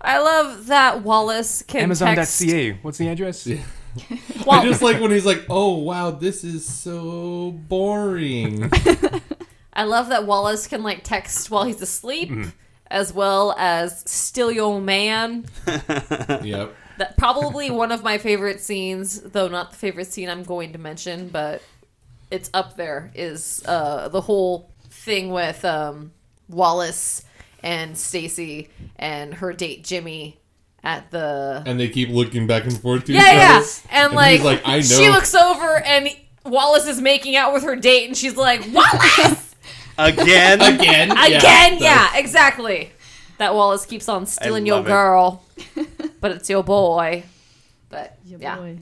Speaker 11: I love that Wallace can text.
Speaker 12: Amazon.ca. What's the address?
Speaker 10: I just like when he's like, "Oh wow, this is so boring."
Speaker 11: I love that Wallace can like text while he's asleep,
Speaker 10: Mhm.
Speaker 11: as well as still your man.
Speaker 10: yep.
Speaker 11: That probably one of my favorite scenes, though not the favorite scene I'm going to mention, but it's up there. Is uh, the whole thing with um, Wallace and Stacy and her date Jimmy at the
Speaker 10: And they keep looking back and forth to
Speaker 11: yeah
Speaker 10: each
Speaker 11: yeah,
Speaker 10: other.
Speaker 11: and,
Speaker 10: he's
Speaker 11: like,
Speaker 10: like, I know.
Speaker 11: she looks over and Wallace is making out with her date, and she's like Wallace
Speaker 8: Again?
Speaker 10: Again?
Speaker 11: again. Yeah, exactly. That Wallace keeps on stealing your
Speaker 8: love it.
Speaker 11: girl, but it's your boy. But yeah,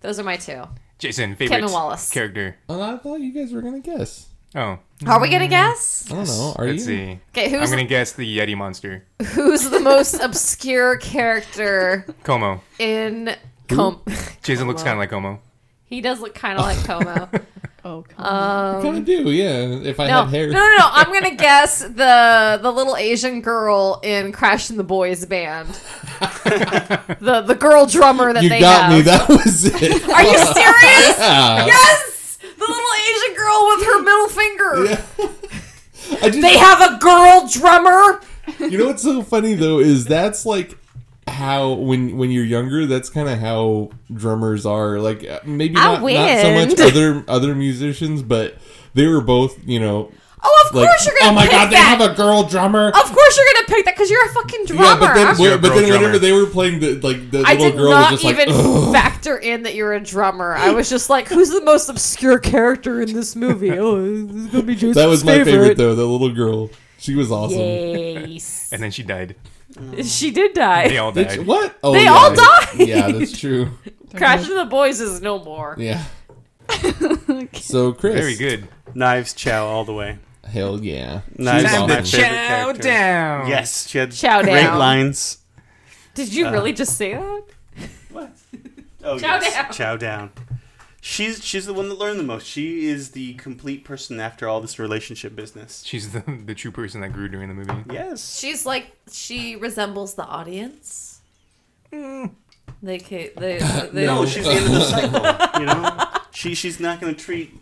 Speaker 11: those are my two.
Speaker 12: Jason, favorite
Speaker 11: Kevin Wallace.
Speaker 12: character.
Speaker 10: Oh, I thought you guys were gonna guess.
Speaker 12: Oh.
Speaker 11: Are we gonna guess?
Speaker 10: I don't know. Oh, Are
Speaker 12: Let's
Speaker 10: you?
Speaker 12: see.
Speaker 11: Okay, who's-
Speaker 12: I'm gonna guess the Yeti monster.
Speaker 11: Who's the most obscure character
Speaker 12: Como.
Speaker 11: in Com?
Speaker 12: Jason looks kind of like Como.
Speaker 11: He does look kind of like Como. oh, Como.
Speaker 10: I kind of do, yeah. If I
Speaker 11: no,
Speaker 10: had hair.
Speaker 11: no, no, no! I'm gonna guess the the little Asian girl in Crash and the Boys band, the the girl drummer that
Speaker 10: you
Speaker 11: they
Speaker 10: got
Speaker 11: have.
Speaker 10: me. That was it.
Speaker 11: Are you serious?
Speaker 10: Yeah.
Speaker 11: Yes, the little Asian girl with her middle finger.
Speaker 10: I just-
Speaker 11: They have a girl drummer.
Speaker 10: you know what's so funny though is that's like how when when you're younger that's kind of how drummers are like uh, maybe
Speaker 11: I
Speaker 10: not, not so much
Speaker 11: wind.
Speaker 10: other other musicians but they were both you know
Speaker 11: Oh, of
Speaker 10: like,
Speaker 11: course you're gonna
Speaker 10: oh my
Speaker 11: pick
Speaker 10: god they
Speaker 11: that.
Speaker 10: have a girl drummer
Speaker 11: Of course you're gonna pick that because you're a fucking drummer.
Speaker 10: yeah but then,
Speaker 11: I'm-
Speaker 10: wh- but then whenever they were playing the like the
Speaker 11: I
Speaker 10: little
Speaker 11: did
Speaker 10: girl
Speaker 11: not
Speaker 10: was just
Speaker 11: even
Speaker 10: like "Ugh."
Speaker 11: factor in that you're a drummer. I was just like, who's the most obscure character in this movie? Oh, this is gonna be Jason's
Speaker 10: that was my favorite.
Speaker 11: favorite
Speaker 10: though the little girl she was awesome
Speaker 11: Yes.
Speaker 12: and then she died.
Speaker 11: She did die.
Speaker 12: They all
Speaker 10: Did
Speaker 12: died.
Speaker 10: you- what oh
Speaker 11: They
Speaker 10: yeah,
Speaker 11: all
Speaker 10: that-
Speaker 11: died.
Speaker 10: yeah that's true
Speaker 11: Crash of the Boys is no more.
Speaker 10: yeah so Chris
Speaker 8: Very good. Knives Chow all the way.
Speaker 10: hell yeah She
Speaker 8: Knives
Speaker 10: was
Speaker 8: is my
Speaker 10: awesome.
Speaker 8: favorite
Speaker 12: Chow
Speaker 8: character.
Speaker 12: down.
Speaker 8: Yes, she had
Speaker 11: Chow
Speaker 8: great
Speaker 11: down.
Speaker 8: lines.
Speaker 11: Did you
Speaker 10: Uh-huh.
Speaker 8: Uh,
Speaker 11: really just say that?
Speaker 8: What? Oh,
Speaker 11: Chow
Speaker 8: yes.
Speaker 11: down.
Speaker 8: Chow down. She's she's the one that learned the most. She is the complete person after all this relationship business.
Speaker 12: She's the, the true person that grew during the movie.
Speaker 8: Yes.
Speaker 11: She's like she resembles the audience.
Speaker 10: Mm.
Speaker 11: They can they, they
Speaker 8: no, she's the end of the cycle. You know, she she's not going to treat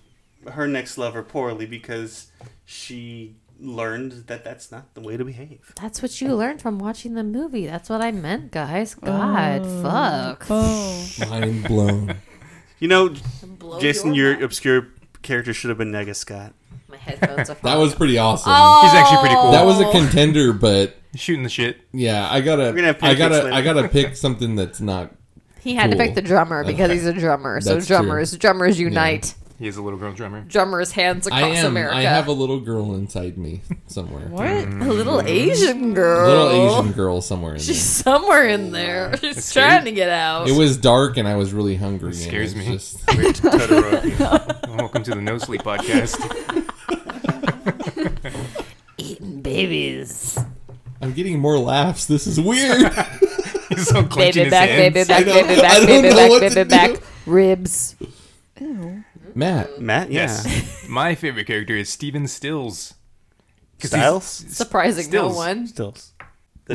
Speaker 8: her next lover poorly because she learned that that's not the way to behave.
Speaker 11: That's what you learned from watching the movie. That's what I meant, guys. God, Uh, fuck.
Speaker 10: Mind blown.
Speaker 8: You know,
Speaker 11: Blow
Speaker 8: Jason,
Speaker 11: your
Speaker 8: your obscure character should have been Nega Scott.
Speaker 11: My headphones are
Speaker 10: That was pretty awesome.
Speaker 11: He's actually pretty cool.
Speaker 10: That was a contender, but
Speaker 12: shooting the shit.
Speaker 10: Yeah, I gotta.
Speaker 11: We're gonna have
Speaker 10: I gotta.
Speaker 11: pancakes
Speaker 10: I
Speaker 11: later.
Speaker 10: gotta pick something that's not.
Speaker 11: He had to
Speaker 10: cool.
Speaker 11: pick the drummer because
Speaker 10: Okay.
Speaker 11: he's a drummer. So
Speaker 10: That's true.
Speaker 11: drummers, drummers unite.
Speaker 12: He is a little girl drummer.
Speaker 11: Drummers hands across
Speaker 10: I am.
Speaker 11: America.
Speaker 10: I have a little girl inside me somewhere.
Speaker 11: What?
Speaker 10: Mm.
Speaker 11: A little Asian girl.
Speaker 10: Little Asian girl somewhere. In
Speaker 11: She's somewhere in there. She's trying to get out.
Speaker 10: there. It was dark and I was really hungry. and
Speaker 12: Scares
Speaker 10: it was
Speaker 12: me.
Speaker 10: just-
Speaker 12: Wait, Totoro. Welcome to the No Sleep Podcast.
Speaker 11: eating babies.
Speaker 10: I'm getting more laughs. This is weird.
Speaker 12: He's so
Speaker 11: Baby back, baby back,
Speaker 10: I don't-
Speaker 11: baby back,
Speaker 10: I don't
Speaker 11: baby
Speaker 10: know
Speaker 11: back,
Speaker 10: what to
Speaker 11: baby back. Ribs. Ew.
Speaker 10: Matt.
Speaker 8: Matt, yeah.
Speaker 12: Yes. My favorite character is Steven Stills. 'Cause he's-
Speaker 8: Stiles?
Speaker 11: Surprising no
Speaker 12: Stills.
Speaker 11: one.
Speaker 8: Stills. The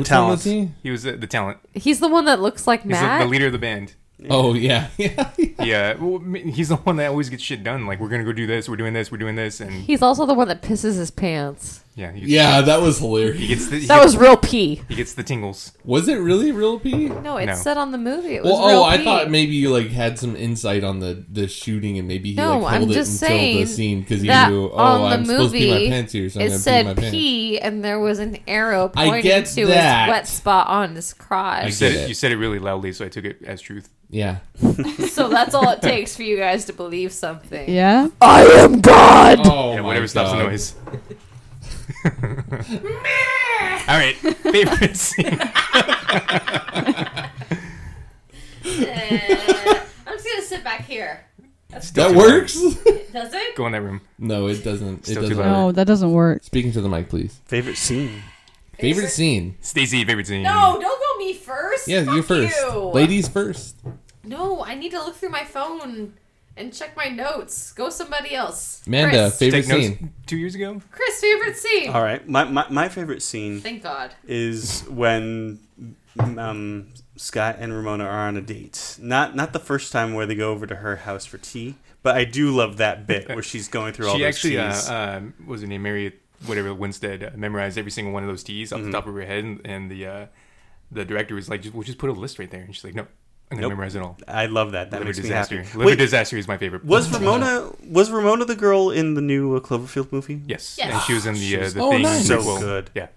Speaker 12: Which
Speaker 10: one
Speaker 8: talent.
Speaker 10: was he?
Speaker 12: He was uh, the talent.
Speaker 11: He's the one that looks like
Speaker 12: He's the,
Speaker 11: Matt.
Speaker 12: the leader of the band.
Speaker 10: Oh yeah.
Speaker 12: yeah. Well, m- he's the one that always gets shit done. Like we're gonna go do this. We're doing this. We're doing this. And
Speaker 11: He's also the one that pisses his pants.
Speaker 12: Yeah. he gets-
Speaker 10: Yeah, that was hilarious.
Speaker 12: He gets the, he
Speaker 11: That
Speaker 12: gets-
Speaker 11: was real pee.
Speaker 12: He gets the tingles.
Speaker 10: Was it really real pee?
Speaker 11: No, it said on the movie. It was
Speaker 10: Well,
Speaker 11: real
Speaker 10: oh, I
Speaker 11: pee.
Speaker 10: thought maybe you like had some insight on the the shooting, and maybe he
Speaker 11: No,
Speaker 10: like
Speaker 11: I'm
Speaker 10: held it
Speaker 11: just
Speaker 10: until the
Speaker 11: saying
Speaker 10: scene because he
Speaker 11: that
Speaker 10: knew,
Speaker 11: on
Speaker 10: oh,
Speaker 11: the
Speaker 10: I'm supposed
Speaker 11: movie
Speaker 10: to pee my pants here, so I'm
Speaker 11: it
Speaker 10: gonna pee my
Speaker 11: said
Speaker 10: pants.
Speaker 11: pee, and there was an arrow
Speaker 10: I
Speaker 11: pointing
Speaker 10: get
Speaker 11: to
Speaker 10: that.
Speaker 11: his wet spot on his crotch.
Speaker 12: You said it. You said it really loudly, so I took it as truth.
Speaker 10: Yeah.
Speaker 11: so that's all it takes for you guys to believe something.
Speaker 13: Yeah?
Speaker 11: I am God.
Speaker 10: Oh,
Speaker 12: yeah,
Speaker 10: my
Speaker 12: whatever stops the
Speaker 10: God.
Speaker 12: noise. All right, favorite scene.
Speaker 11: I'm just gonna sit back here.
Speaker 10: That works.
Speaker 11: Does it?
Speaker 12: Go in that room.
Speaker 10: No, it doesn't.
Speaker 12: Still
Speaker 10: it
Speaker 12: too
Speaker 10: doesn't.
Speaker 12: loud.
Speaker 13: No, that doesn't work.
Speaker 10: Speaking to the mic, please.
Speaker 8: Favorite scene.
Speaker 10: Favorite scene.
Speaker 12: Stacy, favorite scene.
Speaker 11: No, don't go me first.
Speaker 10: Yeah, you
Speaker 11: Fuck
Speaker 10: first.
Speaker 11: you.
Speaker 10: Ladies first.
Speaker 11: No, I need to look through my phone and check my notes. Go somebody else.
Speaker 10: Amanda,
Speaker 11: Chris.
Speaker 10: favorite
Speaker 8: Take notes.
Speaker 10: scene.
Speaker 12: Two years ago.
Speaker 11: Chris, favorite scene.
Speaker 8: All right, my, my, my favorite scene.
Speaker 11: Thank God.
Speaker 8: Is when um, Scott and Ramona are on a date. Not not the first time where they go over to her house for tea, but I do love that bit where she's going through all
Speaker 12: she
Speaker 8: those
Speaker 12: actually uh,
Speaker 8: teas.
Speaker 12: uh, what was her name Mary whatever Winstead uh, memorized every single one of those T's off
Speaker 8: Mm-hmm.
Speaker 12: the top of her head, and, and the uh, the director was like, just, "We'll just put a list right there," and she's like, "No, I'm gonna
Speaker 8: Nope.
Speaker 12: memorize it all."
Speaker 8: I love that. That
Speaker 12: Liver
Speaker 8: makes me
Speaker 12: disaster.
Speaker 8: happy.
Speaker 12: Liver
Speaker 8: Wait,
Speaker 12: disaster is my favorite.
Speaker 8: Was Ramona was Ramona the girl in the new uh, Cloverfield movie?
Speaker 12: Yes. Yes. And she was in the,
Speaker 8: She
Speaker 12: uh,
Speaker 8: was
Speaker 12: the Oh, Thing nice.
Speaker 8: So
Speaker 12: sequel.
Speaker 8: good.
Speaker 12: Yeah.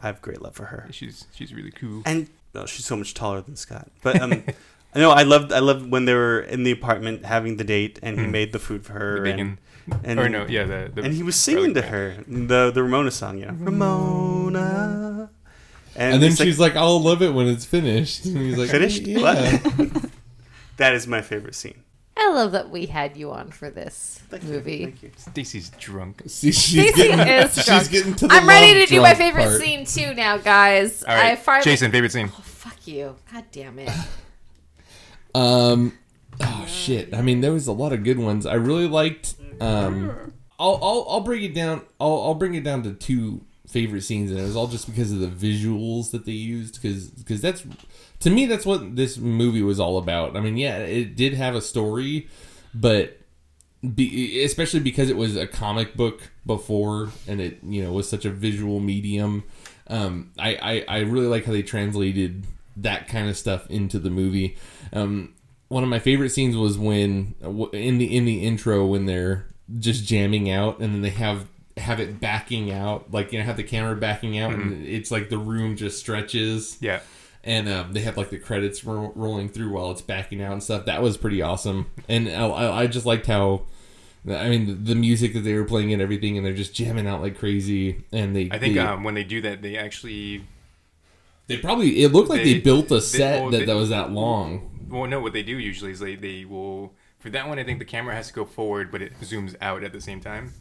Speaker 8: I have great love for her.
Speaker 12: She's she's really cool.
Speaker 8: And no, she's so much taller than Scott. But um, I know I loved I loved when they were in the apartment having the date, and he
Speaker 12: Hmm.
Speaker 8: made the food for her.
Speaker 12: The
Speaker 8: and,
Speaker 12: bacon.
Speaker 8: and
Speaker 12: Or no, yeah, the- the
Speaker 8: and he was singing to her the the Ramona song, you know, Ramona.
Speaker 10: And, then
Speaker 8: he's
Speaker 10: she's like, "I'll love it when it's finished." And he's like,
Speaker 8: finished.
Speaker 10: "Yeah."
Speaker 8: What? that is my favorite scene.
Speaker 11: I love that we had you on for this movie.
Speaker 12: Stacy's drunk.
Speaker 10: See, she's
Speaker 11: Stacey is drunk. I'm ready to do my favorite scene too now, guys.
Speaker 12: All right,
Speaker 11: I finally
Speaker 12: Jason, favorite scene.
Speaker 11: Oh, fuck you. God damn it.
Speaker 10: Um, oh shit! I mean, there was a lot of good ones. I really liked. Um, I'll I'll, I'll bring it down. I'll I'll bring it down to two favorite scenes, and it was all just because of the visuals that they used. Because that's to me that's what this movie was all about. I mean, yeah, it did have a story, but be, especially because it was a comic book before and it you know was such a visual medium um, I, I, I really like how they translated that kind of stuff into the movie um, one of my favorite scenes was when in the in the intro when they're just jamming out and then they have have it backing out like you know have the camera backing out and it's like the room just stretches
Speaker 12: yeah
Speaker 10: and um, they have like the credits ro- rolling through while it's backing out and stuff. That was pretty awesome, and I- I, I just liked how, I mean, the, the music that they were playing and everything, and they're just jamming out like crazy. And they,
Speaker 12: I think
Speaker 10: they,
Speaker 12: um, when they do that, they actually
Speaker 10: they probably it looked like they,
Speaker 12: they-
Speaker 10: built
Speaker 12: they-
Speaker 10: a set
Speaker 12: well,
Speaker 10: that,
Speaker 12: they-
Speaker 10: that was that long.
Speaker 12: Well, no, what they do usually is they, they will. For that one, I think the camera has to go forward, but it zooms out at the same time.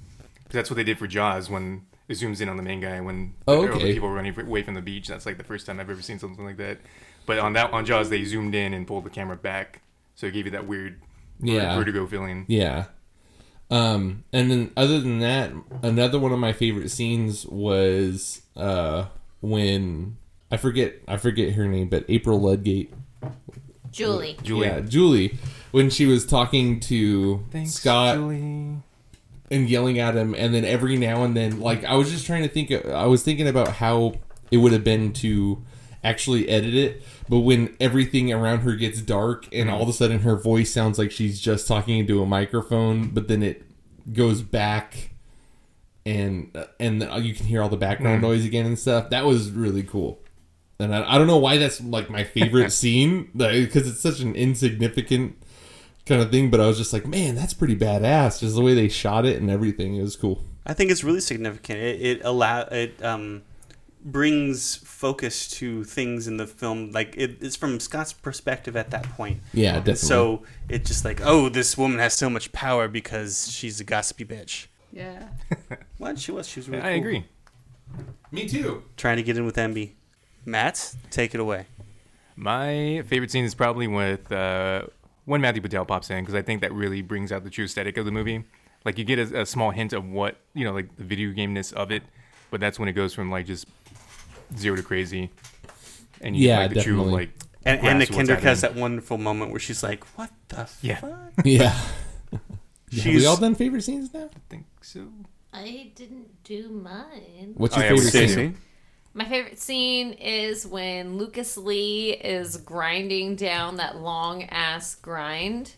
Speaker 12: 'Cause that's what they did for Jaws when it zooms in on the main guy when
Speaker 10: Oh,
Speaker 12: or
Speaker 10: okay.
Speaker 12: the people running away from the beach. That's like the first time I've ever seen something like that. But on that on Jaws, they zoomed in and pulled the camera back, so it gave you that weird
Speaker 10: Yeah,
Speaker 12: vertigo feeling.
Speaker 10: Yeah. Um, and then other than that, another one of my favorite scenes was uh when I forget I forget her name, but April Ludgate
Speaker 11: Julie.
Speaker 10: Yeah, Julie. When she was talking to Scott and yelling at him, and then every now and then, like I was just trying to think. I was thinking about how it would have been to actually edit it, but when everything around her gets dark, and all of a sudden her voice sounds like she's just talking into a microphone, but then it goes back. And and you can hear all the background
Speaker 12: Mhm.
Speaker 10: noise again and stuff. That was really cool, and I, I don't know why that's like my favorite scene because it's such an insignificant kind of thing. But I was just like, man, that's pretty badass. Just the way they shot it and everything. It was cool.
Speaker 8: I think it's really significant. It, it allow it um, brings focus to things in the film. Like it, it's from Scott's perspective at that point.
Speaker 10: Yeah,
Speaker 8: And
Speaker 10: definitely.
Speaker 8: So it's just like, oh, this woman has so much power because she's a gossipy bitch.
Speaker 14: Yeah.
Speaker 8: what she was, she was. Really
Speaker 12: I
Speaker 8: cool.
Speaker 12: agree.
Speaker 10: Me too.
Speaker 8: Trying to get in with MB. Matt, take it away.
Speaker 12: My favorite scene is probably with uh, when Matthew Patel pops in because I think that really brings out the true aesthetic of the movie. Like you get a, a small hint of what you know, like the video gameness of it, but that's when it goes from like just zero to crazy, and you get,
Speaker 10: Yeah,
Speaker 12: like the true
Speaker 10: definitely.
Speaker 12: like.
Speaker 8: And, and the
Speaker 12: grasp of what's
Speaker 8: Kinder has
Speaker 12: happening.
Speaker 8: that wonderful moment where she's like, "What the
Speaker 12: Yeah.
Speaker 8: fuck?"
Speaker 10: Yeah. Have
Speaker 8: She's
Speaker 10: we all done favorite scenes now?
Speaker 12: I think so. Oh,
Speaker 4: I didn't do mine.
Speaker 10: What's your Oh, yeah, favorite we did. scene?
Speaker 11: My favorite scene is when Lucas Lee is grinding down that long ass grind,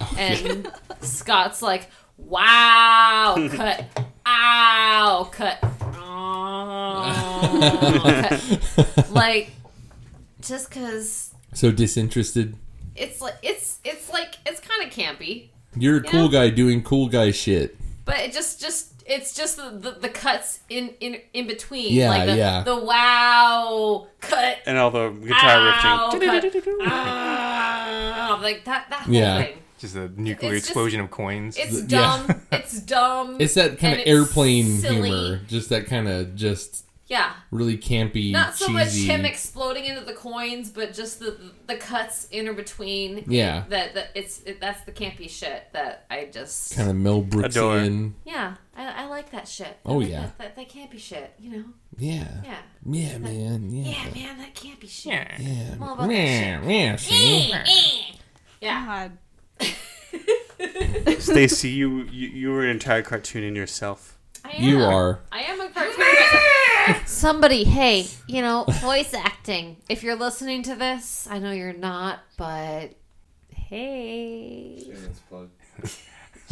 Speaker 10: Oh,
Speaker 11: and Scott's like, "Wow, cut, ow, cut, ow, cut." like just because
Speaker 10: So disinterested.
Speaker 11: it's like it's it's like it's kind of campy.
Speaker 10: You're a
Speaker 11: you
Speaker 10: cool
Speaker 11: know?
Speaker 10: guy doing cool guy shit.
Speaker 11: But it just, just it's just the, the, the cuts in, in in between.
Speaker 10: Yeah,
Speaker 11: like the,
Speaker 10: yeah.
Speaker 11: The wow cut.
Speaker 8: And all the guitar
Speaker 11: ow,
Speaker 8: riffing.
Speaker 11: cut, ow, like that that whole thing.
Speaker 12: Just a nuclear
Speaker 11: It's just-
Speaker 12: explosion of coins.
Speaker 11: It's dumb. It's dumb.
Speaker 10: It's that kind
Speaker 11: and
Speaker 10: of
Speaker 11: it's
Speaker 10: airplane
Speaker 11: silly.
Speaker 10: humor, just that kind of just
Speaker 11: Yeah.
Speaker 10: really campy,
Speaker 11: Not so much
Speaker 10: cheesy.
Speaker 11: him exploding into the coins, but just the the cuts in or between.
Speaker 10: Yeah.
Speaker 11: That that it's it, that's the campy shit that I just
Speaker 10: kind of Mel Brooksian.
Speaker 11: Yeah, I, I like that shit. I
Speaker 10: Oh,
Speaker 11: like
Speaker 10: yeah.
Speaker 11: that, that, that can't be shit. You know.
Speaker 10: Yeah.
Speaker 11: Yeah.
Speaker 10: Yeah,
Speaker 11: That-
Speaker 10: man. Yeah.
Speaker 11: Yeah, man, that can't be shit.
Speaker 10: Yeah. Yeah.
Speaker 11: I'm all about
Speaker 10: Yeah,
Speaker 11: that shit.
Speaker 10: yeah,
Speaker 11: Eh,
Speaker 10: see?
Speaker 11: eh. Yeah.
Speaker 8: Stacy, you, you you were an entire cartoon in yourself.
Speaker 11: I
Speaker 10: You are.
Speaker 11: I am a cartoon. Somebody, hey, you know, voice acting. If you're listening to this, I know you're not, but hey. Shameless plug.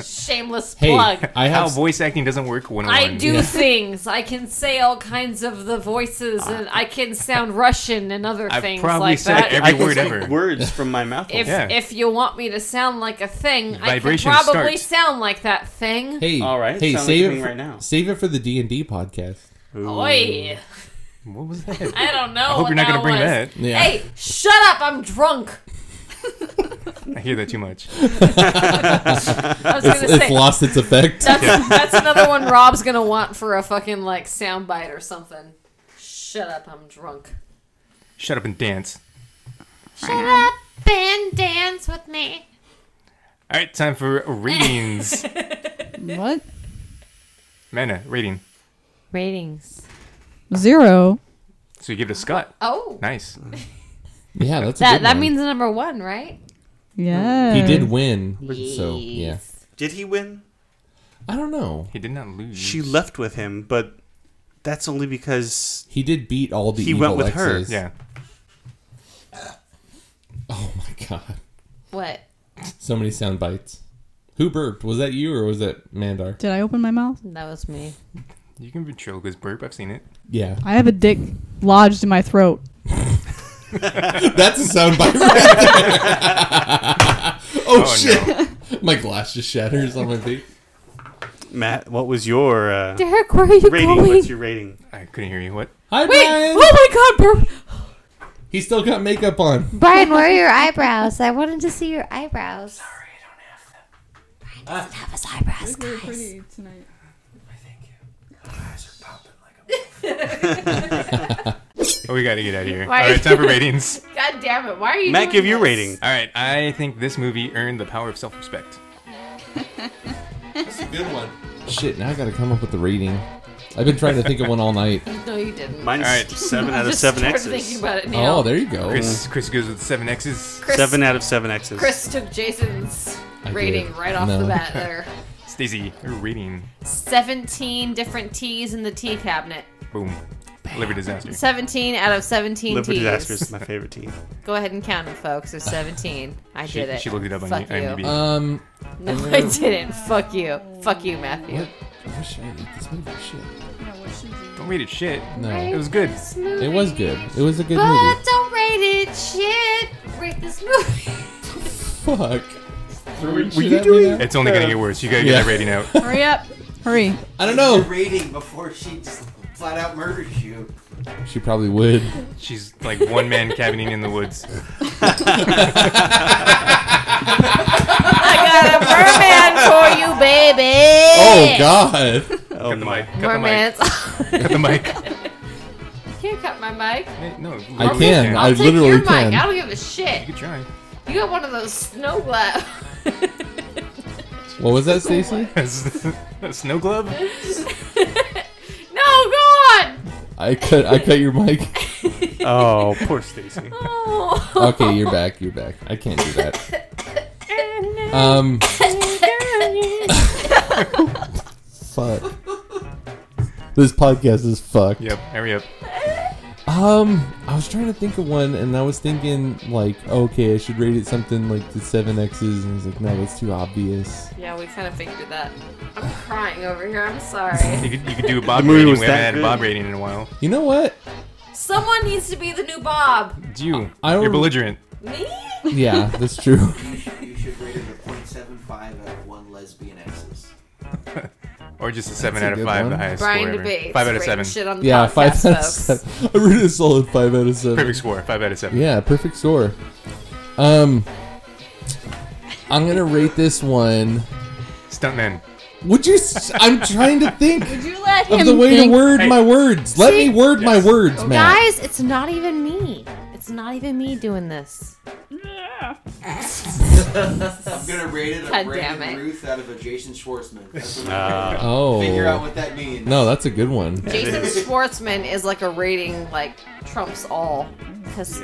Speaker 11: Shameless plug.
Speaker 12: I have... How voice acting doesn't work when
Speaker 11: I do things. I can say all kinds of the voices, and I can sound Russian and other
Speaker 8: I've
Speaker 11: things
Speaker 8: probably
Speaker 11: like
Speaker 8: said
Speaker 11: that.
Speaker 8: every I can word speak ever. words from my mouth.
Speaker 11: If
Speaker 8: Yeah.
Speaker 11: if you want me to sound like a thing, I could
Speaker 10: Vibration
Speaker 11: probably
Speaker 10: start.
Speaker 11: sound like that thing.
Speaker 10: Hey.
Speaker 8: All right,
Speaker 10: Hey,
Speaker 8: sounds like
Speaker 10: save
Speaker 8: me
Speaker 10: it for,
Speaker 8: right now.
Speaker 10: Save it for the D and D podcast.
Speaker 11: Oi.
Speaker 12: What was that?
Speaker 11: I don't know.
Speaker 12: I hope
Speaker 11: what
Speaker 12: you're not
Speaker 11: that
Speaker 12: gonna bring
Speaker 11: was.
Speaker 12: that. Yeah.
Speaker 11: Hey, shut up! I'm drunk.
Speaker 12: I hear that too much.
Speaker 11: I was gonna say, That's, that's another one Rob's gonna want for a fucking like soundbite or something. Shut up! I'm drunk.
Speaker 12: Shut up and dance.
Speaker 11: Shut up and dance with me.
Speaker 12: All right, time for ratings.
Speaker 13: What?
Speaker 12: Mana, rating.
Speaker 11: Ratings.
Speaker 13: Zero.
Speaker 12: So you give it a Scott.
Speaker 11: Oh.
Speaker 12: Nice.
Speaker 10: Yeah, that's a
Speaker 11: That
Speaker 10: good
Speaker 11: that
Speaker 10: one.
Speaker 11: means number one, right?
Speaker 13: Yeah.
Speaker 10: He did win. So yeah.
Speaker 8: Did he win?
Speaker 10: I don't know.
Speaker 12: He did not lose.
Speaker 8: She left with him, but that's only because
Speaker 10: he did beat all the
Speaker 8: He
Speaker 10: evil
Speaker 8: went with her.
Speaker 10: exes.
Speaker 8: Yeah.
Speaker 10: Oh my god.
Speaker 11: What?
Speaker 10: So many sound bites. Who burped? Was that you or was that Mandar?
Speaker 13: Did I open my mouth?
Speaker 11: That was me.
Speaker 12: You can ventriloquist burp. I've seen it.
Speaker 10: Yeah.
Speaker 13: I have a dick lodged in my throat.
Speaker 10: That's a soundbite right there. oh,
Speaker 8: Oh,
Speaker 10: shit. My glass just shatters on my feet.
Speaker 8: Matt, what was your uh,
Speaker 11: Derek, where are you
Speaker 8: rating?
Speaker 11: going?
Speaker 8: What's your rating?
Speaker 12: I couldn't hear you. What?
Speaker 10: Hi,
Speaker 11: Wait!
Speaker 10: Brian.
Speaker 11: Oh my god, bro!
Speaker 10: He still got makeup on.
Speaker 4: Brian, where are your eyebrows? I wanted to see your eyebrows. Sorry, I don't have them. Brian doesn't have his eyebrows, guys.
Speaker 13: tonight.
Speaker 12: Oh, we got to get out of here.
Speaker 11: Why-
Speaker 12: All right, time for ratings.
Speaker 11: God damn it! Why are you? doing this?
Speaker 12: All right, I think this movie earned the power of self-respect.
Speaker 10: That's a good one. Shit, now I gotta come up with the rating. I've been trying to think of one all night. Oh,
Speaker 11: No, you didn't.
Speaker 8: Mine's seven
Speaker 11: I
Speaker 8: out of
Speaker 11: just
Speaker 8: seven
Speaker 11: started
Speaker 8: X's.
Speaker 11: thinking about it now.
Speaker 10: you go.
Speaker 12: Chris, Chris goes with seven X's.
Speaker 11: Chris-
Speaker 8: Seven out of seven X's.
Speaker 11: Chris took Jason's
Speaker 12: I did.
Speaker 11: rating right off the
Speaker 12: No.
Speaker 11: bat there.
Speaker 12: Stacy, your rating.
Speaker 11: 17 different teas in the tea cabinet.
Speaker 12: Boom. Liver disaster.
Speaker 11: 17 out of 17
Speaker 8: Liver
Speaker 11: teas.
Speaker 8: disaster is my favorite team.
Speaker 11: Go ahead and count them, folks. There's 17. I
Speaker 8: She-
Speaker 11: did it.
Speaker 8: she looked it up on
Speaker 11: Fuck
Speaker 8: I-
Speaker 11: you.
Speaker 8: IMDb.
Speaker 10: Um,
Speaker 11: No, I didn't. Fuck you. Fuck you, Matthew.
Speaker 10: I wish I ate this movie. Shit. Uh.
Speaker 12: Don't rate it shit.
Speaker 10: No.
Speaker 12: It was good.
Speaker 10: It was good. It was a good
Speaker 11: But
Speaker 10: movie.
Speaker 11: don't rate it shit. Rate this movie.
Speaker 10: Fuck.
Speaker 12: Were you doing? It's only gonna get worse. You gotta get
Speaker 10: Yeah.
Speaker 12: that rating out.
Speaker 13: Hurry up. Hurry.
Speaker 10: I don't know.
Speaker 15: Rating before she just flat out murders you.
Speaker 10: She probably would.
Speaker 12: She's like one man cabining in the woods.
Speaker 11: I got a merman for you, baby.
Speaker 10: Oh god.
Speaker 8: Oh
Speaker 12: Cut the mic. Cut
Speaker 11: Merman's.
Speaker 12: the mic. Cut the mic.
Speaker 11: You can't cut my mic.
Speaker 12: no,
Speaker 10: I
Speaker 11: I'll
Speaker 10: can.
Speaker 11: take-
Speaker 10: I
Speaker 11: I'll take
Speaker 10: literally
Speaker 11: your
Speaker 10: can.
Speaker 11: Mic. I don't give a shit.
Speaker 12: You try.
Speaker 11: You got one of those snow gloves.
Speaker 10: What was that, Stacy?
Speaker 12: A snow glove?
Speaker 11: no, go on.
Speaker 10: I cut. I cut your mic.
Speaker 8: Oh, poor Stacy.
Speaker 11: Oh.
Speaker 10: Okay, you're back. You're back. I can't do that. Um. Fuck. This podcast is fucked.
Speaker 12: Yep. Hurry up.
Speaker 10: Um, I was trying to think of one, and I was thinking like, okay, I should rate it something like the seven X's, and I was like, no, that's too obvious.
Speaker 11: Yeah, we kind of figured that. I'm crying over here. I'm sorry.
Speaker 12: You could, you could do a Bob rating. We haven't had a Bob rating in a while.
Speaker 10: You know what?
Speaker 11: Someone needs to be the new Bob.
Speaker 12: It's you.
Speaker 10: I
Speaker 12: You're
Speaker 10: don't-
Speaker 12: belligerent.
Speaker 11: Me?
Speaker 10: Yeah, that's true.
Speaker 15: You should, you should rate it a 0.75 out of one lesbian X's.
Speaker 12: Or just a
Speaker 10: That's
Speaker 12: seven
Speaker 10: a
Speaker 12: out of
Speaker 10: good
Speaker 12: five,
Speaker 10: one.
Speaker 12: the highest
Speaker 11: Brian
Speaker 12: score ever.
Speaker 11: debates
Speaker 12: Five out of
Speaker 11: rating
Speaker 12: seven.
Speaker 11: shit on the
Speaker 10: yeah, five
Speaker 11: podcast,
Speaker 10: out of
Speaker 11: folks.
Speaker 10: seven. I rated a solid five out of seven.
Speaker 12: Perfect score. Five out of seven.
Speaker 10: Yeah, perfect score. Um, I'm gonna rate this one.
Speaker 12: Stuntman.
Speaker 10: Would you? s- I'm trying to think
Speaker 4: Would you let him
Speaker 10: of the way
Speaker 4: think?
Speaker 10: to word my words. Let
Speaker 4: See?
Speaker 10: me word my words, Matt.
Speaker 4: Guys, it's not even me. It's not even me doing this.
Speaker 15: I'm gonna rate it a
Speaker 4: God damn
Speaker 15: Brandon
Speaker 4: it.
Speaker 15: Ruth out of a Jason Schwartzman. That's what
Speaker 10: Ah.
Speaker 15: I'm gonna
Speaker 10: Oh.
Speaker 15: Figure out what that means.
Speaker 10: No, that's a good one.
Speaker 11: Jason Schwartzman is like a rating like trumps all because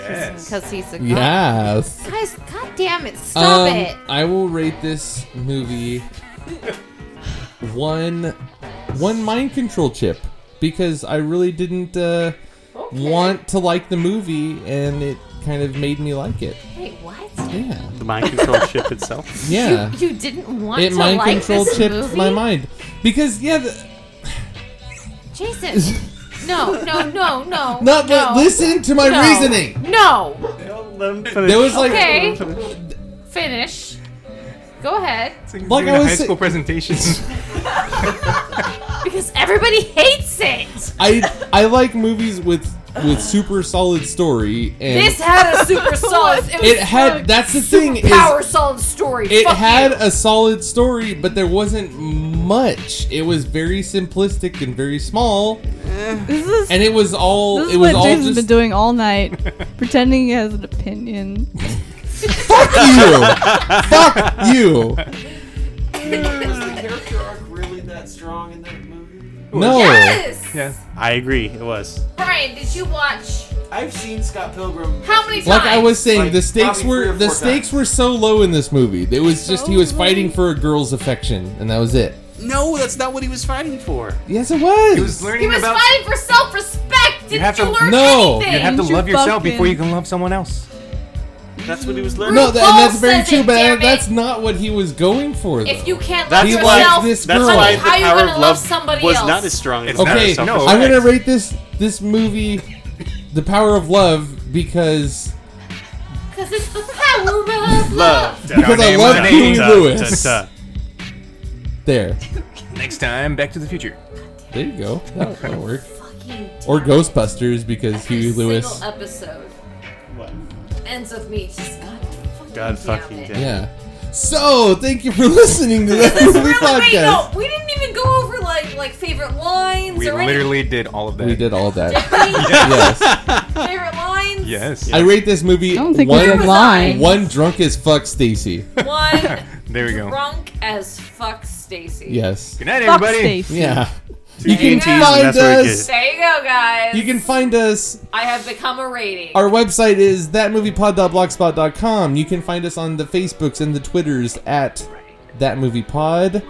Speaker 11: he's a god.
Speaker 10: Yes.
Speaker 11: Guys, god damn it, stop
Speaker 10: Um,
Speaker 11: it.
Speaker 10: I will rate this movie one one mind control chip because I really didn't uh, want to like the movie, and it kind of made me like it.
Speaker 4: Wait, what?
Speaker 10: Yeah.
Speaker 8: The mind control chip itself.
Speaker 10: Yeah.
Speaker 4: You didn't want
Speaker 10: it
Speaker 4: to
Speaker 10: mind
Speaker 4: like
Speaker 10: control
Speaker 4: this
Speaker 10: chipped
Speaker 4: movie?
Speaker 10: my mind because yeah, the,
Speaker 4: Jason. No, no, no, no.
Speaker 10: Not-
Speaker 4: no.
Speaker 10: listen to my reasoning.
Speaker 4: No.
Speaker 10: there was like
Speaker 4: okay. Finish. Go ahead.
Speaker 10: Like I
Speaker 12: Doing the
Speaker 10: was
Speaker 12: high
Speaker 10: sa-
Speaker 12: school presentations.
Speaker 4: Because everybody hates it.
Speaker 10: I I like movies with with super solid story and
Speaker 11: This had a super solid. It, was
Speaker 10: it had that's the thing
Speaker 11: a power
Speaker 10: is
Speaker 11: solid story.
Speaker 10: it
Speaker 11: Fuck
Speaker 10: had
Speaker 11: you.
Speaker 10: a solid story but there wasn't much it was very simplistic and very small
Speaker 13: This is
Speaker 10: and it was all
Speaker 13: this is
Speaker 10: it was
Speaker 13: what
Speaker 10: all
Speaker 13: Jason's
Speaker 10: just
Speaker 13: been doing all night, pretending he has an opinion.
Speaker 10: fuck you fuck you
Speaker 15: Was the character arc really that strong in that movie?
Speaker 10: no
Speaker 4: Yes!
Speaker 12: Yeah.
Speaker 8: I agree. It was.
Speaker 4: Brian, did you watch?
Speaker 15: I've seen Scott Pilgrim.
Speaker 4: How many times?
Speaker 10: like I was saying,
Speaker 15: Like,
Speaker 10: the stakes
Speaker 15: probably three
Speaker 10: were
Speaker 15: or
Speaker 10: the
Speaker 15: four
Speaker 10: stakes were so low in this movie. It was just he was fighting for a girl's affection, and that was it.
Speaker 8: No, that's not what he was fighting for.
Speaker 10: Yes, it was.
Speaker 12: He was learning
Speaker 4: He was
Speaker 12: about.
Speaker 4: fighting for self-respect. Did
Speaker 12: you have
Speaker 4: you
Speaker 12: to
Speaker 4: learn
Speaker 10: No!
Speaker 4: anything?
Speaker 12: You have to
Speaker 10: Didn't you
Speaker 12: love yourself
Speaker 10: fucking-
Speaker 12: before you can love someone else.
Speaker 8: That's what he was learning.
Speaker 10: no, that, and that's
Speaker 4: RuPaul
Speaker 10: very
Speaker 4: says
Speaker 10: true,
Speaker 4: it,
Speaker 10: but
Speaker 4: damn
Speaker 10: I,
Speaker 4: it.
Speaker 10: that's not what he was going for. Though.
Speaker 4: If you can't love
Speaker 10: That's why-
Speaker 4: yourself,
Speaker 10: this
Speaker 8: that's
Speaker 10: girl.
Speaker 8: why the
Speaker 4: How you
Speaker 8: power
Speaker 4: gonna
Speaker 8: of
Speaker 4: love
Speaker 8: love
Speaker 4: somebody
Speaker 8: was
Speaker 4: else?
Speaker 8: not as strong. as
Speaker 10: okay,
Speaker 8: that.
Speaker 10: I'm gonna rate this this movie, The Power of Love, because
Speaker 4: Because it's the power of
Speaker 8: love.
Speaker 10: because I love Huey Lewis. There,
Speaker 12: Next time, Back to the Future.
Speaker 10: there you go. That'll, that'll work.
Speaker 11: Fucking
Speaker 10: Or Ghostbusters because Huey Lewis.
Speaker 11: Single episode. What? Ends with me just God.
Speaker 8: God fucking damn.
Speaker 10: Yeah. So thank you for listening to that
Speaker 11: This
Speaker 10: movie
Speaker 11: really- wait,
Speaker 10: podcast.
Speaker 11: no, we didn't even go over like like favorite lines
Speaker 12: We
Speaker 11: or any
Speaker 12: literally did all of that.
Speaker 10: We did all that.
Speaker 11: favorite lines.
Speaker 12: yes.
Speaker 10: I rate this movie
Speaker 13: don't think we
Speaker 10: one,
Speaker 13: did lines.
Speaker 10: one drunk as fuck Stacy.
Speaker 11: One
Speaker 12: There we go.
Speaker 11: drunk as fuck Stacy.
Speaker 10: Yes.
Speaker 12: Good night,
Speaker 13: Fuck
Speaker 12: everybody.
Speaker 13: Stacy.
Speaker 10: Yeah.
Speaker 11: There
Speaker 10: You can
Speaker 11: go.
Speaker 10: find us.
Speaker 11: There you go, guys.
Speaker 10: You can find us.
Speaker 11: I have become a rating.
Speaker 10: Our website is thatmoviepod.blogspot.com. You can find us on the Facebooks and the Twitters at thatmoviepod.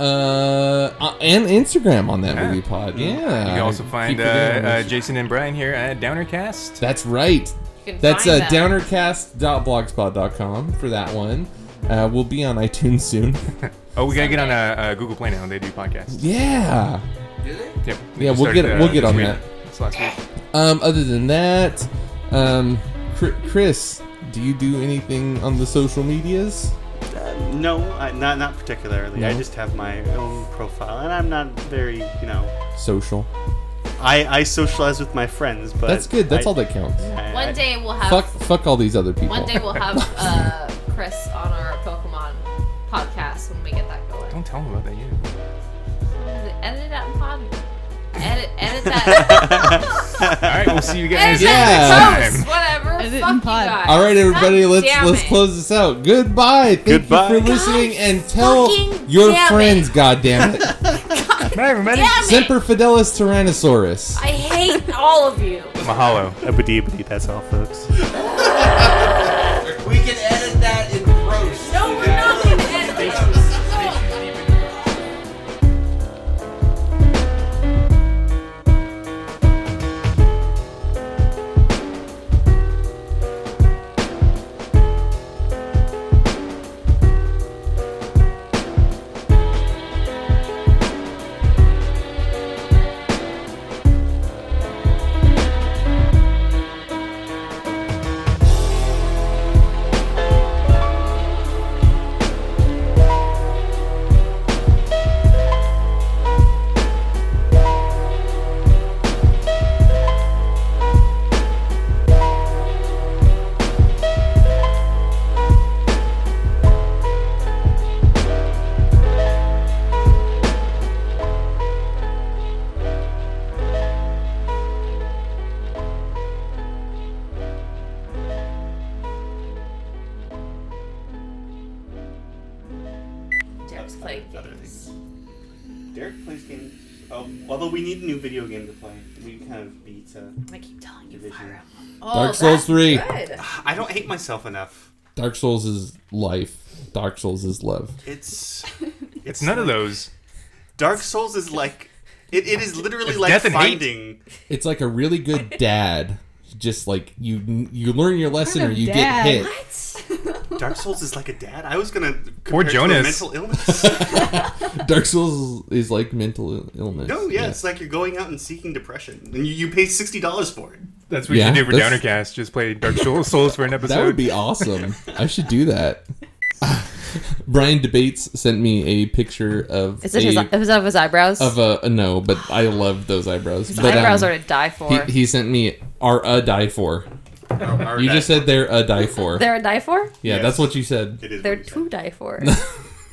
Speaker 10: Uh, uh, and Instagram on that movie pod. Yeah.
Speaker 12: Mm-hmm. You can also
Speaker 10: I
Speaker 12: find uh,
Speaker 10: keep forgetting
Speaker 12: uh,
Speaker 10: this.
Speaker 12: Jason and Brian here at Downercast.
Speaker 10: That's right.
Speaker 11: can
Speaker 10: That's uh,
Speaker 11: find them.
Speaker 10: downercast.blogspot.com for that one. Uh, we'll be on iTunes soon.
Speaker 12: Oh, we gotta get on uh, uh, Google Play now. They do podcasts.
Speaker 10: yeah.
Speaker 12: Yep.
Speaker 10: Yeah, we'll
Speaker 12: started,
Speaker 10: get- we'll get
Speaker 12: this
Speaker 10: on
Speaker 12: week.
Speaker 10: that.
Speaker 12: It's last week.
Speaker 10: Um, other than that, um, Chr- Chris, do you do anything on the social medias?
Speaker 8: No, I, not not particularly. I
Speaker 10: No?
Speaker 8: just have my own profile, and I'm not very, you know,
Speaker 10: Social.
Speaker 8: I, I socialize with my friends, but
Speaker 10: That's good. That's
Speaker 8: I-
Speaker 10: all that counts.
Speaker 8: I- I-
Speaker 11: One day we'll have
Speaker 10: Fuck, fuck all these other people.
Speaker 11: one day we'll have uh, Chris on our Pokemon podcast when we get that going.
Speaker 12: Don't tell them about that yet.
Speaker 11: Edit that pod. Edit edit that.
Speaker 12: all right, we'll see you
Speaker 11: edit
Speaker 12: guys.
Speaker 10: Yeah.
Speaker 11: that post, whatever. Fuck you guys.
Speaker 10: all right, everybody,
Speaker 11: God
Speaker 10: let's
Speaker 11: damn
Speaker 10: let's
Speaker 11: it.
Speaker 10: close this out. Goodbye. Thank
Speaker 8: Goodbye.
Speaker 10: you for listening, and tell
Speaker 11: fucking
Speaker 10: your
Speaker 11: damn it.
Speaker 10: friends. Goddamn it!
Speaker 12: Bye, everybody.
Speaker 11: Damn it.
Speaker 10: Semper Fidelis Tyrannosaurus.
Speaker 11: I hate all of you.
Speaker 12: Mahalo.
Speaker 8: Abadi, abadi, that's all, folks.
Speaker 15: We can edit that in post.
Speaker 11: No, we're not gonna edit it. No.
Speaker 8: um, Although we need a new video game to play. We kind of beat. Uh, I keep telling you,
Speaker 10: Oh, Dark Souls that's 3. good.
Speaker 8: I don't hate myself enough.
Speaker 10: Dark Souls is life. Dark Souls is love.
Speaker 8: It's
Speaker 12: It's, none of those.
Speaker 8: Dark Souls is like it, it is literally
Speaker 12: It's
Speaker 8: like
Speaker 12: death and hate.
Speaker 8: finding
Speaker 10: It's like a really good dad. Just like you, you learn your lesson or you
Speaker 8: dad.
Speaker 10: get hit.
Speaker 8: Dark Souls is like a dad. I was gonna
Speaker 10: Poor
Speaker 8: compare it
Speaker 10: Jonas.
Speaker 8: to a mental illness.
Speaker 10: Dark Souls is like mental ill- illness.
Speaker 8: no, yeah, it's like you're going out and seeking depression, and you, you pay sixty dollars for it.
Speaker 12: That's what you
Speaker 10: Yeah,
Speaker 12: should do for
Speaker 10: that's-
Speaker 12: Downercast. Just play Dark Souls Souls for an episode.
Speaker 10: That would be awesome. I should do that. Brian debates sent me a picture of
Speaker 11: Is it
Speaker 10: a-
Speaker 11: his? Is that of his eyebrows?
Speaker 10: of a uh, no, but I love those eyebrows.
Speaker 11: His
Speaker 10: But, um,
Speaker 11: eyebrows are to die for.
Speaker 10: He, he sent me are a die for.
Speaker 8: are
Speaker 10: you just said they're a die for.
Speaker 11: They're a die for.
Speaker 10: yeah, that's what you said.
Speaker 11: They're to die for.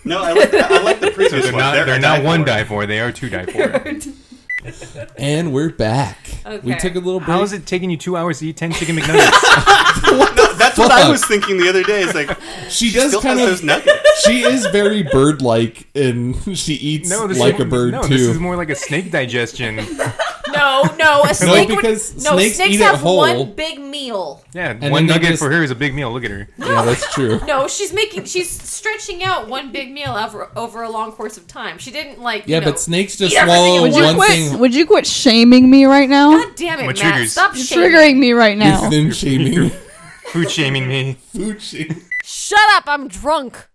Speaker 8: No, I like I like the
Speaker 12: So
Speaker 8: previous
Speaker 12: they're
Speaker 8: one.
Speaker 12: not,
Speaker 8: They're
Speaker 12: they're
Speaker 8: a
Speaker 12: not
Speaker 8: die
Speaker 12: one
Speaker 8: for.
Speaker 12: die for, they are two die for.
Speaker 10: And we're back. We took a little break.
Speaker 12: How is it taking you two hours to eat 10 chicken McNuggets?
Speaker 8: No, that's what I
Speaker 10: fuck?
Speaker 8: was thinking the other day. Is like
Speaker 10: she does
Speaker 8: still
Speaker 10: kind
Speaker 8: has
Speaker 10: of-
Speaker 8: those nuggets.
Speaker 10: she is very bird like and she eats
Speaker 12: no, this
Speaker 10: like
Speaker 12: is,
Speaker 10: a bird
Speaker 12: no,
Speaker 10: too.
Speaker 12: this is more like a snake digestion.
Speaker 11: no, no, a snake. would-
Speaker 10: because
Speaker 11: no,
Speaker 10: snakes eat it
Speaker 11: have
Speaker 10: whole.
Speaker 11: one big meal.
Speaker 12: Yeah,
Speaker 10: then
Speaker 12: one
Speaker 10: they
Speaker 12: nugget
Speaker 10: just-
Speaker 12: for her is a big meal. Look at her.
Speaker 10: Yeah, that's true.
Speaker 11: No, she's making. She's stretching out one big meal over, over a long course of time. She didn't like. you
Speaker 10: Yeah,
Speaker 11: know,
Speaker 10: but snakes just
Speaker 11: eat everything
Speaker 10: swallow
Speaker 11: at once.
Speaker 10: one thing.
Speaker 13: Would you quit shaming me right now?
Speaker 11: God damn it,
Speaker 12: What
Speaker 11: Matt!
Speaker 12: triggers?
Speaker 11: Stop
Speaker 13: You're
Speaker 11: shaming.
Speaker 13: triggering me right
Speaker 10: You're
Speaker 13: now.
Speaker 10: thin shaming.
Speaker 12: Food shaming me.
Speaker 10: Food shaming.
Speaker 11: Shut up! I'm drunk.